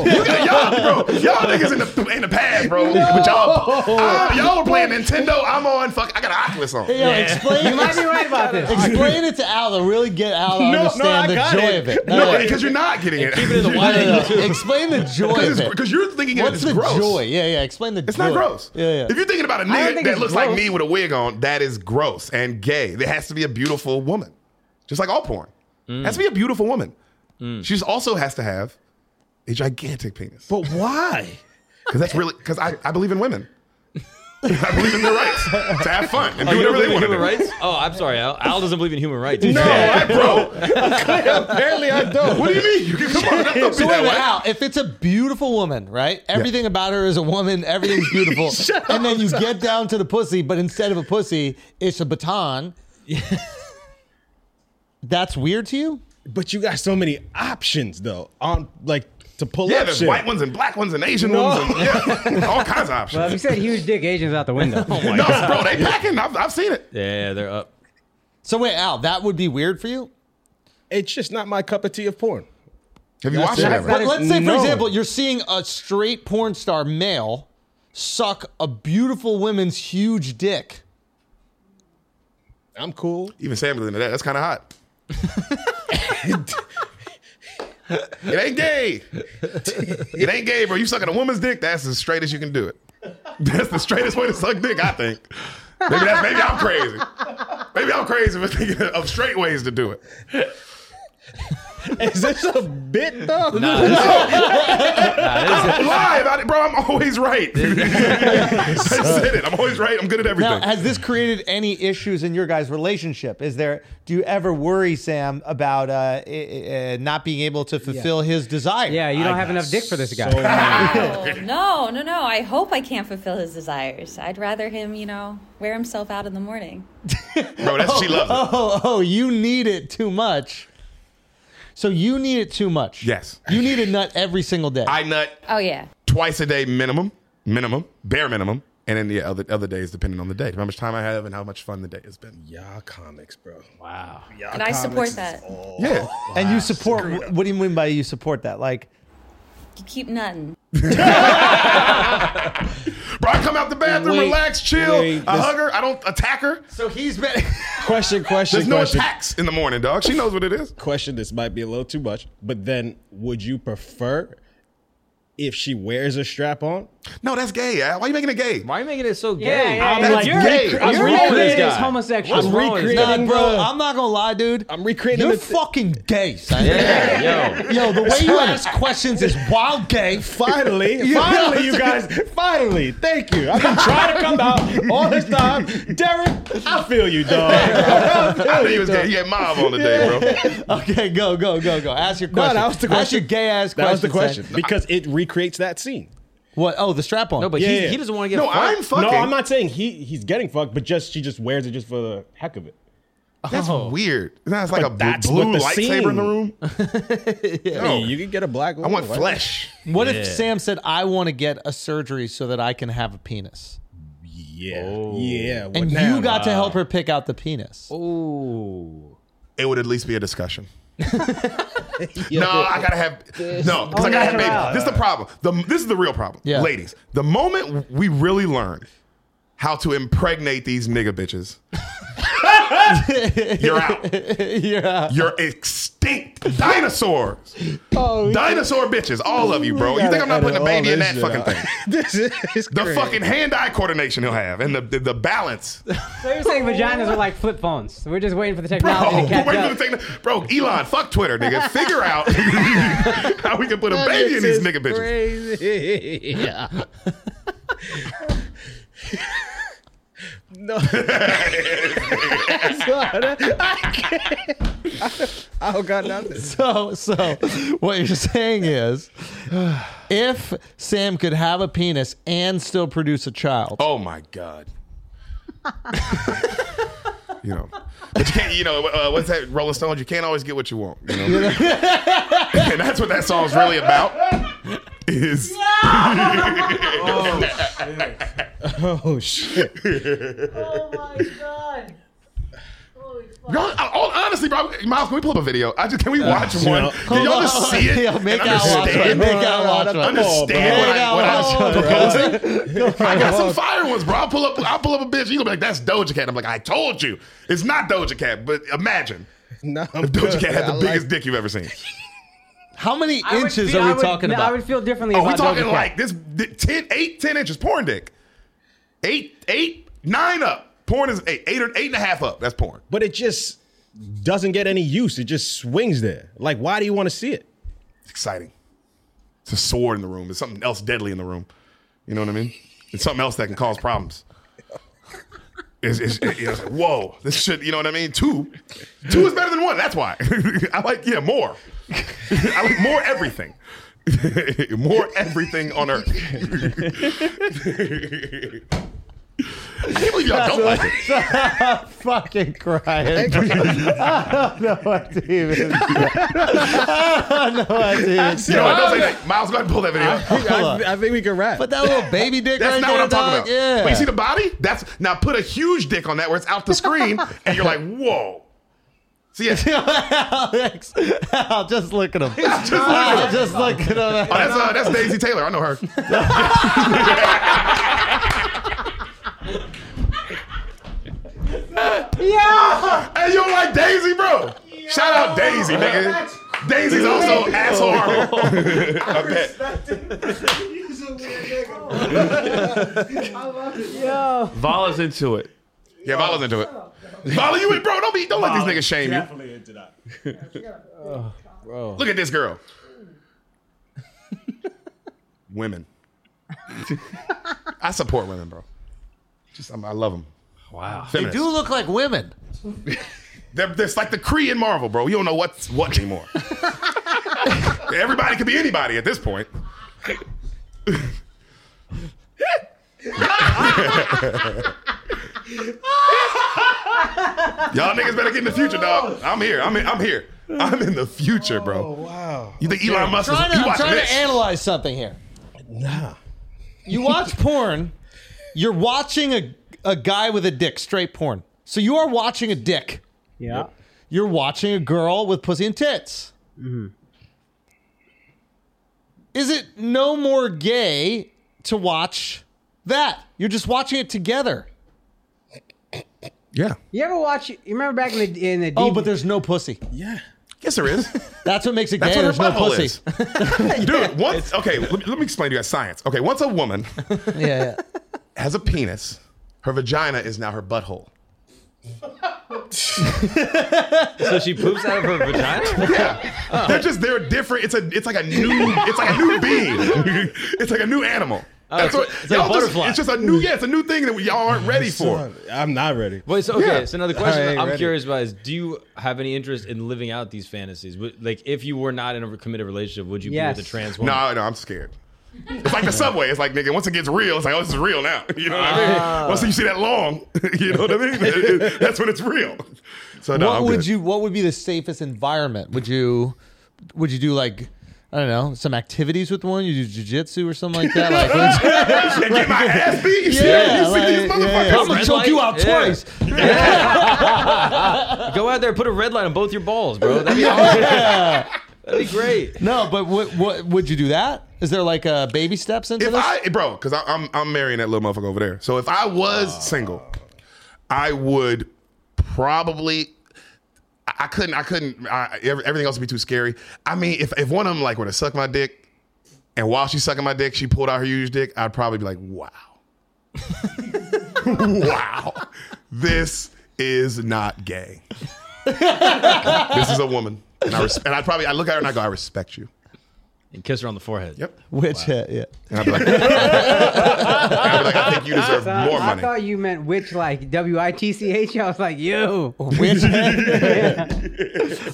[SPEAKER 4] You got, y'all, bro, y'all niggas in the in the past, bro. But y'all, I- y'all were playing Nintendo. I'm on fuck. I got an Oculus on.
[SPEAKER 1] Yo, explain.
[SPEAKER 3] you might be right about this.
[SPEAKER 1] Explain it to Al to really get Al to
[SPEAKER 5] No, no, I
[SPEAKER 1] understand the
[SPEAKER 5] got
[SPEAKER 1] joy
[SPEAKER 5] it.
[SPEAKER 1] of it. No,
[SPEAKER 4] No,
[SPEAKER 1] no,
[SPEAKER 4] because you're not getting it.
[SPEAKER 2] Keep it in the
[SPEAKER 4] You're-
[SPEAKER 2] wide
[SPEAKER 1] no,
[SPEAKER 2] angle
[SPEAKER 1] no,
[SPEAKER 2] too.
[SPEAKER 1] no. Explain the joy
[SPEAKER 4] Because
[SPEAKER 1] of
[SPEAKER 4] it's-
[SPEAKER 1] it.
[SPEAKER 4] because you're thinking it
[SPEAKER 1] What's
[SPEAKER 4] is
[SPEAKER 1] the
[SPEAKER 4] gross.
[SPEAKER 1] joy? Yeah, yeah. Explain the.
[SPEAKER 4] It's
[SPEAKER 1] joy.
[SPEAKER 4] not gross.
[SPEAKER 1] Yeah,
[SPEAKER 4] If
[SPEAKER 1] yeah.
[SPEAKER 4] you're thinking about a
[SPEAKER 3] don't
[SPEAKER 4] nigga
[SPEAKER 3] think
[SPEAKER 4] that
[SPEAKER 3] it's
[SPEAKER 4] looks like
[SPEAKER 3] gross.
[SPEAKER 4] me with a wig on, that is gross and gay. There has to be a beautiful woman, just like all porn. Has to be a beautiful woman. She just also has to have a gigantic penis
[SPEAKER 5] But why?
[SPEAKER 4] because that's really because I, I believe in women. I believe in their rights to have fun and
[SPEAKER 2] Oh,
[SPEAKER 4] do
[SPEAKER 2] you don't
[SPEAKER 4] whatever
[SPEAKER 2] believe
[SPEAKER 4] they
[SPEAKER 2] in
[SPEAKER 4] want to
[SPEAKER 2] human
[SPEAKER 4] do.
[SPEAKER 2] rights? Oh, I'm sorry, Al. Al doesn't believe in human rights.
[SPEAKER 5] No,
[SPEAKER 4] Yeah, bro.
[SPEAKER 5] apparently I don't.
[SPEAKER 4] What do you mean? You can come on. That don't
[SPEAKER 1] So
[SPEAKER 4] be
[SPEAKER 1] wait a
[SPEAKER 4] that
[SPEAKER 1] minute,
[SPEAKER 4] way.
[SPEAKER 1] Al. If it's a beautiful woman, right? Everything about her is a woman. Everything's beautiful. and then you get down to the pussy, but instead of a pussy, it's a baton. That's weird to you?
[SPEAKER 5] But you got so many options though on like to pull
[SPEAKER 4] Yeah,
[SPEAKER 5] up
[SPEAKER 4] there's
[SPEAKER 5] shit.
[SPEAKER 4] white ones and black ones and Asian
[SPEAKER 5] No.
[SPEAKER 4] ones and yeah, all kinds of options.
[SPEAKER 3] Well, if you said huge dick, Asians out the window.
[SPEAKER 4] no, bro, they packing. I've, I've seen it.
[SPEAKER 2] Yeah, they're up.
[SPEAKER 1] So wait, Al. That would be weird for you.
[SPEAKER 5] It's just not my cup of tea of porn.
[SPEAKER 4] Have you watched it
[SPEAKER 5] it.
[SPEAKER 4] ever?
[SPEAKER 5] That
[SPEAKER 1] But
[SPEAKER 5] is-
[SPEAKER 1] let's say, for
[SPEAKER 5] no.
[SPEAKER 1] example, you're seeing a straight porn star male suck a beautiful woman's huge dick.
[SPEAKER 5] I'm cool.
[SPEAKER 4] Even Sam was into that. That's kind of hot. it ain't gay. It ain't gay, bro. You sucking a woman's dick. That's as straight as you can do it. That's the straightest way to suck dick, I think. Maybe that's maybe I'm crazy. Maybe I'm crazy for thinking of straight ways to do it.
[SPEAKER 5] Is this a bit though?
[SPEAKER 4] I'm lying about it, bro. I'm always right. I said it. I'm always right. I'm good at
[SPEAKER 1] Now,
[SPEAKER 4] everything.
[SPEAKER 1] has this created any issues in your guys' relationship? Is there? Do you ever worry, Sam, about uh, uh, uh, not being able to fulfill his desire?
[SPEAKER 3] yeah, you don't
[SPEAKER 5] I
[SPEAKER 3] have
[SPEAKER 5] got
[SPEAKER 3] enough dick for this guy.
[SPEAKER 5] so many-
[SPEAKER 7] Oh, no, no, no. I hope I can't fulfill his desires. I'd rather him, you know, wear himself out in the morning.
[SPEAKER 4] bro, that's she loves it.
[SPEAKER 1] Oh, oh, you need it too much. So you need it too much.
[SPEAKER 4] Yes.
[SPEAKER 1] You need a nut every single day.
[SPEAKER 4] I nut
[SPEAKER 7] Oh, yeah.
[SPEAKER 4] twice a day minimum, minimum, bare minimum, and then the other other days depending on the day, how much time I have and how much fun the day has been.
[SPEAKER 5] Y'all comics, bro.
[SPEAKER 2] Wow.
[SPEAKER 5] Y'all
[SPEAKER 7] And I
[SPEAKER 5] comics
[SPEAKER 7] support
[SPEAKER 5] is
[SPEAKER 7] that.
[SPEAKER 5] all-
[SPEAKER 4] Yeah,
[SPEAKER 1] and you support. What do you mean by you support that? Like,
[SPEAKER 7] You keep nutting.
[SPEAKER 4] bro, I come out the bathroom,
[SPEAKER 5] Wait,
[SPEAKER 4] relax, chill.
[SPEAKER 5] wait,
[SPEAKER 4] I
[SPEAKER 5] this-
[SPEAKER 4] hug her. I don't attack her.
[SPEAKER 1] so he's been.
[SPEAKER 5] Question, question,
[SPEAKER 4] There's no
[SPEAKER 5] question.
[SPEAKER 4] attacks in the morning, dog. She knows what it is.
[SPEAKER 5] Question. This might be a little too much, but then would you prefer if she wears a strap on?
[SPEAKER 4] No, that's gay. Al. Why you making it gay?
[SPEAKER 2] Why are you making it so gay?
[SPEAKER 3] Yeah, yeah, yeah.
[SPEAKER 5] I'm like,
[SPEAKER 3] you're,
[SPEAKER 5] hey,
[SPEAKER 3] you're,
[SPEAKER 5] I'm
[SPEAKER 3] you're
[SPEAKER 5] wrong with
[SPEAKER 3] this
[SPEAKER 5] this
[SPEAKER 2] guy.
[SPEAKER 3] homosexual.
[SPEAKER 2] What's wrong with this
[SPEAKER 1] Nah,
[SPEAKER 2] guy?
[SPEAKER 5] Creating
[SPEAKER 1] bro,
[SPEAKER 5] the-
[SPEAKER 1] I'm not gonna lie, dude.
[SPEAKER 5] I'm recreating
[SPEAKER 1] You're
[SPEAKER 5] the thi-
[SPEAKER 1] fucking gay, son.
[SPEAKER 2] Yeah, yo.
[SPEAKER 1] Yo, the way you ask questions is wild gay.
[SPEAKER 5] Finally,
[SPEAKER 1] You-
[SPEAKER 5] finally, you guys, finally, thank you. I've been trying to come out all this time. Derek, I feel you, dog. I feel
[SPEAKER 4] I knew he
[SPEAKER 5] you,
[SPEAKER 4] was
[SPEAKER 5] dog.
[SPEAKER 4] gay. He had mob on the day, bro.
[SPEAKER 1] Okay, go, go, go, go. Ask your
[SPEAKER 5] No,
[SPEAKER 1] question.
[SPEAKER 5] that was the
[SPEAKER 1] Ask
[SPEAKER 5] question.
[SPEAKER 1] your gay ass question.
[SPEAKER 5] That was the
[SPEAKER 1] son.
[SPEAKER 5] question because it recreates that scene.
[SPEAKER 1] What? Oh, the strap on.
[SPEAKER 2] No, but
[SPEAKER 5] Yeah,
[SPEAKER 2] he,
[SPEAKER 5] yeah.
[SPEAKER 2] he doesn't want to get.
[SPEAKER 4] No,
[SPEAKER 2] fucked.
[SPEAKER 4] I'm fucking.
[SPEAKER 5] No, I'm not saying he he's getting fucked, but just she just wears it just for the heck of it.
[SPEAKER 4] That's weird. Now it's like a
[SPEAKER 5] Oh. But
[SPEAKER 4] bl-
[SPEAKER 5] that's
[SPEAKER 4] blue
[SPEAKER 5] what the
[SPEAKER 4] lightsaber
[SPEAKER 5] scene-
[SPEAKER 4] in the room. No,
[SPEAKER 8] Hey, Oh, you could get a black.
[SPEAKER 4] I
[SPEAKER 8] woman,
[SPEAKER 4] want
[SPEAKER 8] why-
[SPEAKER 4] flesh.
[SPEAKER 1] What if Sam said, "I want to get a surgery so that I can have a penis,"
[SPEAKER 8] Yeah, yeah. what
[SPEAKER 1] and
[SPEAKER 8] now?
[SPEAKER 1] you got to help her pick out the penis?
[SPEAKER 2] Oh.
[SPEAKER 4] It would at least be a discussion. no, I gotta have no. 'cause I gotta have baby. This is the problem. The, this is the real problem,
[SPEAKER 1] Yeah.
[SPEAKER 4] ladies. The moment we really learn how to impregnate these nigga bitches, you're out.
[SPEAKER 1] yeah.
[SPEAKER 4] You're extinct dinosaurs. Dinosaur bitches, all of you, bro. You think I'm not
[SPEAKER 8] Oh, Gotta
[SPEAKER 4] putting a baby in that
[SPEAKER 8] edit all
[SPEAKER 4] fucking
[SPEAKER 8] this
[SPEAKER 4] thing?
[SPEAKER 8] This is
[SPEAKER 4] The
[SPEAKER 8] crazy.
[SPEAKER 4] fucking hand-eye coordination he'll have, and the the, the balance.
[SPEAKER 3] So you're saying vaginas are like flip phones. So we're just waiting for the technology
[SPEAKER 4] Bro,
[SPEAKER 3] to catch
[SPEAKER 4] wait
[SPEAKER 3] up.
[SPEAKER 4] for the thing. Bro, Elon, fuck Twitter, nigga. Figure out how we can put a baby in these nigga bitches.
[SPEAKER 8] Crazy. yeah. no. I can't. I got nothing.
[SPEAKER 1] So, so what you're saying is, if Sam could have a penis and still produce a child,
[SPEAKER 4] Oh my god. you know, but you can't. You know, uh, what's that? Rolling Stones. You can't always get what you want. You know, and that's what that song's really about. Is
[SPEAKER 8] Oh shit.
[SPEAKER 4] y'all, I- all- honestly, bro, Miles, can we pull up a video? I just can we watch one? Can y'all just see it?
[SPEAKER 1] Yeah,
[SPEAKER 4] and
[SPEAKER 1] make out watch one.
[SPEAKER 4] understand?
[SPEAKER 1] Make out watch one.
[SPEAKER 4] understand
[SPEAKER 1] bro.
[SPEAKER 4] what, I, what
[SPEAKER 1] Oh,
[SPEAKER 4] I'm proposing. I got some fire ones, bro. I'll pull up. I'll pull up a bitch. You gonna be like, "That's Doja Cat." I'm like, "I told you, it's not Doja Cat." But imagine
[SPEAKER 8] No, I'm
[SPEAKER 4] if Doja
[SPEAKER 8] good.
[SPEAKER 4] Cat had the
[SPEAKER 8] I
[SPEAKER 4] biggest
[SPEAKER 8] like-
[SPEAKER 4] dick you've ever seen.
[SPEAKER 1] how many
[SPEAKER 3] I would
[SPEAKER 1] inches
[SPEAKER 3] feel-
[SPEAKER 1] are
[SPEAKER 3] I
[SPEAKER 1] we
[SPEAKER 3] would-
[SPEAKER 1] talking
[SPEAKER 3] no, I
[SPEAKER 1] about?
[SPEAKER 3] would feel differently.
[SPEAKER 4] Oh,
[SPEAKER 3] about
[SPEAKER 4] we talking
[SPEAKER 3] Doja Cat.
[SPEAKER 4] like this the 10, 8, 10 inches porn dick. Eight, eight, nine up. Porn is eight, eight or eight and a half up. That's porn.
[SPEAKER 8] But it just doesn't get any use. It just swings there. Like, why do you want to see it?
[SPEAKER 4] It's exciting. It's a sword in the room. It's something else deadly in the room. You know what I mean? It's something else that can cause problems. It's, it's, it's like, whoa, this should, you know what I mean? Two. Two is better than one. That's why. I like, yeah, more. I like more everything. more everything on earth. I can't believe y'all don't like it.
[SPEAKER 1] fucking crying. I don't know what to even. I don't know what to even.
[SPEAKER 4] You know what? Don't say that. Miles, go ahead and pull that video.
[SPEAKER 8] I, I think we can rap.
[SPEAKER 1] But that little baby dick right
[SPEAKER 4] That's not
[SPEAKER 1] there,
[SPEAKER 4] what I'm talking
[SPEAKER 1] dog,
[SPEAKER 4] about.
[SPEAKER 1] Yeah.
[SPEAKER 4] But you see the body? That's now put a huge dick on that where it's out the screen, and you're like, whoa. See, yeah, oh,
[SPEAKER 1] Alex, Al, just look at him. Al, just look at him.
[SPEAKER 4] that's uh, that's Daisy Taylor. I know her. yeah. Hey, you don't like Daisy, bro? Shout out Daisy, nigga. Daisy's also asshole. I bet.
[SPEAKER 6] Vala's into it.
[SPEAKER 4] Yeah, Vala's into it. Vala, you in, bro? Don't be, don't let these niggas shame you.
[SPEAKER 5] Definitely into that.
[SPEAKER 4] Look at this girl. women. I support women, bro. Just I'm, I love them.
[SPEAKER 2] wow.
[SPEAKER 1] They do look like women.
[SPEAKER 4] They're, they're it's like the Kree in Marvel, bro. You don't know what's what anymore. Everybody could be anybody at this point. Y'all niggas better get in the future, dog. I'm here. I'm in, I'm here. I'm in the future, bro. wow. You think Elon Musk is
[SPEAKER 1] Trying to,
[SPEAKER 4] you
[SPEAKER 1] I'm
[SPEAKER 4] watching
[SPEAKER 1] trying
[SPEAKER 4] this?
[SPEAKER 1] to analyze something here.
[SPEAKER 8] nah.
[SPEAKER 1] You watch porn, you're watching a, a guy with a dick, straight porn. So you are watching a dick.
[SPEAKER 3] Yeah.
[SPEAKER 1] You're watching a girl with pussy and tits.
[SPEAKER 4] Mm-hmm.
[SPEAKER 1] Is it no more gay to watch that? You're just watching it together.
[SPEAKER 4] yeah.
[SPEAKER 3] You ever watch? You remember back in the in the
[SPEAKER 1] Oh,
[SPEAKER 3] DVD
[SPEAKER 1] but there's no pussy.
[SPEAKER 8] Yeah.
[SPEAKER 4] Yes, there is.
[SPEAKER 1] That's what makes it gay.
[SPEAKER 4] That's
[SPEAKER 1] There's no
[SPEAKER 4] what her butthole
[SPEAKER 1] pussy.
[SPEAKER 4] is. Dude, once okay, let me, let me explain to you guys science. Okay, once a woman
[SPEAKER 1] Yeah, yeah.
[SPEAKER 4] has a penis, her vagina is now her butthole.
[SPEAKER 2] So she poops out of her vagina. Oh.
[SPEAKER 4] Yeah, they're just they're different. It's a it's like a new it's like a new being. it's like a new animal. That's what,
[SPEAKER 2] Oh, like a
[SPEAKER 4] y'all just-
[SPEAKER 2] butterfly.
[SPEAKER 4] it's just a new yeah, it's a new thing that y'all aren't ready for.
[SPEAKER 8] Son, I'm not ready.
[SPEAKER 2] Wait, so okay,
[SPEAKER 4] Yeah.
[SPEAKER 2] so another question
[SPEAKER 8] I ain't
[SPEAKER 2] I'm
[SPEAKER 8] ready.
[SPEAKER 2] curious about is: Do you have any interest in living out these fantasies? Would- Like, if you were not in a committed relationship, would you be
[SPEAKER 3] Yes.
[SPEAKER 2] with a trans woman?
[SPEAKER 4] No, no, I'm scared. It's like the subway. It's like nigga. Once it gets real, it's like oh, this is real now. You know what
[SPEAKER 2] Ah.
[SPEAKER 4] I mean? Once you see that long, you know what I mean? It- it- that's when it's real. So no,
[SPEAKER 1] what
[SPEAKER 4] I'm
[SPEAKER 1] would
[SPEAKER 4] good.
[SPEAKER 1] you? What would be the safest environment? Would you? Would you do like? I don't know, some activities with one. You do jujitsu or something like that. Like, would you-
[SPEAKER 4] And get my ass beat? You see,
[SPEAKER 1] Yeah,
[SPEAKER 4] you see these
[SPEAKER 1] like, yeah,
[SPEAKER 4] motherfuckers?
[SPEAKER 1] yeah. I'm gonna
[SPEAKER 2] Red
[SPEAKER 1] choke you
[SPEAKER 2] light?
[SPEAKER 1] out
[SPEAKER 2] Yeah.
[SPEAKER 1] twice.
[SPEAKER 2] Go out there, put a red light on both your balls, bro. That'd be, awesome. That'd be great.
[SPEAKER 1] No, but what, what would you do that? Is there like uh, baby steps into
[SPEAKER 4] If
[SPEAKER 1] this?
[SPEAKER 4] I, bro, because I'm I'm marrying that little motherfucker over there. So if I was single, I would probably. I I couldn't. I couldn't. I, every- everything else would be too scary. I mean, if if one of them like were to suck my dick, and while she's sucking my dick, she pulled out her huge dick, I'd probably be like, wow, wow, this is not gay. this is a woman, and I res- and I probably I look at her and I go, I respect you.
[SPEAKER 2] And kiss her on the forehead.
[SPEAKER 4] Yep.
[SPEAKER 1] Which uh, yeah.
[SPEAKER 4] And I'd be like, I'd be like, I think you deserve more
[SPEAKER 3] I
[SPEAKER 4] money.
[SPEAKER 3] thought you meant which, like W I T C H. I was like, yo.
[SPEAKER 1] Which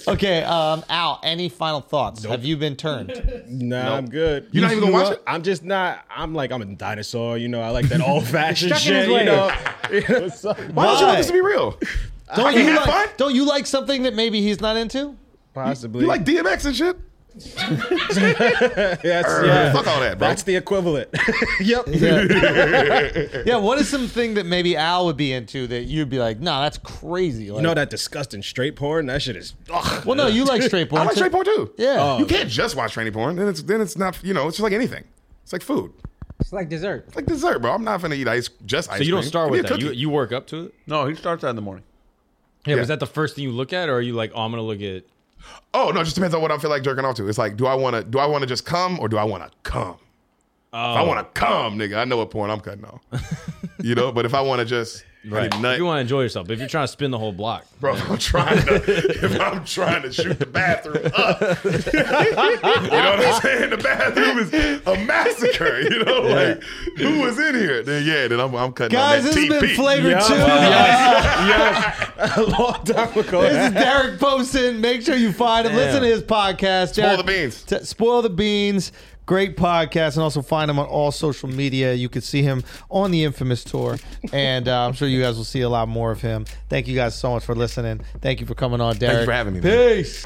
[SPEAKER 1] Okay, um, Al, any final thoughts? Have you been turned?
[SPEAKER 8] Nah, I'm good.
[SPEAKER 4] You're not even gonna
[SPEAKER 8] know
[SPEAKER 4] watch
[SPEAKER 8] what?
[SPEAKER 4] it?
[SPEAKER 8] I'm just not. I'm like I'm a dinosaur. You know, I like that old fashioned
[SPEAKER 3] Stuck in his
[SPEAKER 8] shit. You
[SPEAKER 3] way.
[SPEAKER 8] know, You know, so-
[SPEAKER 4] Why don't you want this to
[SPEAKER 1] Why?
[SPEAKER 4] be real?
[SPEAKER 1] Don't
[SPEAKER 4] can
[SPEAKER 1] you
[SPEAKER 4] have fun?
[SPEAKER 1] like, don't you like something that maybe he's not into?
[SPEAKER 8] possibly.
[SPEAKER 4] You like DMX and shit?
[SPEAKER 8] that's,
[SPEAKER 4] Yeah. Fuck all that, bro.
[SPEAKER 8] That's the equivalent. yep.
[SPEAKER 1] Yeah, what is something that maybe Al would be into that you'd be like, nah, that's crazy. Like,
[SPEAKER 8] You know that disgusting straight porn? That shit is. Ugh.
[SPEAKER 1] Well, no, you like straight porn.
[SPEAKER 4] I like
[SPEAKER 1] too.
[SPEAKER 4] straight porn too.
[SPEAKER 1] Yeah.
[SPEAKER 2] Oh.
[SPEAKER 4] You can't just watch tranny porn. Then it's then it's not you know it's just like anything. It's like food,
[SPEAKER 3] It's like dessert.
[SPEAKER 4] like dessert, bro. I'm not gonna eat ice just ice.
[SPEAKER 2] So you don't
[SPEAKER 4] cream.
[SPEAKER 2] start
[SPEAKER 4] Give
[SPEAKER 2] with
[SPEAKER 4] me a
[SPEAKER 2] that. You,
[SPEAKER 4] cookie.
[SPEAKER 2] you work up to it.
[SPEAKER 6] No, he starts out in the morning.
[SPEAKER 2] Yeah,
[SPEAKER 4] Yeah.
[SPEAKER 2] But is that the first thing you look at, or are you like, oh, I'm gonna look at?
[SPEAKER 4] oh no, it just depends on what I feel like jerking off to. It's like do I want to do I want to just come or do I want to come?
[SPEAKER 2] Oh.
[SPEAKER 4] If I want to come, nigga, I know what porn I'm cutting off. you know, but if I want to just right.
[SPEAKER 2] If you want to enjoy yourself, but if you're trying to spin the whole block,
[SPEAKER 4] Bro, if I'm trying to if I'm trying to shoot the bathroom up. you know what I'm saying? The bathroom is a massacre. You know, like who was in here? Then yeah, then I'm, I'm cutting
[SPEAKER 1] Guys,
[SPEAKER 4] on
[SPEAKER 1] this
[SPEAKER 4] that
[SPEAKER 1] has been
[SPEAKER 4] TP.
[SPEAKER 1] Flavor
[SPEAKER 8] Yeah,
[SPEAKER 1] 2.
[SPEAKER 8] yes. yes. A long time ago.
[SPEAKER 1] This is Derek Poston. Make sure you find him. Listen to his podcast.
[SPEAKER 4] Spoil
[SPEAKER 1] Derek-
[SPEAKER 4] the Beans.
[SPEAKER 1] T- Spoil the Beans. Great podcast. And also find him on all social media. You can see him on the infamous tour. And uh, I'm sure you guys will see a lot more of him. Thank you guys so much for listening. Thank you for coming on, Derek.
[SPEAKER 4] for having me, man.
[SPEAKER 1] Peace.